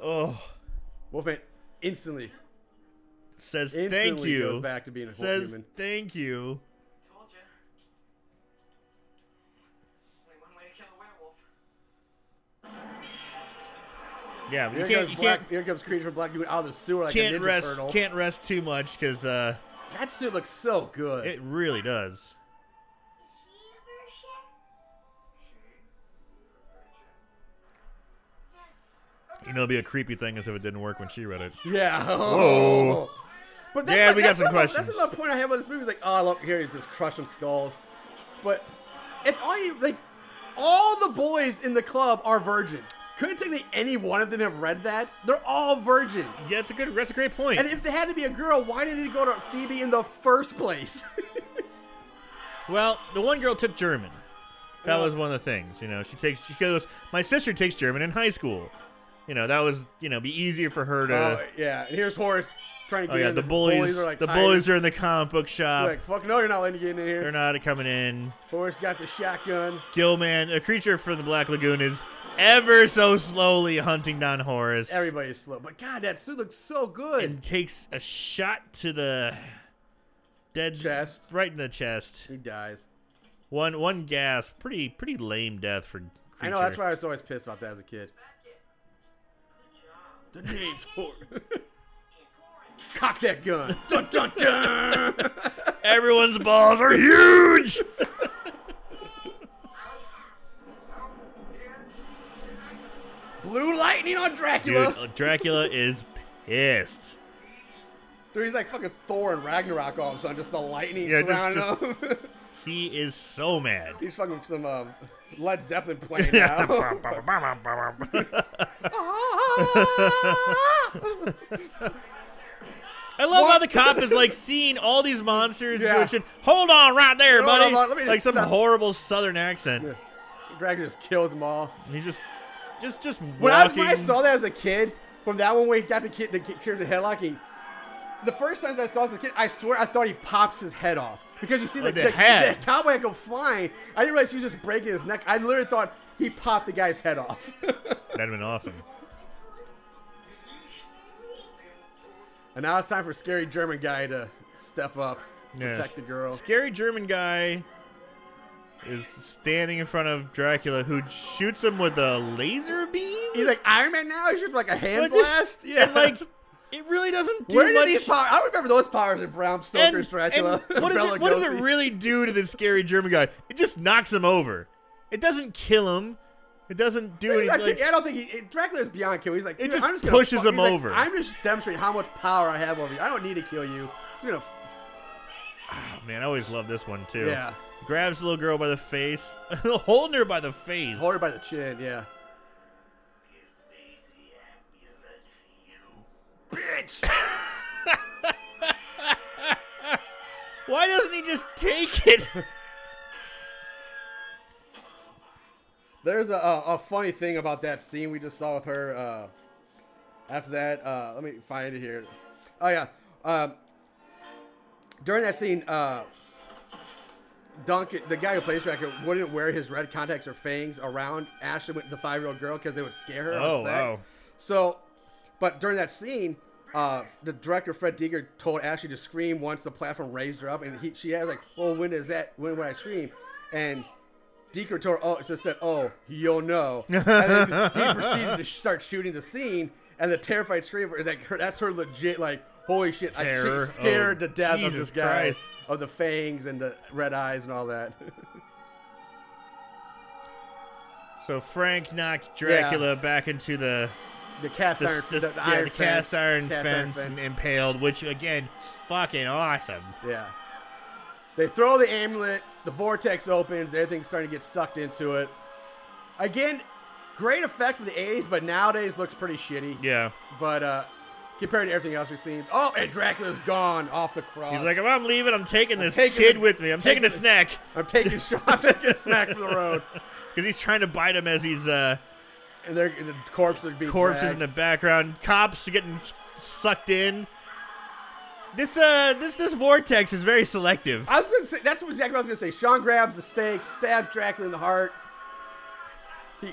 Speaker 4: Oh,
Speaker 3: Wolfman instantly,
Speaker 4: says
Speaker 3: instantly
Speaker 4: thank you.
Speaker 3: goes back to being a
Speaker 4: says
Speaker 3: human.
Speaker 4: thank you.
Speaker 7: Told you. Only one way to kill a werewolf.
Speaker 4: Yeah, but
Speaker 3: Here
Speaker 4: you can't
Speaker 3: comes
Speaker 4: you
Speaker 3: Black.
Speaker 4: can't
Speaker 3: Here comes creature from Black Dude out of the sewer like a
Speaker 4: can't
Speaker 3: ninja
Speaker 4: rest
Speaker 3: turtle.
Speaker 4: can't rest too much because uh,
Speaker 3: That suit looks so good.
Speaker 4: it really does. You know, it'd be a creepy thing as if it didn't work when she read it.
Speaker 3: yeah. *laughs*
Speaker 4: Whoa.
Speaker 3: But
Speaker 4: Yeah, we got
Speaker 3: that's
Speaker 4: some
Speaker 3: another-
Speaker 4: questions.
Speaker 3: That's another point I have about this movie. Is like, oh, look, here he's just crushing skulls. But it's all you like. All the boys in the club are virgins. Couldn't technically any one of them have read that. They're all virgins.
Speaker 4: Yeah, that's a good. That's a great point.
Speaker 3: And if they had to be a girl, why did it go to Phoebe in the first place? *laughs*
Speaker 4: Well, the one girl took German. That
Speaker 3: Yeah.
Speaker 4: was one of the things, you know. She takes, she goes. My sister takes German in high school. You know, that was, you know, be easier for her to.
Speaker 3: oh, yeah. And here's Horace trying to
Speaker 4: oh
Speaker 3: get
Speaker 4: yeah,
Speaker 3: in.
Speaker 4: the bullies.
Speaker 3: are like
Speaker 4: the
Speaker 3: hiding.
Speaker 4: bullies are in the comic book shop.
Speaker 3: They're like, fuck no, you're not letting you get in here.
Speaker 4: They're not coming in.
Speaker 3: Horace got the shotgun.
Speaker 4: Gilman, a creature from the Black Lagoon, is ever so slowly hunting down Horace.
Speaker 3: Everybody's slow, but God, that suit looks so good.
Speaker 4: and takes a shot to the dead
Speaker 3: Chest.
Speaker 4: right in the chest.
Speaker 3: he dies.
Speaker 4: One one gasp. Pretty pretty lame death for. Creature.
Speaker 3: I know that's why I was always pissed about that as a kid. The name's
Speaker 4: *laughs*
Speaker 3: Horace. Cock that gun. dun dun dun.
Speaker 4: Everyone's
Speaker 3: *laughs*
Speaker 4: balls are huge.
Speaker 3: Blue lightning on Dracula.
Speaker 4: Dude, uh, Dracula is pissed.
Speaker 3: Dude, he's like fucking Thor and Ragnarok all of a sudden, just the lightning
Speaker 4: Yeah, just-
Speaker 3: surrounding him. *laughs*
Speaker 4: He is so mad.
Speaker 3: he's fucking some um, Led Zeppelin playing
Speaker 4: *laughs*
Speaker 3: now. *laughs*
Speaker 4: I love how
Speaker 3: What?
Speaker 4: the cop is like seeing all these monsters
Speaker 3: Yeah.
Speaker 4: doing shit. Hold on, right there,
Speaker 3: Hold
Speaker 4: buddy.
Speaker 3: on, let me just
Speaker 4: like some
Speaker 3: stop.
Speaker 4: horrible Southern accent.
Speaker 3: Yeah. Dracula just kills them all.
Speaker 4: And he just, just, just
Speaker 3: When I, was,
Speaker 4: walking.
Speaker 3: when I saw that as a kid, from that one where he got the kid, the kid cured the headlock, he, the first times I saw it as a kid, I swear I thought he pops his head off because you see the,
Speaker 4: Like the
Speaker 3: the,
Speaker 4: head.
Speaker 3: the cowboy go flying. I didn't realize he was just breaking his neck. I literally thought he popped the guy's head off.
Speaker 4: That'd have been awesome.
Speaker 3: and now it's time for scary German guy to step up,
Speaker 4: Yeah.
Speaker 3: protect the girl.
Speaker 4: Scary German guy is standing in front of Dracula, who shoots him with a laser beam.
Speaker 3: He's like Iron Man now. He shoots like a hand
Speaker 4: What
Speaker 3: *laughs*
Speaker 4: the-
Speaker 3: blast. Yeah,
Speaker 4: And like It really doesn't do
Speaker 3: Where did
Speaker 4: much.
Speaker 3: these powers? I remember those powers in Bram
Speaker 4: and,
Speaker 3: Stoker's Dracula.
Speaker 4: and what, does
Speaker 3: Bela
Speaker 4: it, what does it
Speaker 3: Lugosi.
Speaker 4: really do to the scary German guy? It just knocks him over. It doesn't kill him. It doesn't do
Speaker 3: *laughs* He's
Speaker 4: anything.
Speaker 3: like, I don't think he. Dracula's beyond killing. He's like,
Speaker 4: It
Speaker 3: "Dude,
Speaker 4: just
Speaker 3: I'm just gonna
Speaker 4: pushes
Speaker 3: fuck-"
Speaker 4: him
Speaker 3: he's like,
Speaker 4: over.
Speaker 3: I'm just demonstrating how much power I have over you. I don't need to kill you. I'm just gonna. F-
Speaker 4: Oh, man, I always love this one too.
Speaker 3: Yeah.
Speaker 4: Grabs the little girl by the face, *laughs* holding her by the face.
Speaker 3: hold her by the chin. Yeah.
Speaker 4: Why doesn't he just take it? *laughs*
Speaker 3: There's a, a, a funny thing about that scene we just saw with her. Uh, after that, uh, let me find it here. Oh yeah. Um, during that scene, uh, Duncan, the guy who plays Dracula, wouldn't wear his red contacts or fangs around Ashley, with the five-year-old girl, because they would scare her.
Speaker 4: Oh,
Speaker 3: on set.
Speaker 4: wow.
Speaker 3: So, but during that scene, uh, the director Fred Deeger told Ashley to scream once the platform raised her up, and he, she had like, "Well, when is that? When would I scream?" And Deeker told, her, "Oh, it just said, oh, you'll know." And then he proceeded to start shooting the scene, and the terrified scream, like her, that's her legit, like, "Holy shit!" I
Speaker 4: Terror.
Speaker 3: she's scared
Speaker 4: Oh,
Speaker 3: to death of this
Speaker 4: Jesus
Speaker 3: guy,
Speaker 4: Christ.
Speaker 3: of the fangs and the red eyes and all that. *laughs*
Speaker 4: So Frank knocked Dracula back into the
Speaker 3: the cast
Speaker 4: the,
Speaker 3: iron,
Speaker 4: the-
Speaker 3: the, the
Speaker 4: yeah,
Speaker 3: iron
Speaker 4: the cast
Speaker 3: fence-
Speaker 4: iron
Speaker 3: cast
Speaker 4: fence and impaled, which again, fucking awesome.
Speaker 3: Yeah. They throw the amulet, the vortex opens, everything's starting to get sucked into it. Again, great effect for the 80s, but nowadays looks pretty shitty.
Speaker 4: Yeah.
Speaker 3: But uh compared to everything else we've seen. Oh, and Dracula's gone off the cross.
Speaker 4: He's like, if I'm leaving, I'm taking this
Speaker 3: taking
Speaker 4: kid
Speaker 3: the-
Speaker 4: with me. I'm taking,
Speaker 3: taking
Speaker 4: a
Speaker 3: the-
Speaker 4: snack
Speaker 3: I'm
Speaker 4: *laughs*
Speaker 3: taking a shot, I'm taking a snack from the road.
Speaker 4: because he's trying to bite him as he's uh,
Speaker 3: And they're the corpses are being
Speaker 4: corpses in
Speaker 3: dragged.
Speaker 4: the background. Cops getting sucked in. This uh, this this vortex is very selective.
Speaker 3: I was gonna say that's exactly what I was gonna say. Sean grabs the stake, stabs Dracula in the heart. He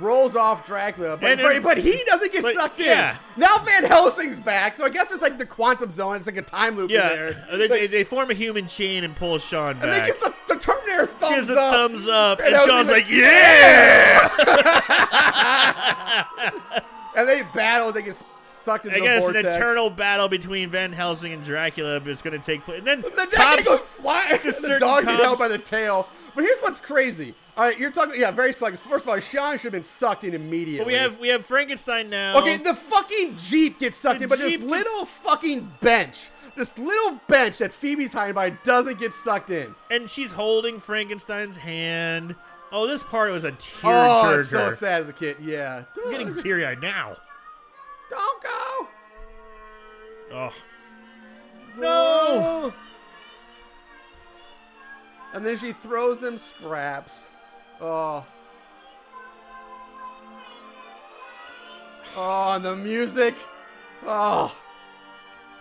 Speaker 3: rolls off Dracula, but,
Speaker 4: And then-
Speaker 3: but he doesn't get
Speaker 4: but-
Speaker 3: sucked
Speaker 4: yeah.
Speaker 3: in. Now Van Helsing's back, so I guess it's like the quantum zone. It's like a time loop in
Speaker 4: Yeah,
Speaker 3: there.
Speaker 4: uh, they, they,
Speaker 3: Like,
Speaker 4: they form a human chain and pull Sean
Speaker 3: and then
Speaker 4: back.
Speaker 3: gets the, the Terminator thumbs
Speaker 4: Gives a
Speaker 3: up.
Speaker 4: thumbs up, and,
Speaker 3: Helsing's
Speaker 4: Sean's like, "Yeah!"
Speaker 3: *laughs* And they battle. They get s- sucked into
Speaker 4: I
Speaker 3: the
Speaker 4: guess
Speaker 3: vortex.
Speaker 4: an eternal battle between Van Helsing and Dracula is going to take place, and then,
Speaker 3: The dog
Speaker 4: cops,
Speaker 3: goes flying.
Speaker 4: just
Speaker 3: *laughs* the
Speaker 4: certain
Speaker 3: dog get held
Speaker 4: cops-
Speaker 3: by the tail. But here's what's crazy. All right, you're talking. Yeah, very selective. First of all, Sean should have been sucked in immediately.
Speaker 4: But we have we have Frankenstein now.
Speaker 3: Okay, the fucking Jeep gets sucked
Speaker 4: The
Speaker 3: in, but this
Speaker 4: Jeep gets-
Speaker 3: little fucking bench, this little bench that Phoebe's hiding by doesn't get sucked in.
Speaker 4: and she's holding Frankenstein's hand. Oh, this part was a
Speaker 3: Oh, it's
Speaker 4: tearjerker.
Speaker 3: so sad as a kid. Yeah.
Speaker 4: I'm getting teary-eyed now.
Speaker 3: Don't go.
Speaker 4: Oh, No.
Speaker 3: And then she throws them scraps. Oh. Oh, and the music. Oh.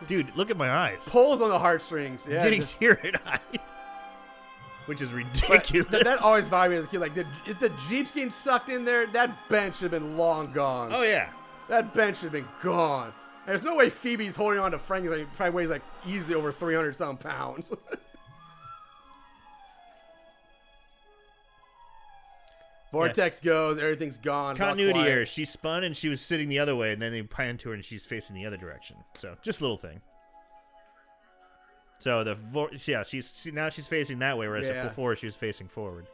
Speaker 4: dude, look at my eyes.
Speaker 3: Pulls on the heartstrings.
Speaker 4: I'm
Speaker 3: Yeah.
Speaker 4: getting
Speaker 3: just-
Speaker 4: teary-eyed, *laughs* which is ridiculous.
Speaker 3: that, that always bothered me as a kid. Like, the, if the Jeep's getting sucked in there, that bench should have been long gone.
Speaker 4: oh yeah.
Speaker 3: That bench should have been gone. There's no way Phoebe's holding on to Frank. Like, probably weighs like easily over 300 some pounds. *laughs* Vortex goes, everything's gone. all
Speaker 4: Continuity
Speaker 3: quiet.
Speaker 4: error. She spun and she was sitting the other way, and then they pan to her and she's facing the other direction. So just a little thing. So the vor- yeah, she's she, now she's facing that way, whereas
Speaker 3: Yeah.
Speaker 4: before she was facing forward.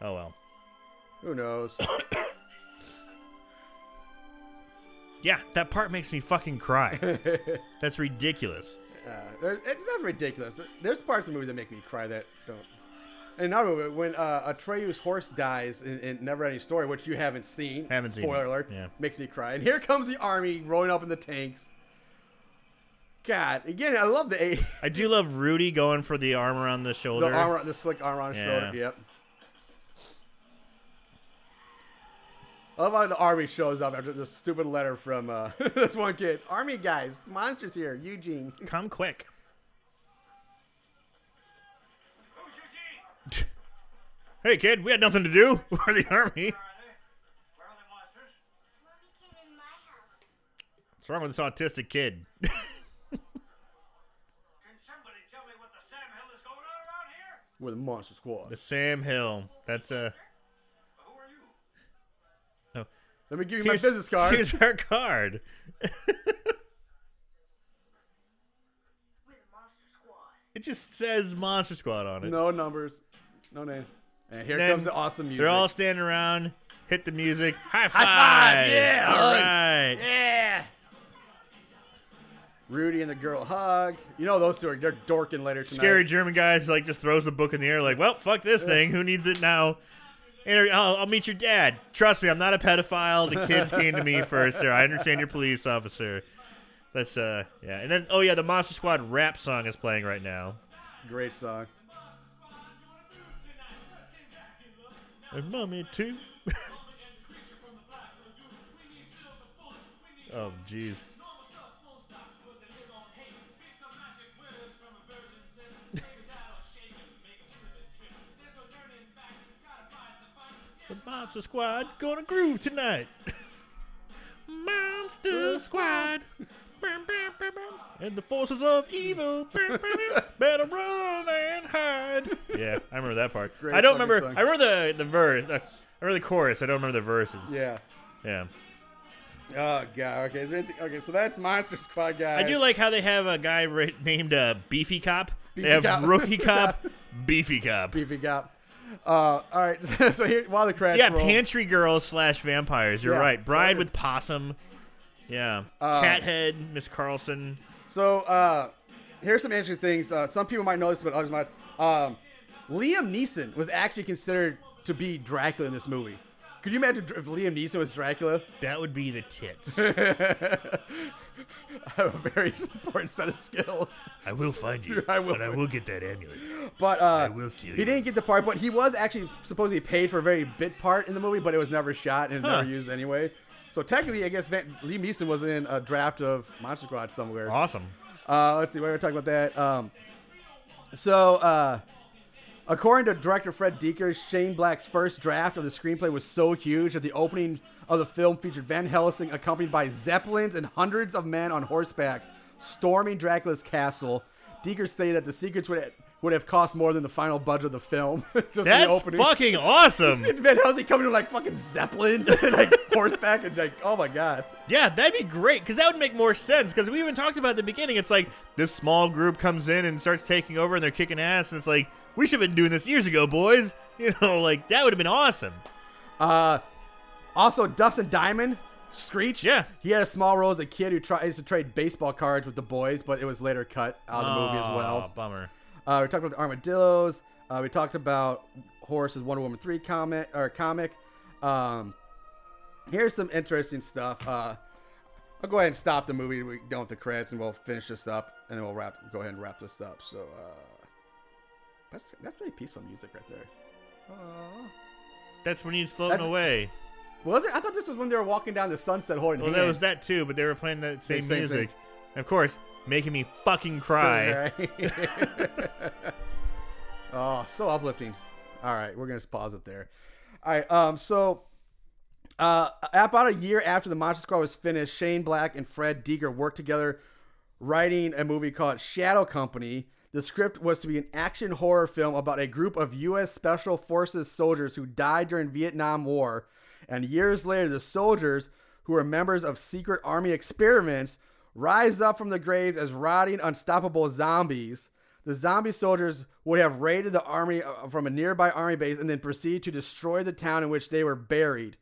Speaker 4: Oh well.
Speaker 3: Who knows?
Speaker 4: Yeah, that part makes me
Speaker 3: *laughs*
Speaker 4: fucking cry. That's ridiculous.
Speaker 3: Uh, there- it's not ridiculous. There's parts of movies that make me cry that don't. And another movie, when uh, Atreyu's horse dies in, in Never Ending Story, which you haven't seen,
Speaker 4: Haven't seen it,
Speaker 3: spoiler alert,
Speaker 4: yeah.
Speaker 3: makes me cry. And here comes the army rolling up in the tanks. God, again, I love the eight,
Speaker 4: I do love Rudy going for the arm around the
Speaker 3: the
Speaker 4: shoulder.
Speaker 3: armor, the slick armor on his
Speaker 4: Yeah.
Speaker 3: shoulder. Yep. I love how the army shows up after this stupid letter from uh, *laughs* this one kid. Army guys, the monsters here, Eugene.
Speaker 4: Come quick. *laughs*
Speaker 5: Who's your dean?
Speaker 4: Hey kid, we had nothing to do. *laughs* We're the army.
Speaker 5: Are they? Where are the monsters?
Speaker 8: Mommy came in my house.
Speaker 4: What's wrong with this autistic kid?
Speaker 5: Can somebody tell me what the Sam Hell is going on around here?
Speaker 3: We're the monster squad.
Speaker 4: the Sam Hill. That's a.
Speaker 5: Who are you?
Speaker 4: Uh, oh.
Speaker 3: Let me give you my business card.
Speaker 4: Here's her card. *laughs* It just says Monster Squad on it.
Speaker 3: No numbers. No name. And here
Speaker 4: Then
Speaker 3: comes the awesome music.
Speaker 4: They're all standing around, hit the music, high five.
Speaker 3: five, yeah,
Speaker 4: All
Speaker 3: nice.
Speaker 4: right.
Speaker 3: Yeah. Rudy and the girl hug. You know those two are they're dorking later tonight.
Speaker 4: Scary German guys like just throws the book in the air, like, well, fuck this thing. Who needs it now? And uh, I'll, I'll meet your dad. Trust me, I'm not a pedophile. The kids came
Speaker 3: *laughs*
Speaker 4: to me first, sir. I understand you're a police officer. That's uh, yeah. And then, oh yeah, the Monster Squad rap song is playing right now.
Speaker 3: Great song.
Speaker 4: And mommy too. oh jeez. The Monster Squad gonna groove tonight. *laughs* Monster Squad. Bam, bam, bam, bam. And the forces of evil bam, bam,
Speaker 3: *laughs*
Speaker 4: bam. better run and hide. Yeah, I remember that part.
Speaker 3: Great
Speaker 4: I don't
Speaker 3: fucking
Speaker 4: remember.
Speaker 3: song.
Speaker 4: I remember the the verse. Uh, I remember the chorus. I don't remember the verses. Yeah.
Speaker 3: Yeah. Oh god. Okay. Is there anything? Okay. So that's Monster Squad guys.
Speaker 4: I do like how they have a guy ri- named uh, Beefy Cop.
Speaker 3: Beefy
Speaker 4: they have
Speaker 3: Cop.
Speaker 4: Rookie
Speaker 3: *laughs*
Speaker 4: Cop, Beefy Cop.
Speaker 3: beefy gap. Uh, all right. *laughs* so here, while the credits
Speaker 4: Yeah,
Speaker 3: roll,
Speaker 4: Pantry Girls slash Vampires. You're
Speaker 3: Yeah,
Speaker 4: right. Bride
Speaker 3: right.
Speaker 4: with Possum. Yeah.
Speaker 3: Uh,
Speaker 4: Cathead, Miss Carlson.
Speaker 3: So uh, here's some interesting things. Uh, some people might know this, but others might. Um, Liam Neeson was actually considered to be Dracula in this movie. Could you imagine if Liam Neeson was Dracula? *laughs*
Speaker 4: That would be the tits.
Speaker 3: I have a very *laughs* important set of skills.
Speaker 4: I will find you.
Speaker 3: I will
Speaker 4: And I will get that amulet.
Speaker 3: But uh,
Speaker 4: will kill
Speaker 3: he
Speaker 4: you.
Speaker 3: didn't get the part, but he was actually supposedly paid for a very bit part in the movie, but it was never shot and
Speaker 4: Huh.
Speaker 3: never used anyway. So technically, I guess Van- Liam Neeson was in a draft of Monster Squad somewhere.
Speaker 4: Awesome.
Speaker 3: Uh, let's see, why we're talking about that. Um, so, uh, according to director Fred Decker, Shane Black's first draft of the screenplay was so huge that the opening of the film featured Van Helsing accompanied by zeppelins and hundreds of men on horseback storming Dracula's castle. Decker stated that the secrets would would have cost more than the final budget of the film. *laughs* Just in the
Speaker 4: That's
Speaker 3: opening. *laughs*
Speaker 4: fucking awesome.
Speaker 3: Van Helsing coming in like fucking zeppelins *laughs* and like horseback and like oh my god.
Speaker 4: Yeah, that'd be great because that would make more sense. Because we even talked about at the beginning, it's like this small group comes in and starts taking over, and they're kicking ass, and it's like we should have been doing this years ago, boys. *laughs* You know, like that would have been awesome.
Speaker 3: Uh, also, Dustin Diamond, Screech.
Speaker 4: Yeah.
Speaker 3: He had a small role as a kid who tries to trade baseball cards with the boys, but it was later cut out of the movie as
Speaker 4: Aw,
Speaker 3: well.
Speaker 4: Bummer.
Speaker 3: Uh, we talked about the armadillos. Uh, we talked about Horace's Wonder Woman 3 comic. Or comic. Um, here's some interesting stuff. Uh, I'll go ahead and stop the movie. We don't the credits, and we'll finish this up, and then we'll wrap. Go ahead and wrap this up. So uh, that's that's really peaceful music right there. Aw.
Speaker 4: That's when he's floating
Speaker 3: That's-
Speaker 4: away.
Speaker 3: Was it? I thought this was when they were walking down the sunset holding
Speaker 4: Well, that
Speaker 3: hands.
Speaker 4: was that too, but they were playing that same,
Speaker 3: Same- same
Speaker 4: music,
Speaker 3: thing.
Speaker 4: and of course, making me fucking cry.
Speaker 3: *laughs* oh, so uplifting. All right, we're gonna just pause it there. All right, um, so uh, about a year after the Monster Squad was finished, Shane Black and Fred Deeger worked together writing a movie called Shadow Company. The script was to be an action horror film about a group of U.S. Special Forces soldiers who died during Vietnam War, and years later, the soldiers who were members of secret army experiments rise up from the graves as rotting, unstoppable zombies. The zombie soldiers would have raided the army uh, from a nearby army base and then proceed to destroy the town in which they were buried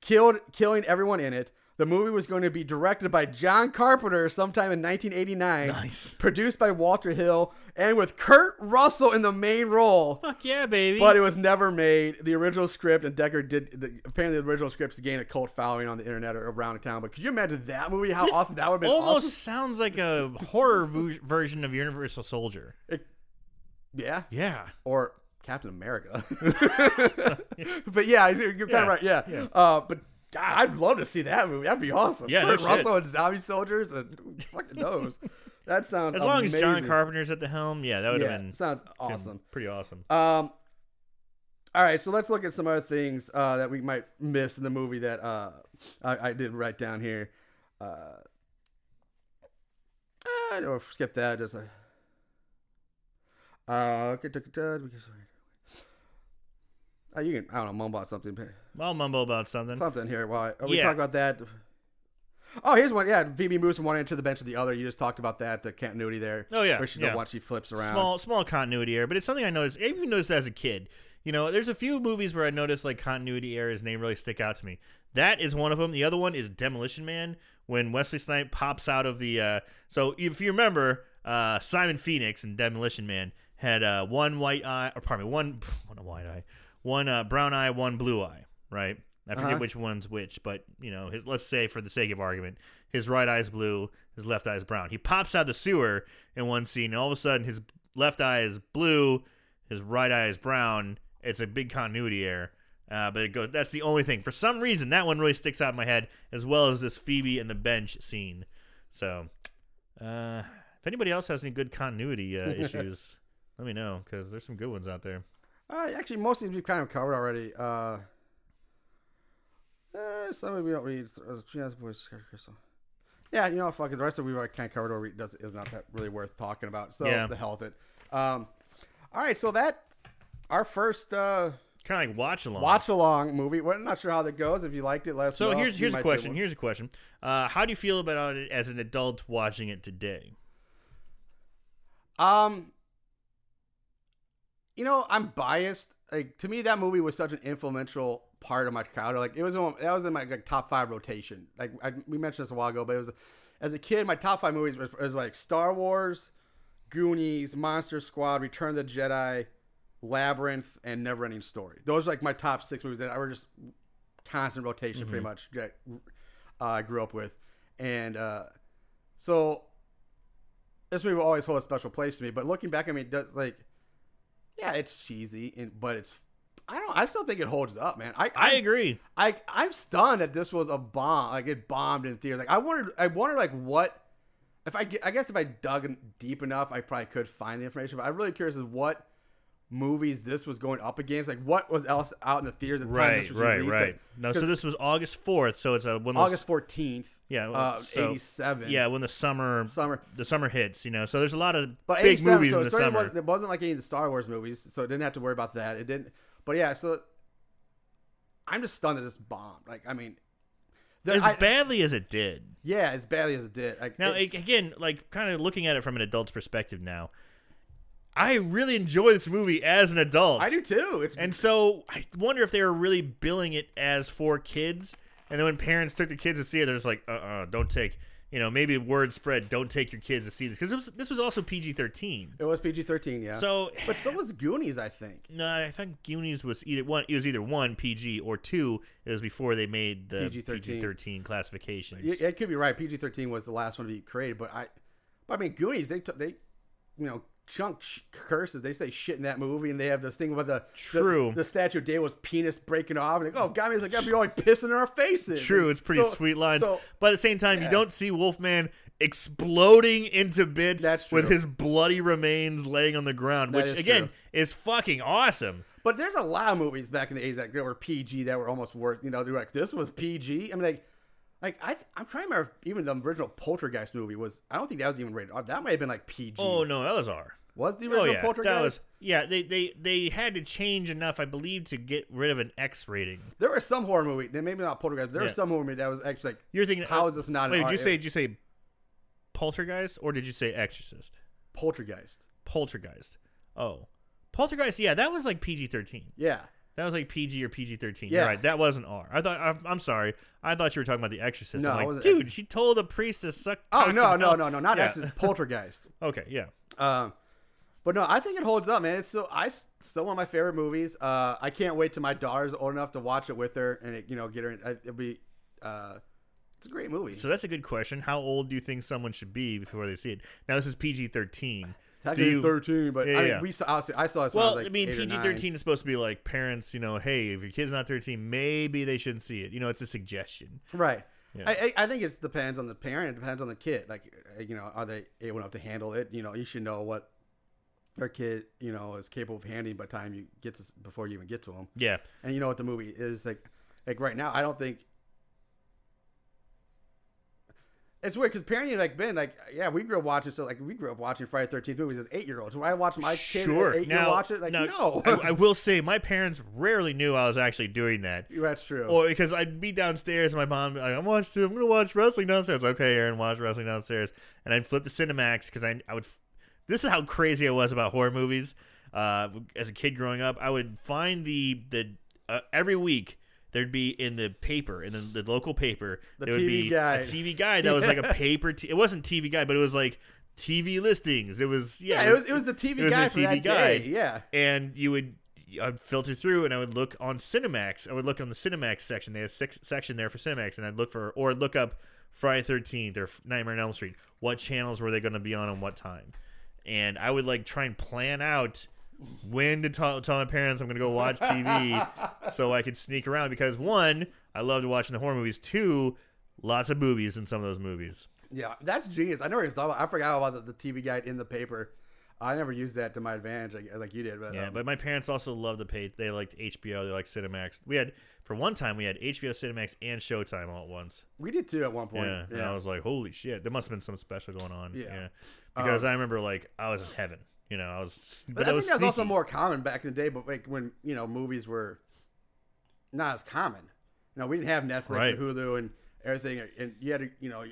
Speaker 3: killed killing everyone in it. The movie was going to be directed by John Carpenter sometime in 1989.
Speaker 4: Nice.
Speaker 3: Produced by Walter Hill and with Kurt Russell in the main role.
Speaker 4: Fuck yeah, baby.
Speaker 3: But it was never made. The original script and Decker did. The, apparently, the original scripts gained a cult following on the internet or around town. But could you imagine that movie? How
Speaker 4: This
Speaker 3: awesome that would have been!
Speaker 4: almost
Speaker 3: awesome?
Speaker 4: sounds like a horror vu- version of Universal Soldier.
Speaker 3: yeah.
Speaker 4: Yeah.
Speaker 3: or Captain
Speaker 4: *laughs*
Speaker 3: America. but yeah, you're kind
Speaker 4: Yeah,
Speaker 3: of right. Yeah.
Speaker 4: yeah.
Speaker 3: Uh, but God, I'd love to see that movie. That'd be awesome.
Speaker 4: Yeah, no
Speaker 3: Kurt
Speaker 4: shit.
Speaker 3: Russell and zombie soldiers and who fucking knows. that sounds
Speaker 4: As long as John
Speaker 3: amazing.
Speaker 4: Carpenter's at the helm, yeah, that would have
Speaker 3: Yeah,
Speaker 4: been
Speaker 3: sounds
Speaker 4: been
Speaker 3: awesome.
Speaker 4: Pretty awesome.
Speaker 3: Um, all right, so let's look at some other things uh, that we might miss in the movie that uh, I, I did write down here. Uh, I know, skip that. Just like, uh, okay, took a uh, you can I don't know mumble out something
Speaker 4: I'll mumble about something.
Speaker 3: something here. Why are we
Speaker 4: Yeah.
Speaker 3: talking about that? Oh, here's one. Yeah, VB moves from one end to the bench to the other. You just talked about that, the continuity there.
Speaker 4: Oh, yeah,
Speaker 3: Where she's
Speaker 4: yeah.
Speaker 3: the one she flips around.
Speaker 4: Small small continuity error, but it's something I noticed. I even noticed that as a kid. You know, there's a few movies where I noticed like continuity errors and they really stick out to me. That is one of them. The other one is Demolition Man when Wesley Snipe pops out of the. Uh, so if you remember, uh, Simon Phoenix and Demolition Man had uh, one white eye, or pardon me, one *laughs* one white eye, one uh, brown eye, one blue eye, right? I forget
Speaker 3: Uh-huh.
Speaker 4: which one's which, but you know, his, let's say for the sake of argument, his right eye's blue, his left eye's brown. He pops out of the sewer in one scene, and all of a sudden his left eye is blue, his right eye is brown. It's a big continuity error, uh, but it goes. That's the only thing. For some reason, that one really sticks out in my head, as well as this Phoebe and the bench scene. So, uh, if anybody else has any good continuity uh, issues, let me know because there's some good ones out there.
Speaker 3: Uh, actually, most of these we've kind of covered already. Uh, eh, some of we don't read. Yeah, you know, fuck it. The rest of we've already kind of covered. Or read, does is not that really worth talking about. So
Speaker 4: Yeah.
Speaker 3: the hell with it. Um, all right, so that our first uh,
Speaker 4: Kind of like watch along.
Speaker 3: watch along movie. We're not sure how that goes. If you liked it, let us
Speaker 4: So
Speaker 3: know.
Speaker 4: here's
Speaker 3: We
Speaker 4: here's
Speaker 3: might
Speaker 4: a
Speaker 3: do
Speaker 4: question.
Speaker 3: one.
Speaker 4: Here's a question. Uh, how do you feel about it as an adult watching it today?
Speaker 3: Um, you know, I'm biased. Like to me, that movie was such an influential part of my childhood. Like it was on, that was in my like, top five rotation. Like I, we mentioned this a while ago, but it was as a kid, my top five movies was, was like Star Wars, Goonies, Monster Squad, Return of the Jedi, Labyrinth, and Neverending Story. Those are like my top six movies that I were just constant rotation,
Speaker 4: Mm-hmm.
Speaker 3: pretty much. That uh, I grew up with, and uh, so this movie will always hold a special place to me. But looking back, I mean, it does like, yeah, it's cheesy, and, but it's I don't I still think it holds up, man. I
Speaker 4: I
Speaker 3: I'm-
Speaker 4: agree.
Speaker 3: I I'm stunned that this was a bomb. Like it bombed in theaters. Like I wondered I wondered like what if I ge- I guess if I dug in deep enough, I probably could find the information. But I'm really curious is what movies this was going up against. Like what was else out in the theaters at the time
Speaker 4: Right,
Speaker 3: this was
Speaker 4: right,
Speaker 3: released?
Speaker 4: right.
Speaker 3: Like,
Speaker 4: No, so this was August fourth, so it's a when the-
Speaker 3: August 14th.
Speaker 4: yeah,
Speaker 3: uh,
Speaker 4: so-
Speaker 3: 87.
Speaker 4: Yeah, when the summer
Speaker 3: Summer.
Speaker 4: the summer hits, you know. So there's a lot of
Speaker 3: But
Speaker 4: big
Speaker 3: 87,
Speaker 4: movies
Speaker 3: so
Speaker 4: in the
Speaker 3: it certainly
Speaker 4: summer.
Speaker 3: Wasn't, it wasn't like any of the Star Wars movies, so it didn't have to worry about that. It didn't. But yeah, so I'm just stunned that this bombed. Like I mean, the-
Speaker 4: as
Speaker 3: I-
Speaker 4: badly as it did.
Speaker 3: Yeah, as badly as it did. Like,
Speaker 4: Now
Speaker 3: it's-
Speaker 4: a- again, like kind of looking at it from an adult's perspective now, I really enjoy this movie as an adult.
Speaker 3: I do too. It's
Speaker 4: And so I wonder if they were really billing it as for kids. And then when parents took the kids to see it, they're just like, uh uh-uh, uh, do not take, you know, maybe word spread, don't take your kids to see this. Because was, this was also PG 13.
Speaker 3: it was PG thirteen. Yeah.
Speaker 4: So,
Speaker 3: but so was Goonies. I think
Speaker 4: no, I think Goonies was either one, it was either one PG or two. It was before they made the
Speaker 3: PG-13.
Speaker 4: PG 13 classifications.
Speaker 3: Y- it could be right. PG thirteen was the last one to be created, but I, but I mean Goonies. They t- they, you know. Chunk sh- curses. They say shit in that movie, and they have this thing with the the-
Speaker 4: True.
Speaker 3: The, statue of David's penis breaking off, and like, oh, God, it's like gotta be always pissing in our faces.
Speaker 4: True,
Speaker 3: And
Speaker 4: it's pretty
Speaker 3: so-
Speaker 4: sweet lines.
Speaker 3: so-
Speaker 4: but at the same time, you don't see Wolfman exploding into bits
Speaker 3: That's
Speaker 4: with
Speaker 3: true.
Speaker 4: his bloody remains laying on the ground,
Speaker 3: That
Speaker 4: which
Speaker 3: is
Speaker 4: again
Speaker 3: true.
Speaker 4: is fucking awesome.
Speaker 3: But there's a lot of movies back in the 80s that were PG that were almost worth, you know, they were like, this was PG. I mean, like, like I, th- I'm trying to remember if even the original Poltergeist movie was, I don't think that was even rated R. That might have been like PG.
Speaker 4: Oh no, that was R.
Speaker 3: Was the original
Speaker 4: Oh yeah,
Speaker 3: Poltergeist?
Speaker 4: that was yeah. They they they had to change enough, I believe, to get rid of an X rating.
Speaker 3: There were some horror movie, then maybe not Poltergeist, but there
Speaker 4: Yeah.
Speaker 3: was some horror movie that was actually like,
Speaker 4: You're thinking oh,
Speaker 3: How is this not an
Speaker 4: Wait, did
Speaker 3: R?
Speaker 4: you say
Speaker 3: It-
Speaker 4: did you say Poltergeist or did you say Exorcist?
Speaker 3: Poltergeist.
Speaker 4: Poltergeist. Oh, Poltergeist. Yeah, that was like PG thirteen.
Speaker 3: Yeah.
Speaker 4: That was like PG or PG thirteen.
Speaker 3: Yeah.
Speaker 4: You're right. That wasn't R. I thought. I'm, I'm sorry. I thought you were talking about The Exorcist.
Speaker 3: No,
Speaker 4: I'm
Speaker 3: it
Speaker 4: like,
Speaker 3: wasn't
Speaker 4: dude,
Speaker 3: Exorcist.
Speaker 4: she told a priest to suck.
Speaker 3: Oh,
Speaker 4: cocks
Speaker 3: no,
Speaker 4: in
Speaker 3: no,
Speaker 4: hell.
Speaker 3: no, no, not
Speaker 4: Yeah.
Speaker 3: Exorcist, Poltergeist.
Speaker 4: Okay, yeah.
Speaker 3: Um, but no, I think it holds up, man. It's still I s- still one of my favorite movies. Uh, I can't wait till my daughter's old enough to watch it with her and it, you know get her. In, I- it'll be uh, it's a great movie.
Speaker 4: So that's a good question. How old do you think someone should be before they see it? Now this is PG thirteen.
Speaker 3: Technically thirteen, but
Speaker 4: Yeah,
Speaker 3: I mean,
Speaker 4: yeah.
Speaker 3: we saw, I saw I saw this. when
Speaker 4: Well,
Speaker 3: was, like,
Speaker 4: I mean,
Speaker 3: eight or
Speaker 4: PG
Speaker 3: nine.
Speaker 4: thirteen is supposed to be like parents, you know, hey, if your kid's not thirteen, maybe they shouldn't see it. You know, it's a suggestion.
Speaker 3: right?
Speaker 4: Yeah.
Speaker 3: I, I I think it depends on the parent. It depends on the kid. Like uh, you know, are they able enough to handle it? You know, you should know what their kid you know is capable of handling by the time you get to s- before you even get to them.
Speaker 4: Yeah,
Speaker 3: And you know what the movie is like like right now I don't think It's weird because parenting like been like yeah we grew up watching so like we grew up watching Friday Thirteenth movies as eight year olds. When I watch my kid
Speaker 4: sure.
Speaker 3: eight year
Speaker 4: now,
Speaker 3: old watch it like
Speaker 4: now,
Speaker 3: no,
Speaker 4: I,
Speaker 3: *laughs*
Speaker 4: I will say my parents rarely knew I was actually doing that.
Speaker 3: that's true.
Speaker 4: Or because I'd be downstairs and my mom, would be like, I'm watching, I'm gonna watch wrestling downstairs. Okay, Aaron, watch wrestling downstairs. And I'd flip the Cinemax because I, I would. f- This is how crazy I was about horror movies. Uh, as a kid growing up, I would find the the uh, every week there'd be in the paper in the, the local paper
Speaker 3: The
Speaker 4: there would
Speaker 3: TV
Speaker 4: be a
Speaker 3: guide.
Speaker 4: TV guide that
Speaker 3: *laughs*
Speaker 4: was like a paper. T- it wasn't TV guide, but it was like TV listings. It was yeah,
Speaker 3: yeah, it was it was the TV
Speaker 4: it was
Speaker 3: guy
Speaker 4: a
Speaker 3: for that
Speaker 4: TV guy.
Speaker 3: day. Yeah,
Speaker 4: and you would I'd filter through and I would look on Cinemax. I would look on the Cinemax section. They had a sec- section there for Cinemax, and I'd look for or I'd look up Friday Thirteenth or Nightmare on Elm Street. What channels were they going to be on and what time? And I would like try and plan out when to tell, tell my parents I'm going to go watch TV so I could sneak around because one, I loved watching the horror movies. Two, lots of boobies in some of those movies.
Speaker 3: yeah, that's genius. I never even thought about. I forgot about the, the TV guide in the paper. I never used that to my advantage like, like you did. But,
Speaker 4: Yeah,
Speaker 3: um,
Speaker 4: but my parents also loved the pay. They liked HBO. They liked Cinemax. We had for one time we had HBO, Cinemax, and Showtime all at once.
Speaker 3: we did too at one point.
Speaker 4: Yeah, and I was like, holy shit, there must have been something special going on.
Speaker 3: Yeah. Um,
Speaker 4: because I remember like I was in heaven. You know, I was. But,
Speaker 3: But,
Speaker 4: that
Speaker 3: I
Speaker 4: was
Speaker 3: think that was also
Speaker 4: sneaky.
Speaker 3: more common back in the day, but like when you know movies were not as common. You know, we didn't have Netflix and
Speaker 4: Right.
Speaker 3: Hulu and everything, and you had to you know.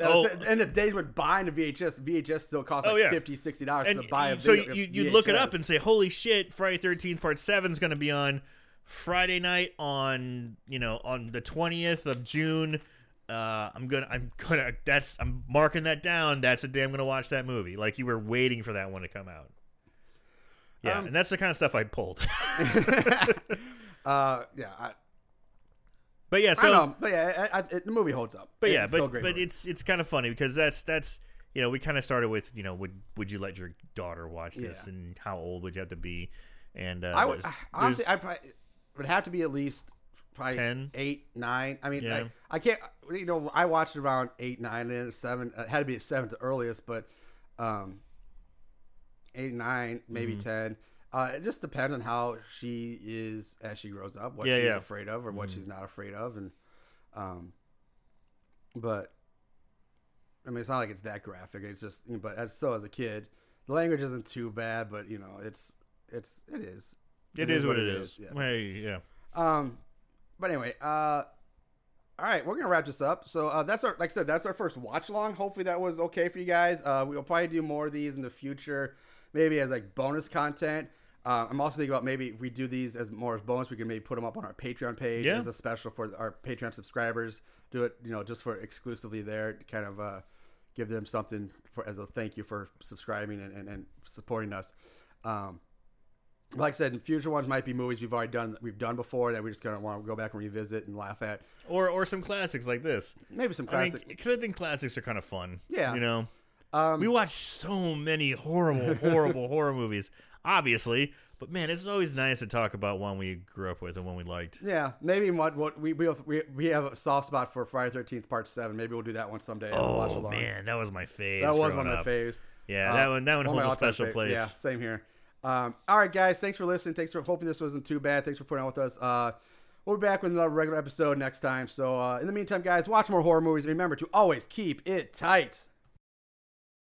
Speaker 4: Oh.
Speaker 3: And the days when buying a VHS, VHS still cost
Speaker 4: Oh,
Speaker 3: like
Speaker 4: yeah.
Speaker 3: fifty, sixty dollars
Speaker 4: And
Speaker 3: to buy a
Speaker 4: so
Speaker 3: video-
Speaker 4: you
Speaker 3: a
Speaker 4: you look it up
Speaker 3: VHS.
Speaker 4: and say, holy shit, Friday Thirteenth Part Seven is going to be on Friday night on you know on the twentieth of June. Uh, I'm gonna, I'm gonna, that's, I'm marking that down. That's a day I'm gonna watch that movie. Like you were waiting for that one to come out. Yeah,
Speaker 3: Um,
Speaker 4: and that's the kind of stuff I pulled. *laughs*
Speaker 3: uh, yeah, I,
Speaker 4: but yeah,
Speaker 3: I
Speaker 4: so
Speaker 3: don't know, but yeah, I, I, it, the movie holds up.
Speaker 4: but
Speaker 3: It's
Speaker 4: yeah,
Speaker 3: still a
Speaker 4: but
Speaker 3: great
Speaker 4: but
Speaker 3: movie.
Speaker 4: it's it's kind of funny because that's that's you know we kind of started with you know would would you let your daughter watch this
Speaker 3: Yeah.
Speaker 4: and how old would you have to be and uh,
Speaker 3: I would
Speaker 4: there's-
Speaker 3: *sighs* honestly, I
Speaker 4: there's-
Speaker 3: probably it would have to be at least probably
Speaker 4: 10?
Speaker 3: eight, nine. I mean,
Speaker 4: Yeah.
Speaker 3: like, I, can't. You know, I watched it around eight, nine, and seven. It had to be at seven to earliest, but um, eight, nine, maybe
Speaker 4: Mm-hmm.
Speaker 3: ten. Uh, it just depends on how she is as she grows up, what
Speaker 4: Yeah,
Speaker 3: she's
Speaker 4: yeah. Mm-hmm.
Speaker 3: afraid of, or what she's not afraid of, and um, but I mean, it's not like it's that graphic. It's just, but as so as a kid, the language isn't too bad, but you know, it's it's it is.
Speaker 4: it is what it is.
Speaker 3: Yeah.
Speaker 4: Hey, yeah.
Speaker 3: Um, but anyway, uh, all right, we're gonna wrap this up. So uh, that's our, like I said, that's our first watch along. Hopefully that was okay for you guys. Uh, we'll probably do more of these in the future, maybe as like bonus content. Uh, I'm also thinking about maybe if we do these as more as bonus, we can maybe put them up on our Patreon page
Speaker 4: Yeah.
Speaker 3: as a special for our Patreon subscribers. Do it, you know, just for exclusively there to kind of uh, give them something for as a thank you for subscribing and, and, and supporting us. Um, like I said, in future ones might be movies we've already done we've done before that we just gonna want to go back and revisit and laugh at.
Speaker 4: Or or some classics like this.
Speaker 3: Maybe some
Speaker 4: I mean,
Speaker 3: classic.
Speaker 4: because I think classics are kind of fun.
Speaker 3: Yeah.
Speaker 4: you know,
Speaker 3: um,
Speaker 4: we watch so
Speaker 3: *laughs*
Speaker 4: many horrible, horrible horror movies, obviously. But man, it's always nice to talk about one we grew up with and one we liked.
Speaker 3: yeah, maybe what what we we have, we, we have a soft spot for Friday Thirteenth Part Seven. Maybe we'll do that one someday. and watch
Speaker 4: Oh
Speaker 3: along.
Speaker 4: man, that was my fave.
Speaker 3: that was one of my faves.
Speaker 4: Yeah,
Speaker 3: Uh,
Speaker 4: that one that one,
Speaker 3: of my
Speaker 4: holds a
Speaker 3: all-time
Speaker 4: special
Speaker 3: fav-
Speaker 4: place.
Speaker 3: Yeah, same here. Um, all right, guys, thanks for listening. Thanks for hoping this wasn't too bad. Thanks for putting out with us. Uh, we'll be back with another regular episode next time. So uh, in the meantime, guys, watch more horror movies. Remember to always keep it tight.